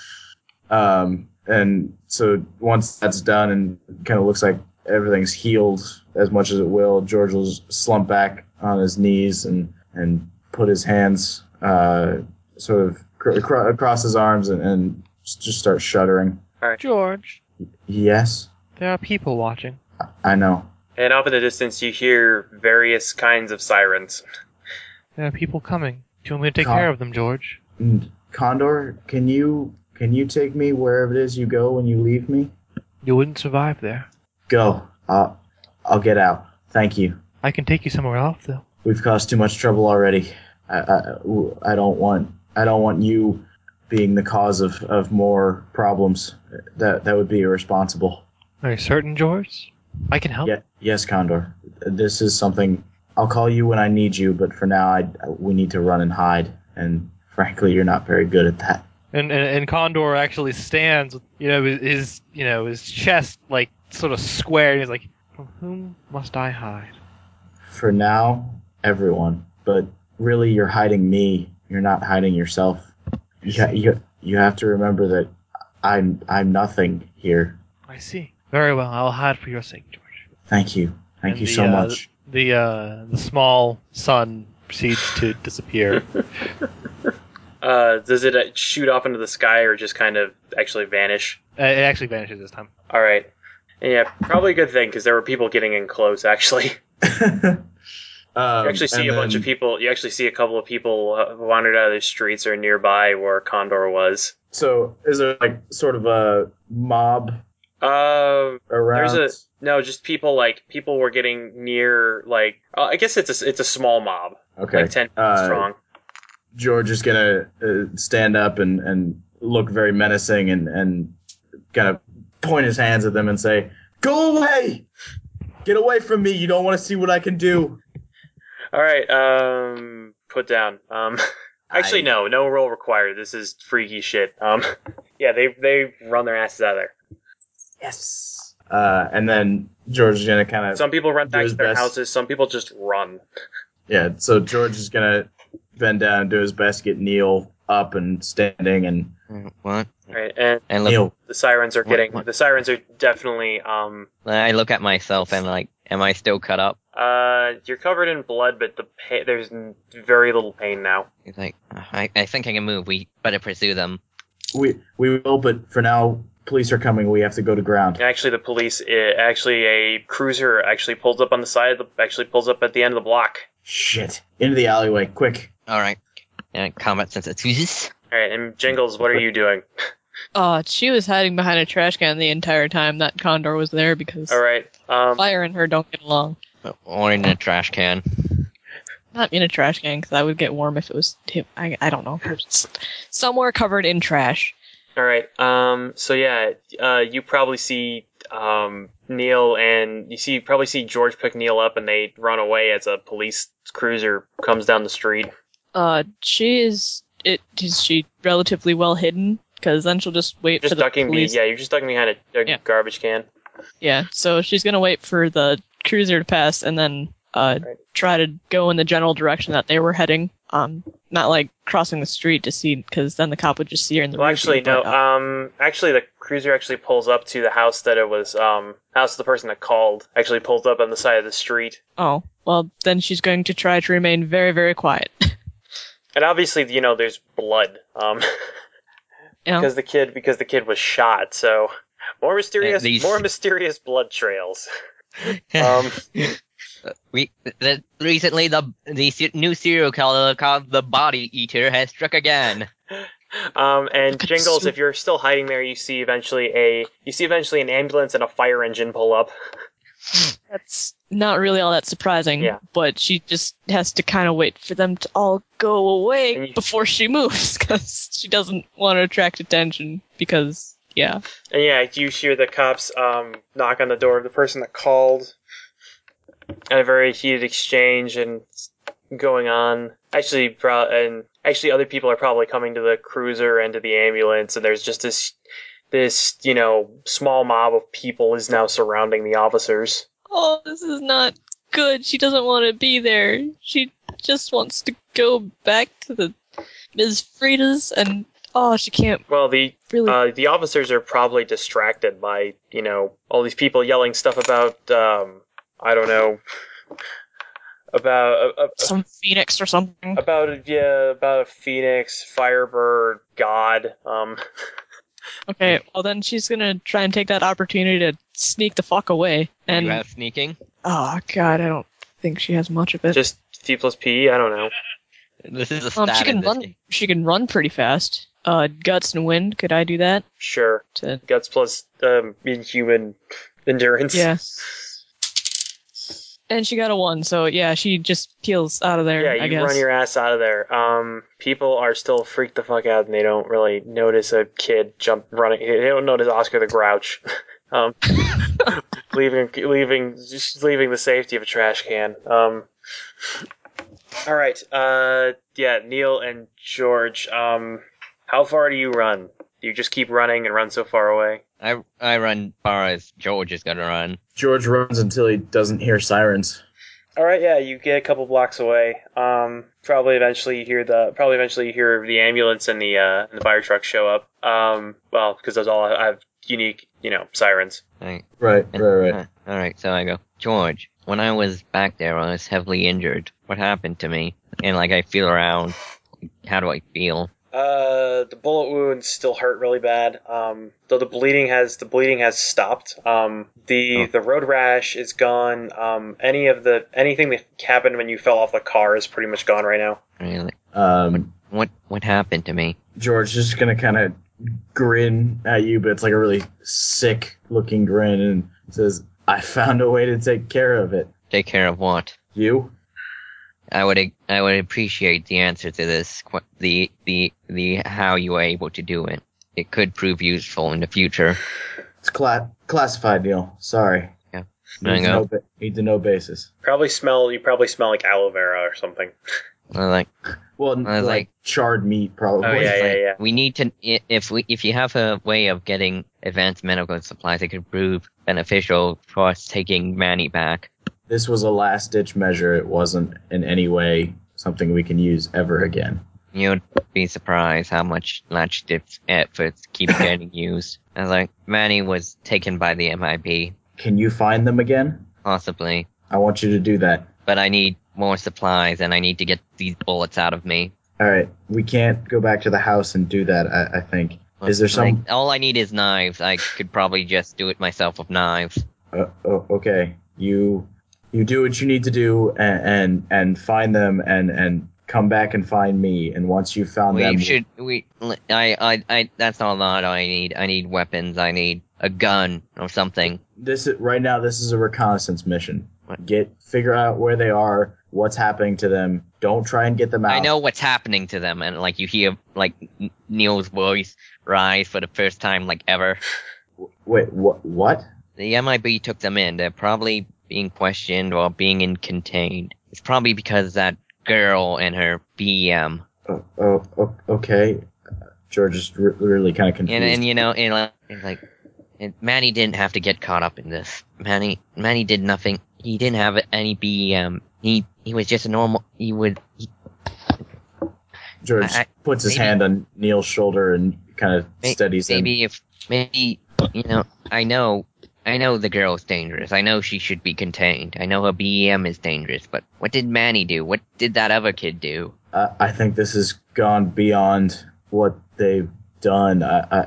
Um, and so once that's done and kind of looks like everything's healed as much as it will, George will slump back on his knees and and put his hands uh, sort of cr- acro- across his arms and, and just start shuddering.
George,
Yes,
there are people watching.
I know.
And off in the distance, you hear various kinds of sirens.
There are people coming. Do you want me to take
Con-
care of them, George?
And Condor, can you can you take me wherever it is you go when you leave me?
You wouldn't survive there.
Go. Uh, I'll get out. Thank you.
I can take you somewhere else, though.
We've caused too much trouble already. I, I, I don't want I don't want you being the cause of, of more problems. That that would be irresponsible.
Are you certain, George? I can help.
Ye- yes, Condor. This is something. I'll call you when I need you, but for now, I, we need to run and hide. And frankly, you're not very good at that.
And, and and Condor actually stands, with, you know, his you know his chest like sort of square. And he's like, "From whom must I hide?"
For now, everyone. But really, you're hiding me. You're not hiding yourself. You, ha- you, you have to remember that I'm I'm nothing here.
I see. Very well. I'll hide for your sake, George.
Thank you. Thank
And
you
the,
so
uh,
much.
The uh, the small sun proceeds to disappear.
Uh, does it uh, shoot off into the sky or just kind of actually vanish?
Uh, it actually vanishes this time.
All right. Yeah, probably a good thing because there were people getting in close. Actually, you
Um,
actually see
and
a bunch
then-
of people. You actually see a couple of people uh, wandered out of the streets or nearby where Condor was.
So is there like sort of a mob
Um,
around?
There's no, just people like people were getting near. Like, uh, I guess it's a it's a small mob,
okay.
like ten people
Uh,
strong.
George is gonna uh, stand up and and look very menacing and and kind of point his hands at them and say, "Go away! Get away from me! You don't want to see what I can do."
All right. Um, put down. Um. Actually,
I-
no, no roll required. This is freaky shit. Um, yeah, they they run their asses out of there.
Yes. Uh, and then George is gonna kind of
Some people run
Do
back
his
to their
best.
houses. Some people just run.
Yeah, so George is gonna bend down and do his best, get Neil up and standing, and
Uh, What?
All right, and
And look,
Neil,
the sirens are
What-
getting.
what?
The sirens are definitely. Um,
I look at myself and like, am I still cut up?
uh, you're covered in blood, but the pa- there's n- very little pain now.
He's like, "Uh, I, I think I can move. We better pursue them.
we we will, but for now, police are coming. We have to go to ground.
Actually, the police, eh, actually, a cruiser actually pulls up on the side of the, actually pulls up at the end of the block.
Shit. Into the alleyway, quick.
All right. And combat since it's uses.
All right, and Jingles, what are you doing?
Uh, she was hiding behind a trash can the entire time that Condor was there because
All right, um,
Fire and her don't get along.
Or in a trash can.
Not in a trash can because I would get warm if it was him. I, I don't know. S- Somewhere covered in trash.
all right. Um, so yeah, uh, you probably see um, Neil and you see you probably see George pick Neil up, and they run away as a police cruiser comes down the street.
Uh, she is. It is she relatively well hidden because then she'll just wait for
Just
the
ducking, be-
police.
yeah, you're just ducking behind a, a
Yeah.
garbage can.
Yeah, so she's gonna wait for the cruiser to pass and then uh,
Right.
try to go in the general direction that they were heading. Um, not like crossing the street to see, because then the cop would just see her in the.
Well,
rear
actually,
view,
no.
but, uh,
Um, actually, the cruiser actually pulls up to the house that it was. Um, house of the person that called actually pulls up on the side of the street,
oh, well, then she's going to try to remain very, very quiet.
and obviously, you know, there's blood. Um,
Yeah.
because the kid because the kid was shot. So more mysterious,
At least-
more mysterious blood trails. Um,
we, the, recently, the the se- new serial killer called the Body Eater has struck again.
um, and
Look at
Jingles,
Sue.
if you're still hiding there, you see eventually a you see eventually an ambulance and a fire engine pull up.
That's not really all that surprising.
Yeah.
But she just has to kind of wait for them to all go
And
away
you-
before she moves, because she doesn't want to attract attention. Because yeah,
And yeah, you hear the cops um, knock on the door of the person that called. And a very heated exchange and s- going on. Actually, pro- and actually, other people are probably coming to the cruiser and to the ambulance. And there's just this, this you know, small mob of people is now surrounding the officers.
oh, this is not good. She doesn't want to be there. She just wants to go back to the Ms. Frida's, and oh, she can't
Well, the
really.
uh, the officers are probably distracted by you know all these people yelling stuff about um, I don't know about uh,
some phoenix or something.
about yeah about a phoenix firebird god um
Okay, well then she's gonna try and take that opportunity to sneak the fuck away. And
you have sneaking.
oh god, I don't think she has much of it.
just c plus p i don't know
This is a stat
Um, she
in
can
this
run.
game.
She can run pretty fast. Uh, guts and wind. Could I do that?
sure
To
guts plus um inhuman endurance
yeah. And she got a one, so yeah, she just peels out of there.
yeah
I
you
guess.
run your ass out of there um people are still freaked the fuck out and they don't really notice a kid jump running they don't notice oscar the grouch um leaving leaving just leaving the safety of a trash can um all right uh yeah neil and george um how far do you run do you just keep running and run so far away
I I run far as George is gonna run.
George runs until he doesn't hear sirens.
All right, yeah, you get a couple blocks away. Um, probably eventually you hear the probably eventually you hear the ambulance and the uh, and the fire truck show up. Um, well, because those all have unique, you know, sirens.
Right.
Right, right, right.
Uh, all right. So I go, George. When I was back there, I was heavily injured. What happened to me? And like I feel around. How do I feel?
Uh, the bullet wounds still hurt really bad. Um, though the bleeding has the bleeding has stopped. Um, the
Oh.
the road rash is gone. Um, any of the anything that happened when you fell off the car is pretty much gone right now.
Really?
Um,
What what happened to me?
George is just gonna kind of grin at you, but it's like a really sick looking grin, and says, "I found a way to take care of it."
Take care of what?
You?
I would I would appreciate the answer to this que- the the the how you were able to do it. It could prove useful in the future.
It's cla- classified, Neil. Sorry.
Yeah.
Need to,
Hang
know
up.
ba- need to know basis.
Probably smell you probably smell like aloe vera or something.
Uh, Like I
Well, like,
was like-
charred meat, probably.
Oh, yeah, yeah, yeah.
we need to i- if we if you have a way of getting advanced medical supplies, it could prove beneficial for us taking Manny back.
This was a last ditch measure. It wasn't in any way something we can use ever again.
You'd be surprised how much latch dips efforts keep getting used. I was like, Manny was taken by the MIB,
Can you find them again?
possibly,
I want you to do that.
but I need more supplies and I need to get these bullets out of me.
All right, we can't go back to the house and do that. I, I think Is there some-
Like, all I need is knives. I could probably just do it myself with knives.
Uh, oh, okay, you you do what you need to do and and, and find them and and come back and find me. And once you've found
we
them,
should. We. I, I. I. That's all that I need. I need weapons. I need a gun or something.
this is right now this is a reconnaissance mission
What?
get figure out where they are what's happening to them don't try and get them out
I know what's happening to them, and like you hear like N- Neil's voice rise for the first time like ever.
wait what what
The MIB took them in. They're probably being questioned or being in contained. It's probably because that girl and her BM.
oh, oh, oh okay george is re- really kind of confused
And, and you know, and like, and like and Manny didn't have to get caught up in this. Manny, Manny did nothing. He didn't have any BEM. He he was just a normal. He would. He,
george
I- I-
puts his
maybe-
hand on neil's shoulder and kind of
May-
steadies him
maybe if maybe you know, I know, I know the girl is dangerous. I know she should be contained. I know her BEM is dangerous. But what did Manny do? What did that other kid do?
I, I think this has gone beyond what they've done i i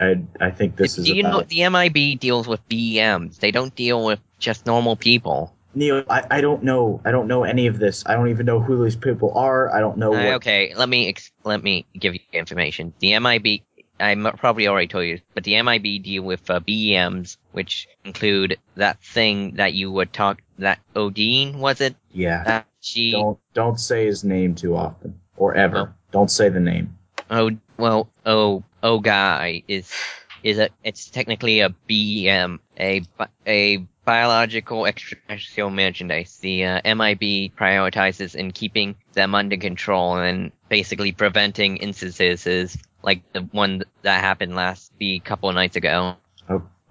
i i, I think this
do
is
you
about
know the MIB deals with BEMs? They don't deal with just normal people.
neil I, I don't know i don't know any of this i don't even know who these people are i don't know
Uh,
what
okay, let me ex- let me give you information. The MIB, I m- probably already told you, but the MIB deal with uh, BEMs, which include that thing that you would talk that Odin was it?
yeah
That she
Don't don't say his name too often or ever.
No.
Don't say the name.
oh well oh oh guy is is a it's technically a BEM a bi- a biological extraterrestrial merchandise. The uh, MIB prioritizes in keeping them under control and basically preventing instances like the one that happened last the couple of nights ago.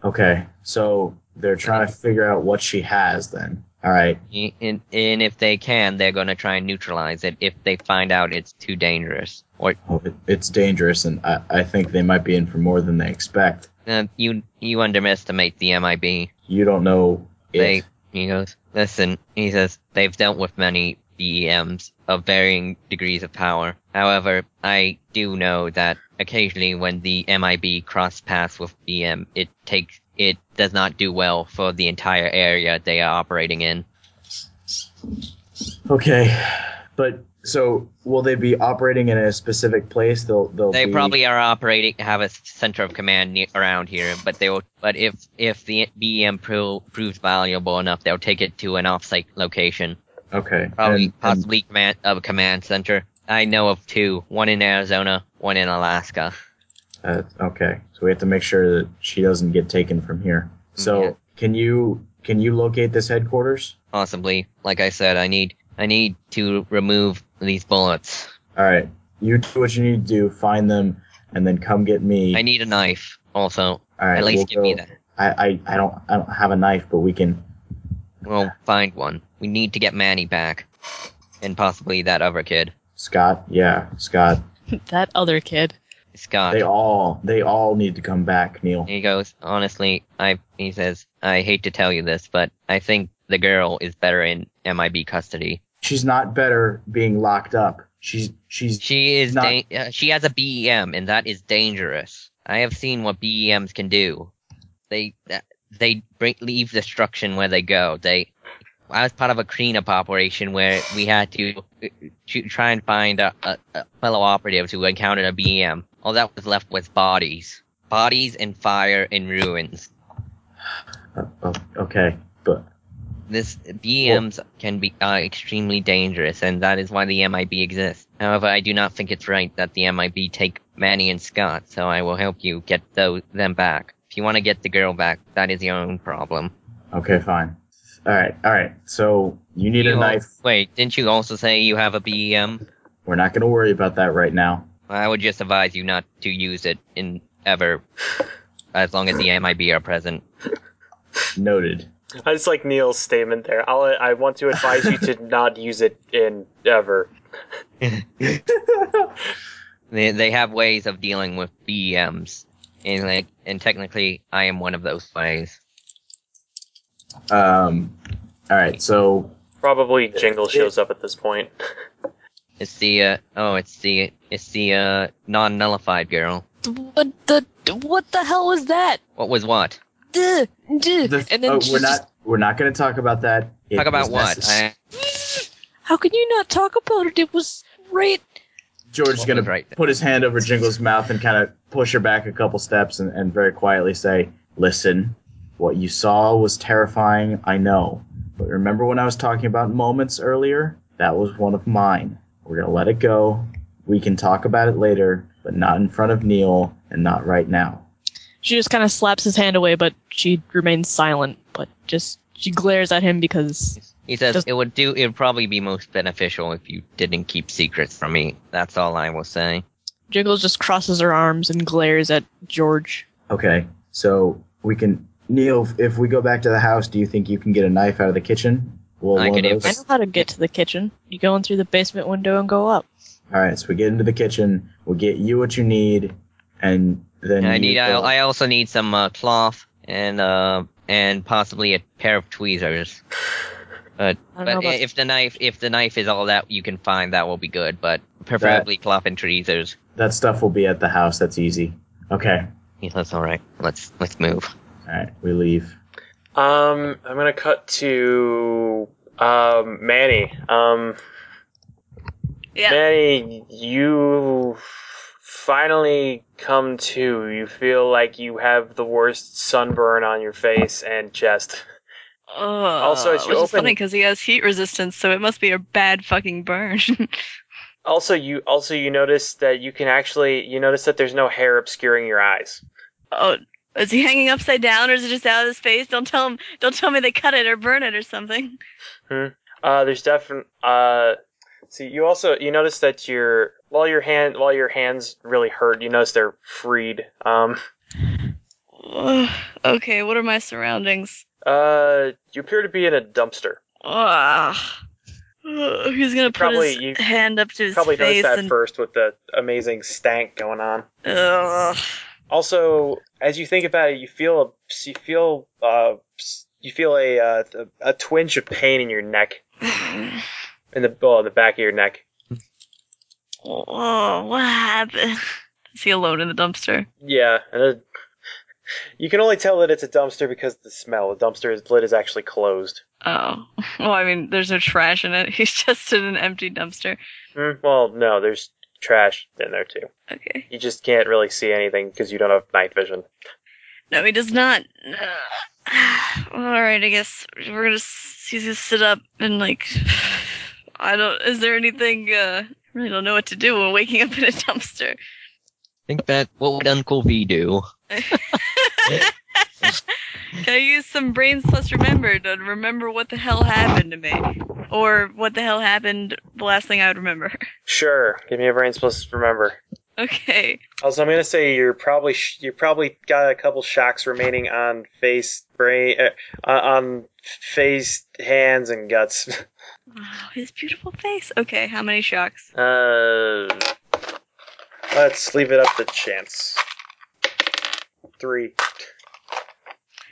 Okay, so they're trying to figure out what she has. Then, all right.
And, and if they can, they're going to try and neutralize it if they find out it's too dangerous. Or
Well, it, it's dangerous, and I, I think they might be in for more than they expect.
uh, you you underestimate the MIB.
You don't know if
They, he goes, listen, he says, they've dealt with many BEMs of varying degrees of power. However, I do know that occasionally when the MIB cross paths with BM, it takes, it does not do well for the entire area they are operating in.
okay, but so will they be operating in a specific place? They'll they'll
They
be-
probably are operating, have a center of command ne- around here, but they will, but if, if the BEM pro- proves valuable enough, they'll take it to an off-site location.
okay.
Probably,
and- and-
possibly command of a command center. I know of two: one in Arizona, one in Alaska.
Uh, okay, so we have to make sure that she doesn't get taken from here. So
Mm, Yeah.
can you can you locate this headquarters?
Possibly, like I said, I need I need to remove these bullets.
All right, you do what you need to do. Find them, and then come get me.
I need a knife. Also,
All right,
at least give me
we'll go-
that.
I, I, I don't I don't have a knife, but we can.
We'll find one. We need to get Manny back, and possibly that other kid,
Scott, yeah, Scott.
that other kid.
Scott.
They all they all need to come back, Neil.
He goes, honestly, I. He says, I hate to tell you this, but I think the girl is better in MIB custody.
She's not better being locked up. She's she's
She is.
Not-
Dan- uh, she has a BEM, and that is dangerous. I have seen what BEMs can do. They that- they bring, leave destruction where they go. They. I was part of a cleanup operation where we had to, uh, to try and find a, a, a fellow operatives who encountered a BEM. All that was left was bodies, bodies and fire and ruins.
oh, okay, but
This BEMs can be uh, extremely dangerous, and that is why the MIB exists. However, I do not think it's right that the MIB take Manny and Scott, so I will help you get those them back. If you want to get the girl back, that is your own problem.
okay, fine. All right, all right. So you need a
You-
knife.
Wait, didn't you also say you have a BEM?
We're not going to worry about that right now.
I would just advise you not to use it in ever, as long as the MIB are present.
Noted.
I just like Neil's statement there. I'll, I want to advise you to not use it in ever.
They they have ways of dealing with BEMs, and like and technically, I am one of those ways.
Um, all right. So
Probably Jingle shows up at this point.
It's the uh, oh, it's the it's the uh, non nullified girl.
What the? What the hell was that?
What was what?
Duh, duh.
The-
and then
oh,
she's
we're not
just,
we're not going to talk about that. It
Talk about
was
what?
necess-
I-
how can you not talk about it? It was right.
George is
What
going
was right
to put his hand over Jingle's mouth and kind of push her back a couple steps and, and very quietly say, Listen, what you saw was terrifying, I know. But remember when I was talking about moments earlier? That was one of mine. We're going to let it go. We can talk about it later, but not in front of Neil and not right now.
She just kind of slaps his hand away, but she remains silent. But just she glares at him because
He says
Just-
it would do. It would probably be most beneficial if you didn't keep secrets from me. That's all I will say.
Jiggles just crosses her arms and glares at George.
Okay, so we can. Neil, if we go back to the house, do you think you can get a knife out of the kitchen? Well,
I
one
can
of
do-
those-
I know how to get to the kitchen. You go in through the basement window and go up.
All right, so we get into the kitchen. We'll get you what you need, and then
And I
you
need. I,
go-
I also need some uh, cloth and uh and possibly a pair of tweezers.
I don't know
But
about
i- if the knife, if the knife is all that you can find, that will be good. But preferably cloth and tweezers.
that stuff will be at the house. That's easy. Okay,
He says, "All right, let's let's move."
all right, we leave.
Um, I'm gonna cut to um Manny. Um,
Yeah.
Manny, you finally come to. You feel like you have the worst sunburn on your face and chest.
Also,
as you
which is
open-
Oh. funny because he has heat resistance, so it must be a bad fucking burn.
Also, you also you notice that you can actually you notice that there's no hair obscuring your eyes.
oh, is he hanging upside down, or is it just out of his face? Don't tell him. Don't tell me they cut it or burn it or something.
Uh, there's definitely uh. See, you also you notice that your while your hand while your hands really hurt, you notice they're freed. Um,
Ugh, okay, what are my surroundings?
uh, you appear to be in a dumpster.
Ugh. Ugh, he's gonna put
probably-
his
you
hand up to his
probably noticed
face
that
and.
first with the amazing stank going on.
Ugh.
Also, as you think about it, you feel a, you feel uh, you feel a, uh a twinge of pain in your neck, in the oh, the back of your neck.
oh, what happened? Is he alone in the dumpster?
Yeah, and it, you can only tell that it's a dumpster because of the smell. The dumpster is, lid is actually closed.
Oh. Well, I mean, there's no trash in it. He's just in an empty dumpster.
Hmm, well, no, there's trash in there too.
Okay.
You just can't really see anything because you don't have night vision.
No, he does not. Ugh. All right, I guess we're gonna. s- He's gonna sit up and like. I don't. Is there anything? uh I really don't know what to do when waking up in a dumpster.
Think that what would Uncle V do?
Can I use some brain plus remember to remember what the hell happened to me, or what the hell happened? The last thing I would remember.
Sure, give me a brain supposed to remember.
Okay.
Also, I'm gonna say you're probably sh- you probably got a couple shocks remaining on face, brain, uh, on face, hands, and guts.
Wow, his beautiful face. Okay, how many shocks?
Uh, let's leave it up to chance. Three.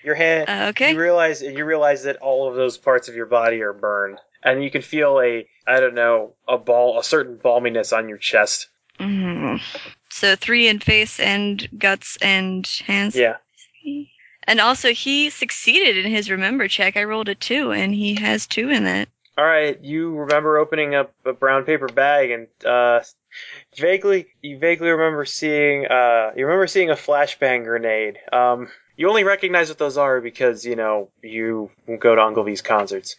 Your hand.
Uh, okay.
You realize you realize that all of those parts of your body are burned, and you can feel a I don't know a ball a certain balminess on your chest.
Mm. So three in face and guts and hands.
Yeah.
And also, he succeeded in his remember check. I rolled a two, and he has two in that.
All right, you remember opening up a brown paper bag and uh, vaguely you vaguely remember seeing uh, you remember seeing a flashbang grenade. Um, you only recognize what those are because you know you go to Uncle V's concerts,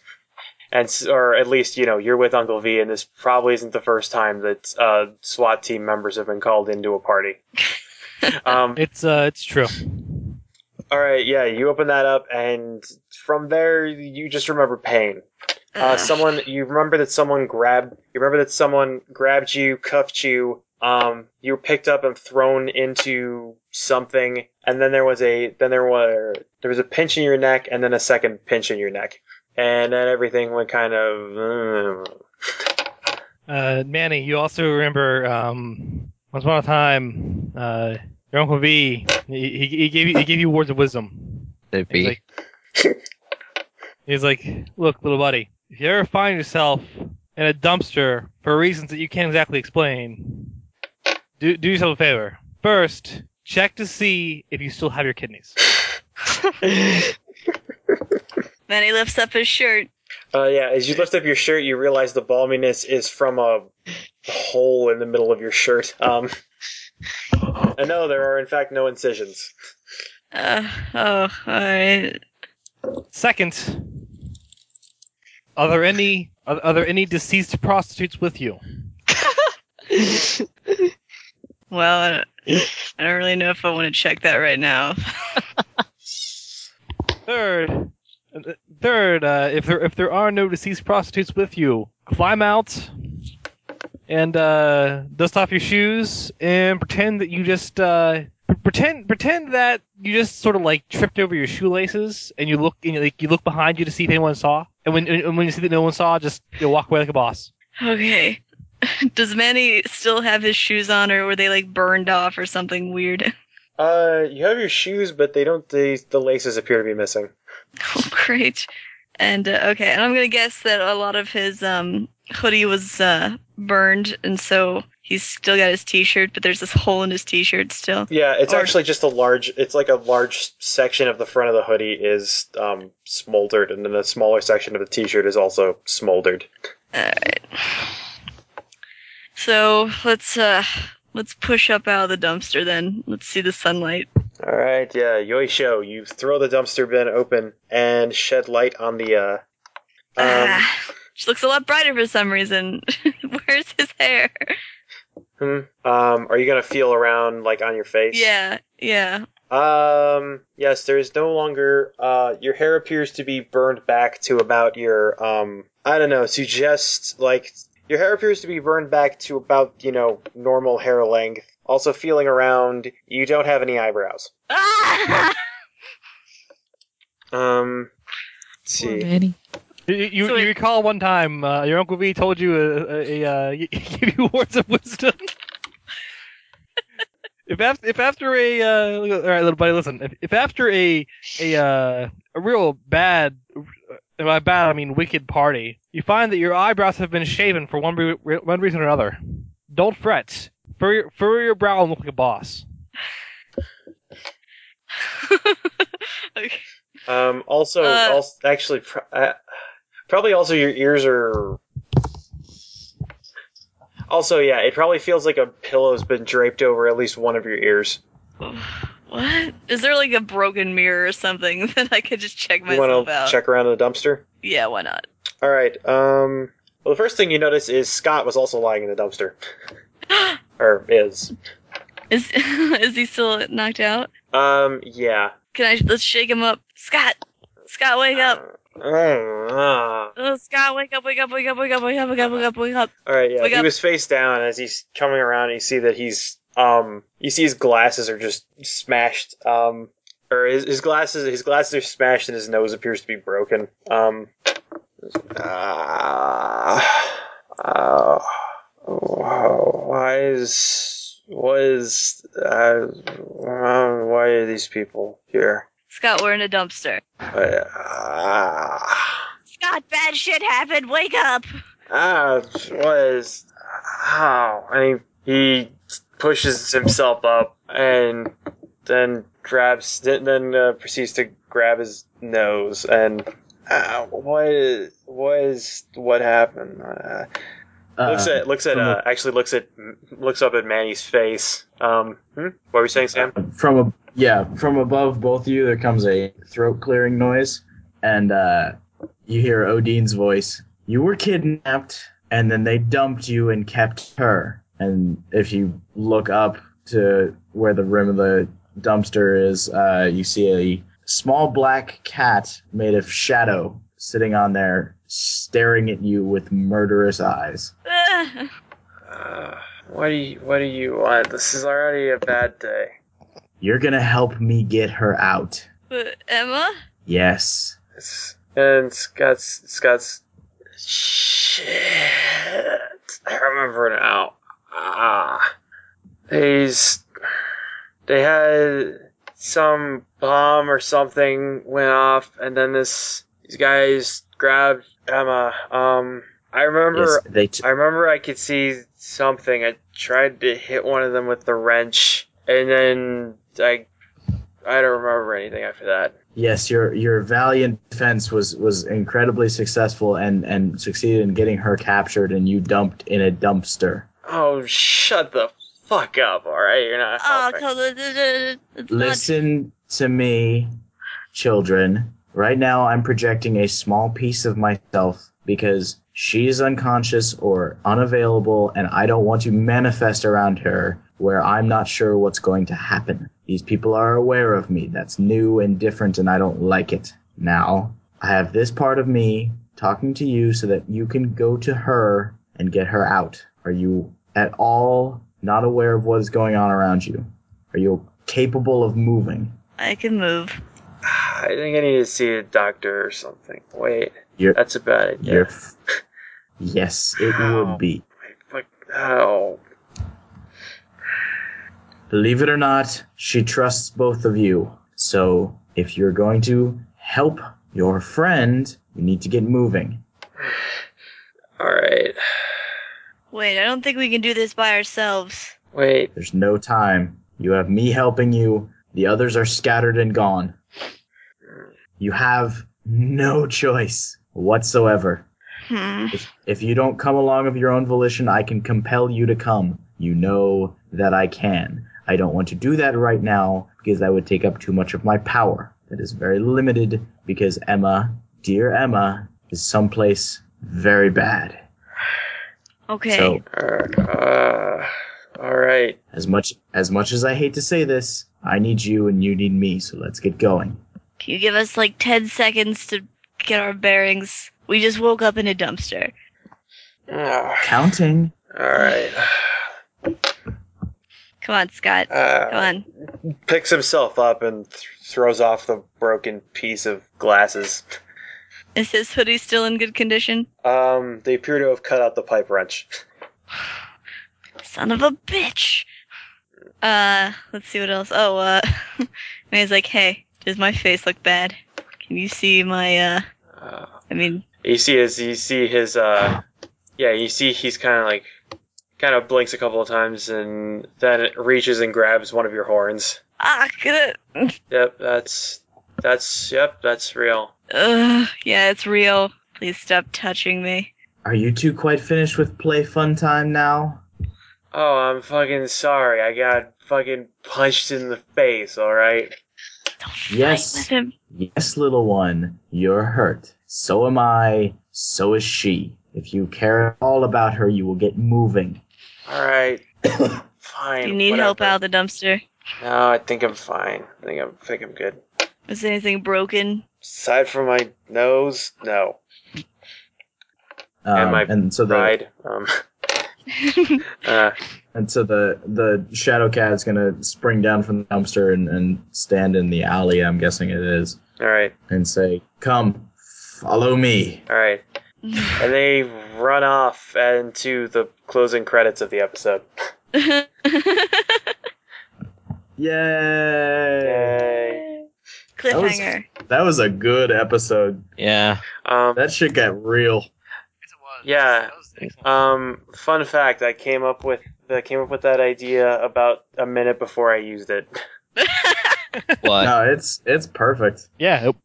and s- or at least you know you're with Uncle V, and this probably isn't the first time that uh, SWAT team members have been called into a party. um,
It's uh, it's true.
all right, yeah, you open that up, and from there you just remember pain. Uh,
Ugh.
someone you remember that someone grabbed you remember that someone grabbed you, cuffed you, um, you were picked up and thrown into something, and then there was a then there were there was a pinch in your neck and then a second pinch in your neck. And then everything went kind of uh,
Uh, Manny, you also remember um, once upon a time, uh, your uncle V, he, he, he gave you he gave you words of wisdom.
That'd
He's
be-
like, he's like, look, little buddy, if you ever find yourself in a dumpster for reasons that you can't exactly explain, do do yourself a favor. First, check to see if you still have your kidneys.
Then he lifts up his shirt.
Uh, yeah, as you lift up your shirt, you realize the balminess is from a hole in the middle of your shirt. Um, and no, there are in fact no incisions.
Uh, oh, alright.
Second, are there any are, are there any deceased prostitutes with you?
Well, I don't, I don't really know if I want to check that right now.
Third, third, uh, if there if there are no deceased prostitutes with you, climb out and uh, dust off your shoes and pretend that you just uh, p- pretend pretend that you just sort of like tripped over your shoelaces and you look and you, like you look behind you to see if anyone saw and when and when you see that no one saw, just you walk away like a boss.
Okay. Does Manny still have his shoes on, or were they like burned off or something weird?
Uh, you have your shoes, but they don't. They, the laces appear to be missing.
Oh, great. And uh, okay, and I'm gonna guess that a lot of his um, hoodie was uh, burned, and so he's still got his T-shirt, but there's this hole in his T-shirt still.
Yeah, it's
Or-
actually just a large. It's like a large section of the front of the hoodie is um, smoldered, and then the smaller section of the T-shirt is also smoldered.
So let's uh, let's push up out of the dumpster then. Let's see the sunlight.
All right, yeah, Yoisho, you throw the dumpster bin open and shed light on the. Uh, um,
ah, she looks a lot brighter for some reason. Where's his hair?
hmm, um, are you gonna feel around like on your face?
Yeah, yeah.
Um. Yes, there is no longer. Uh, your hair appears to be burned back to about your. Um. I don't know. Suggest like your hair appears to be burned back to about you know normal hair length. Also, feeling around, you don't have any eyebrows.
Ah!
Um. Let's
Poor
see.
Manny.
You, you,
So
you
it-
recall one time uh, your uncle V told you a, a, a, uh, give you words of wisdom. if after if after a uh, all right, little buddy, listen. If, if after a a uh, a real bad, and by bad I mean wicked party, you find that your eyebrows have been shaven for one re- re- one reason or another, don't fret. Furrow your, furrow your brow and look like a boss.
Okay.
Um. Also,
Uh,
also actually, pr- uh, probably also your ears are. Also, yeah, it probably feels like a pillow's been draped over at least one of your ears.
What? Is there like a broken mirror or something that I could just check
You want
myself
to
out?
check around in the dumpster?
Yeah, why not?
All right. Um. Well, the first thing you notice is Scott was also lying in the dumpster, or is.
Is is he still knocked out?
Um. Yeah.
Can I let's shake him up? Scott, Scott, wake up!
Uh,
Oh, Scott, wake up! Wake up! Wake up! Wake up! Wake up! Wake up! Wake up! Wake up!
all right. Yeah.
Wake
He
up.
was face down as he's coming around. And you see that he's um. You see his glasses are just smashed. Um. Or his, his glasses his glasses are smashed and his nose appears to be broken. Um. Ah. Uh, Wow, why is what is uh, why are these people here?
Scott, we're in a dumpster.
Uh,
Scott, bad shit happened. Wake up!
ah, what is how? And he, he pushes himself up and then grabs, then uh, proceeds to grab his nose and. Uh, what is what is what happened? Uh,
Uh,
looks at looks at
from
uh, actually looks at looks up at Manny's face. Um, hmm? what were you saying, Sam?
from a yeah from above both of you there comes a throat clearing noise and uh, you hear Odine's voice. You were kidnapped and then they dumped you and kept her. And if you look up to where the rim of the dumpster is, uh, you see a small black cat made of shadow sitting on there, staring at you with murderous eyes.
Ah.
Uh, what do you what do you want? This is already a bad day.
You're gonna help me get her out.
But Emma,
Yes.
It's, and Scott's Scott's shit. I remember now. Ah, these they had some bomb or something went off, and then this these guys grabbed Emma. Um, I remember
yes they t-
I remember I could see something. I tried to hit one of them with the wrench, and then I I don't remember anything after that.
Yes, your your valiant defense was was incredibly successful and and succeeded in getting her captured and you dumped in a dumpster.
Oh, shut the fuck up! All right, you're not
Oh,
helping.
totally. It's not
Listen to me, children. Right now, I'm projecting a small piece of myself because she is unconscious or unavailable, and I don't want to manifest around her where I'm not sure what's going to happen. These people are aware of me. That's new and different, and I don't like it. Now, I have this part of me talking to you so that you can go to her and get her out. Are you at all not aware of what is going on around you? Are you capable of moving?
I can move.
I think I need to see a doctor or something. Wait,
You're,
that's a bad idea.
you're f- yes, it would be.
Like, oh,
Believe it or not, she trusts both of you. So if you're going to help your friend, you need to get moving.
all right.
Wait, I don't think we can do this by ourselves.
Wait,
There's no time. You have me helping you. The others are scattered and gone. You have no choice whatsoever.
Hmm.
If you don't come along of your own volition, I can compel you to come. You know that I can. I don't want to do that right now because that would take up too much of my power. That is very limited because Emma, dear Emma, is someplace very bad.
Okay.
So,
uh, all right.
as much as much as I hate to say this, I need you and you need me. So let's get going.
Can you give us like 10 seconds to get our bearings? We just woke up in a dumpster.
Ugh,
Counting.
Ah, all right.
Come on, Scott.
Uh,
Come on.
picks himself up and th- throws off the broken piece of glasses.
Is his hoodie still in good condition?
Um, they appear to have cut out the pipe wrench.
Son of a bitch. Uh, let's see what else. Oh, uh, and he's like, hey, does my face look bad? Can you see my, uh,
Uh,
I mean,
you see his, you see his, uh, yeah, you see he's kind of like, kind of blinks a couple of times and then reaches and grabs one of your horns.
ah, good.
Yep, that's, that's, yep, that's real.
Ugh, yeah, it's real. Please stop touching me.
Are you two quite finished with play fun time now?
Oh, I'm fucking sorry. I got fucking punched in the face, alright?
Don't fight
Yes.
with him.
Yes, little one, you're hurt. So am I. So is she. If you care at all about her, you will get moving.
Alright.
Do
fine.
you need help
whatever.
out of the dumpster?
No, I think I'm fine. I think I'm think I'm good.
Is anything broken?
Aside from my nose, no.
Um,
And my
so the
Pride. Um, uh,
and so the the shadow cat is gonna spring down from the dumpster and, and stand in the alley. I'm guessing it is,
all right,
and say, "Come, follow me."
all right. And they run off into the closing credits of the episode.
Yay!
Yay.
Cliffhanger.
was- That was a good episode.
Yeah.
Um,
That shit got real.
Yeah. um, fun fact: I came up with I came up with that idea about a minute before I used it.
What?
No, it's it's perfect.
Yeah. it-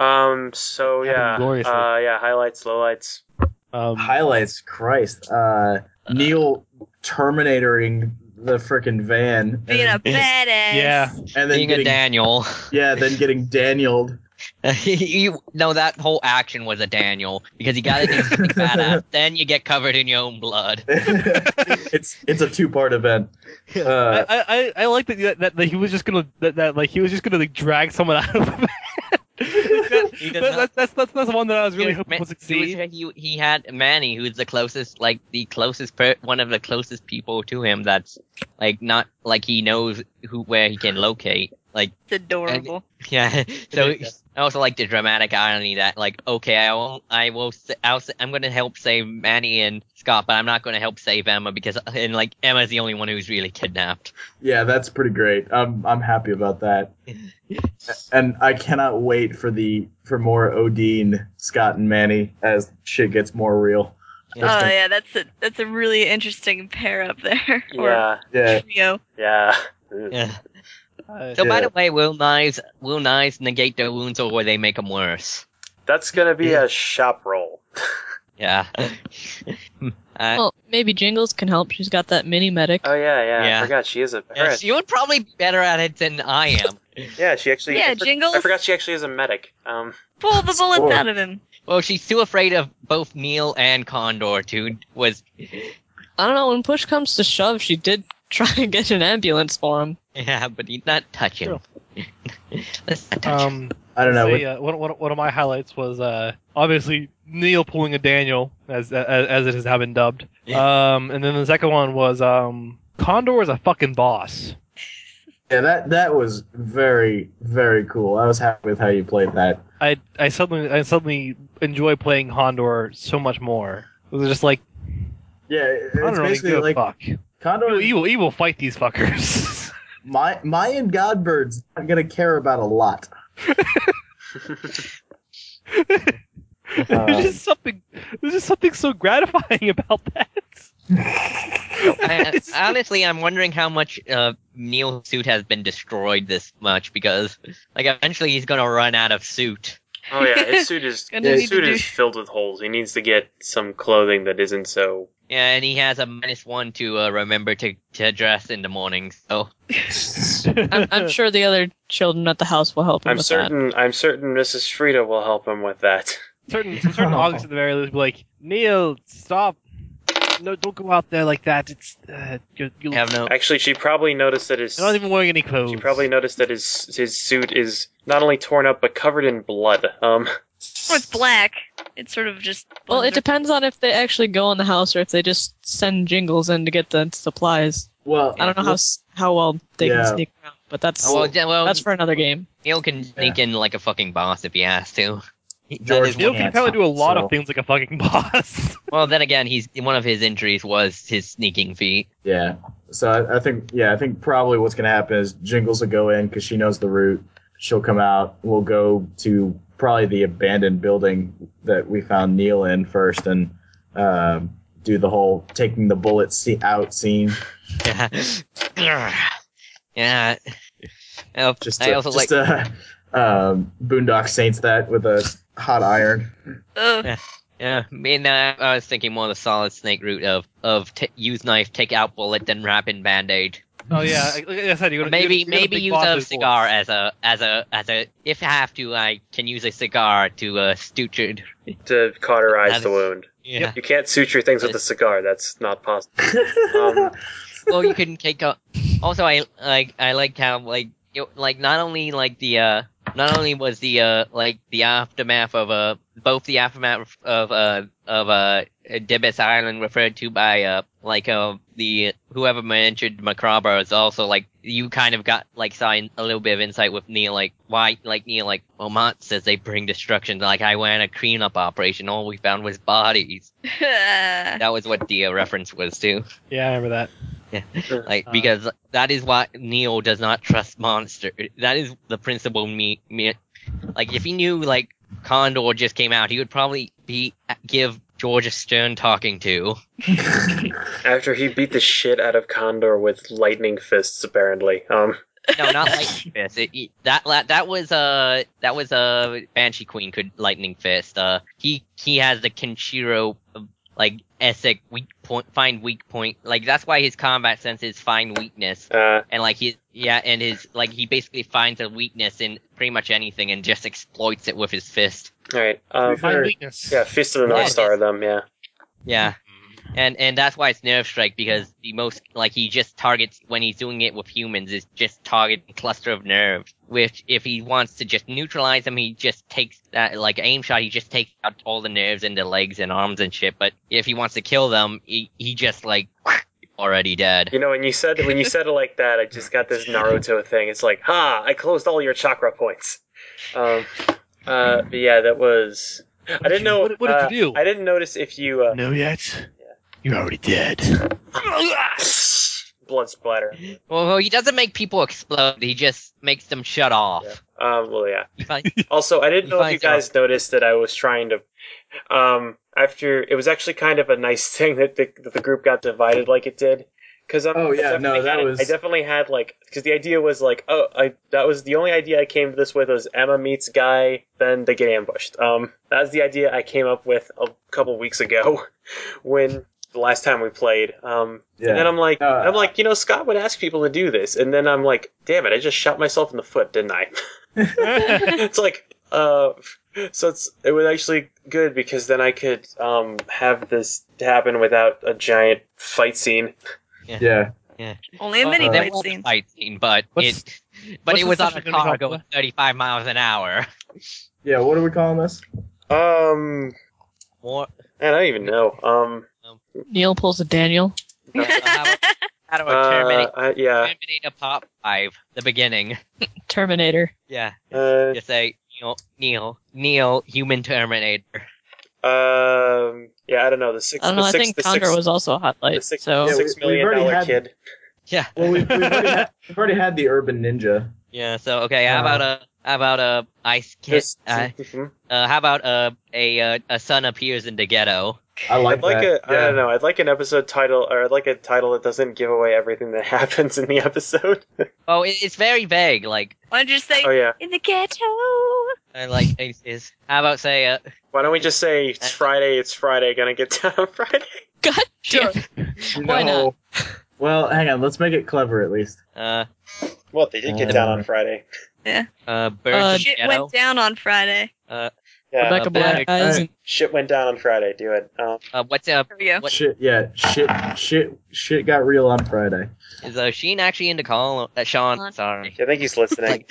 Um, so
Happened
yeah, uh,
gloriously.
yeah, highlights, lowlights.
Um,
highlights christ uh neil terminatoring the freaking van
Being a
and,
badass.
yeah.
and then
Being a
getting
Daniel.
yeah then getting danieled
you, no, that whole action was a Daniel because you got to do something badass. Then you get covered in your own blood.
it's it's a two-part event uh,
I, I, I like that, that that he was just gonna that, that like he was just gonna like drag someone out of the van. that,
He does not-
that, that's that's that's that's the one that I was really
He was
hoping would
ma- he was-
succeed.
he, he had Manny, who's the closest, like the closest, per- one of the closest people to him. That's like not like he knows who where he can locate. Like
It's adorable.
yeah, so
Yeah.
I also like the dramatic irony that like okay, I will, I will, s- I'll, s- I'm gonna help save Manny and Scott, but I'm not gonna help save Emma because and like Emma's the only one who's really kidnapped.
yeah that's pretty great i'm i'm happy about that and i cannot wait for the for more odin scott and manny as shit gets more real
oh yeah, that's a that's a really interesting pair up there. or
Yeah,
yeah
trio.
yeah.
Yeah.
Uh,
So by
Yeah.
the way, will knives will knives negate their wounds or will they make them worse?
That's gonna be a shop roll.
Yeah. uh,
Well, maybe Jingles can help. She's got that mini medic.
Oh yeah, yeah. I
Yeah.
forgot she is a her-
yeah, she would probably be better at it than I am.
yeah, she actually.
Yeah,
I for-
Jingles-
I forgot she actually is a medic. Um,
Pull the bullets
Score.
out of him.
Well, she's too afraid of both Neil and Condor to was
I don't know. When push comes to shove, she did try to get an ambulance for him.
yeah, but he's not touching.
Sure.
Let's not touch him.
um,
I don't know.
say, uh, one, one, one of my highlights was uh, obviously Neil pulling a Daniel, as as, as it has now been dubbed. Um, and then the second one was um, Condor is a fucking boss.
Yeah, that that was very very cool. I was happy with how you played that.
I I suddenly I suddenly enjoy playing Condor so much more. It was just like
Yeah, it-
I don't
it's
really
basically
give
like
a fuck. You
Condor.
will, you will- you will fight these fuckers.
my Mayan Godbird's not gonna care about a lot.
there's just something there's just something so gratifying about that.
I, I- honestly, I'm wondering how much uh, Neil's suit has been destroyed this much because, like, eventually he's gonna run out of suit.
oh yeah, his suit is
Gonna
his
need to
suit
do-
is filled with holes. He needs to get some clothing that isn't so.
Yeah, and he has a minus one to uh, remember to, to dress in the morning. So
I'm, I'm sure the other children at the house will help him
I'm
with
certain. I'm certain Mrs. Frida will help him with that.
certain certain August at the very least be like Neil, stop. No, don't go out there like that. It's uh, you, you,
I have no.
Actually, she probably noticed that his.
you're not even wearing any clothes.
She probably noticed that his his suit is not only torn up but covered in blood. Um,
Well, it's black. It's sort of just.
that. Well, it
blends
depends on if they actually go in the house or if they just send Jingles in to get the supplies.
Well,
I don't know how s- how well they
Yeah.
can sneak around, but that's
Well, yeah, well,
that's for another game.
Neil can sneak in like a fucking boss if he has to. He- that
George
is
Neil
one-
can
Yeah,
probably do a lot
so-
of things like a fucking boss.
well, then again, he's one of his injuries was his sneaking feet.
Yeah. So I, I think yeah, I think probably what's gonna happen is Jingles will go in because she knows the route. She'll come out. We'll go to probably the abandoned building that we found Neil in first, and um, do the whole taking the bullet se- out scene.
Yeah. Grr. yeah. Oh,
Just
I
to-
also
just
like.
to, um, Boondock Saints that with a hot iron.
Ugh.
Yeah, I mean, uh, I was thinking more the solid snake route of of t- use knife, take out bullet, then wrap in band aid.
oh yeah, like I said, you're gonna,
maybe
you're gonna,
maybe
you
use a cigar as a as a as a if I have to, I can use a cigar to uh, suture.
to cauterize the
That is-
wound.
Yeah.
You can't suture things with a cigar. That's not possible. Um,
well, you can take a. Also, I like I liked how like it, like not only like the uh not only was the uh like the aftermath of uh both the aftermath of uh of uh Debus Island referred to by uh like uh the whoever mentioned Macraba is also like you kind of got like saw in- a little bit of insight with Neil like why like Neil like Omont says they bring destruction like I ran a cleanup operation all we found was bodies that was what the uh, reference was too.
Yeah, I remember that.
Like
Uh,
because that is why Neil does not trust monster. That is the principle. Me, me, like if he knew like Condor just came out, he would probably be give George a stern talking to.
after he beat the shit out of Condor with lightning fists, apparently. Um,
No, not lightning fist. It, it- that la- that was uh that was uh, Banshee Queen could lightning fist. Uh, he he has the Kenshiro uh, like Essek weak point, find weak point. Like that's why his combat sense is find weakness.
uh,
and like he yeah and his like he basically finds a weakness in pretty much anything and just exploits it with his fist
all right. Um,
Find
Find
Sure.
weakness.
yeah, Fist of the North
Yeah.
Star. Them. Yeah.
yeah and and that's why it's nerve strike because the most like he just targets when he's doing it with humans is just target a cluster of nerves which if he wants to just neutralize them he just takes that like aim shot he just takes out all the nerves in the legs and arms and shit but if he wants to kill them he, he just like already dead
You know, when you said when you said it like that, I just got this Naruto thing. It's like, ha! I closed all your chakra points. Um, uh, but yeah, that was. I
did
didn't
you-
know.
what- what did you
uh,
do?
I didn't notice if you. Uh,
Know yet? You're already dead.
blood splatter.
well, well he doesn't make people explode he just makes them shut off
Yeah. Um, well, yeah.
He finds-
Also, I didn't
He
know if you
finds out.
guys noticed that I was trying to. Um, after it was actually kind of a nice thing that the, that the group got divided like it did, Because I'm.
Oh,
I
yeah, no,
definitely
that
had-
was-
I definitely had like because the idea was like oh I that was the only idea I came to this with was Emma meets guy then they get ambushed. Um, that was the idea I came up with a couple weeks ago when the last time we played. Um,
Yeah.
and then I'm like
Uh,
I'm like you know Scott would ask people to do this and then I'm like damn it I just shot myself in the foot didn't I? it's like uh so it's it was actually good because then I could um have this happen without a giant fight scene.
yeah.
Only a
Uh,
mini
uh,
fight
was
scene.
a fight scene, but
What's-
it but
what's
it
the
was on a
session gonna be
car
called?
going 35 miles an hour.
Yeah, what are we calling this?
Um
More.
and I don't even know. Um
Neil pulls a Daniel.
no.
So how, how to
uh,
terminate,
I- yeah.
terminate a pop five? The beginning.
Terminator.
Yeah.
Uh,
Just say Neil, Neil, Neil, human Terminator.
uh, um yeah, I don't know. The six
I don't know.
the
I
six
think
the six,
Condor was also a
the
hotlight.
six,
So
Yeah,
six
we-
million
we've already
dollar
had-
kid.
Yeah.
Well, we've, we've, already, had, we've already had the Urban Ninja.
Yeah. So okay, how
Uh,
about
Uh-huh.
a how about a ice kid?
Just-
Uh,
mhm.
uh, how about a a uh, a sun appears in the ghetto?
I like
Mm-hmm. I'd like
that.
a I don't know, I'd like an episode title or I'd like a title that doesn't give away everything that happens in the episode.
Oh, it, it's very vague. Like
Why don't you just say
oh yeah.
in the ghetto?
uh, like is, is how about say uh,
Why don't we just say it's Friday, it's Friday, gonna get down on Friday?
God
Sure.
damn.
know.
why not?
Well, hang on. Let's make it clever at least.
uh
Well, they did get down
Um,
on Friday.
uh birds
Uh,
in the
Shit
ghetto?
went down on Friday.
Uh,
Yeah,
Rebecca Black
Yeah.
eyes.
Uh,
and
shit went down on Friday. Do it. Um,
uh, what's up?
There we go.
What-
Shit, yeah, shit, shit, shit got real on Friday.
Is uh, Sheen actually in the call? Uh, Sean,
Sean.
sorry.
I think he's listening.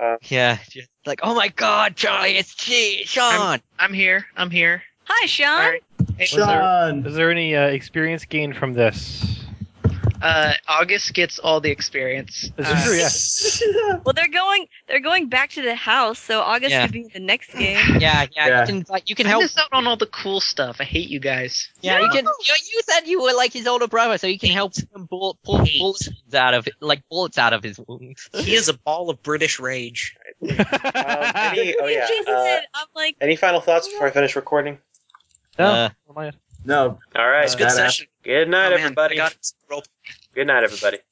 Uh,
Yeah, just like oh my God, Charlie, it's she, Sean.
I'm here. I'm here.
Hi, Sean.
All right. Hey,
Sean,
Is there any uh, experience gained from this?
Uh, August gets all the experience.
Is
Uh,
it true? Yeah.
Well, they're going. They're going back to the house, so August
Yeah.
could be in the next game.
Yeah, yeah,
Yeah.
You can like you can
I
help.
miss out on all the cool stuff. I hate you guys.
Yeah, you can. You, you said you were like his older brother, so you can help him pull, pull
Eight.
bullets out of like bullets out of his wounds.
He is a ball of British rage.
um, any, oh yeah.
Jason
Uh,
said, I'm like,
any final thoughts before I finish recording?
No.
Uh,
Never mind.
no,
All right.
It's a good
that
session.
Good night,
Oh, man, I
everybody.
got it. Roll
Good night, everybody.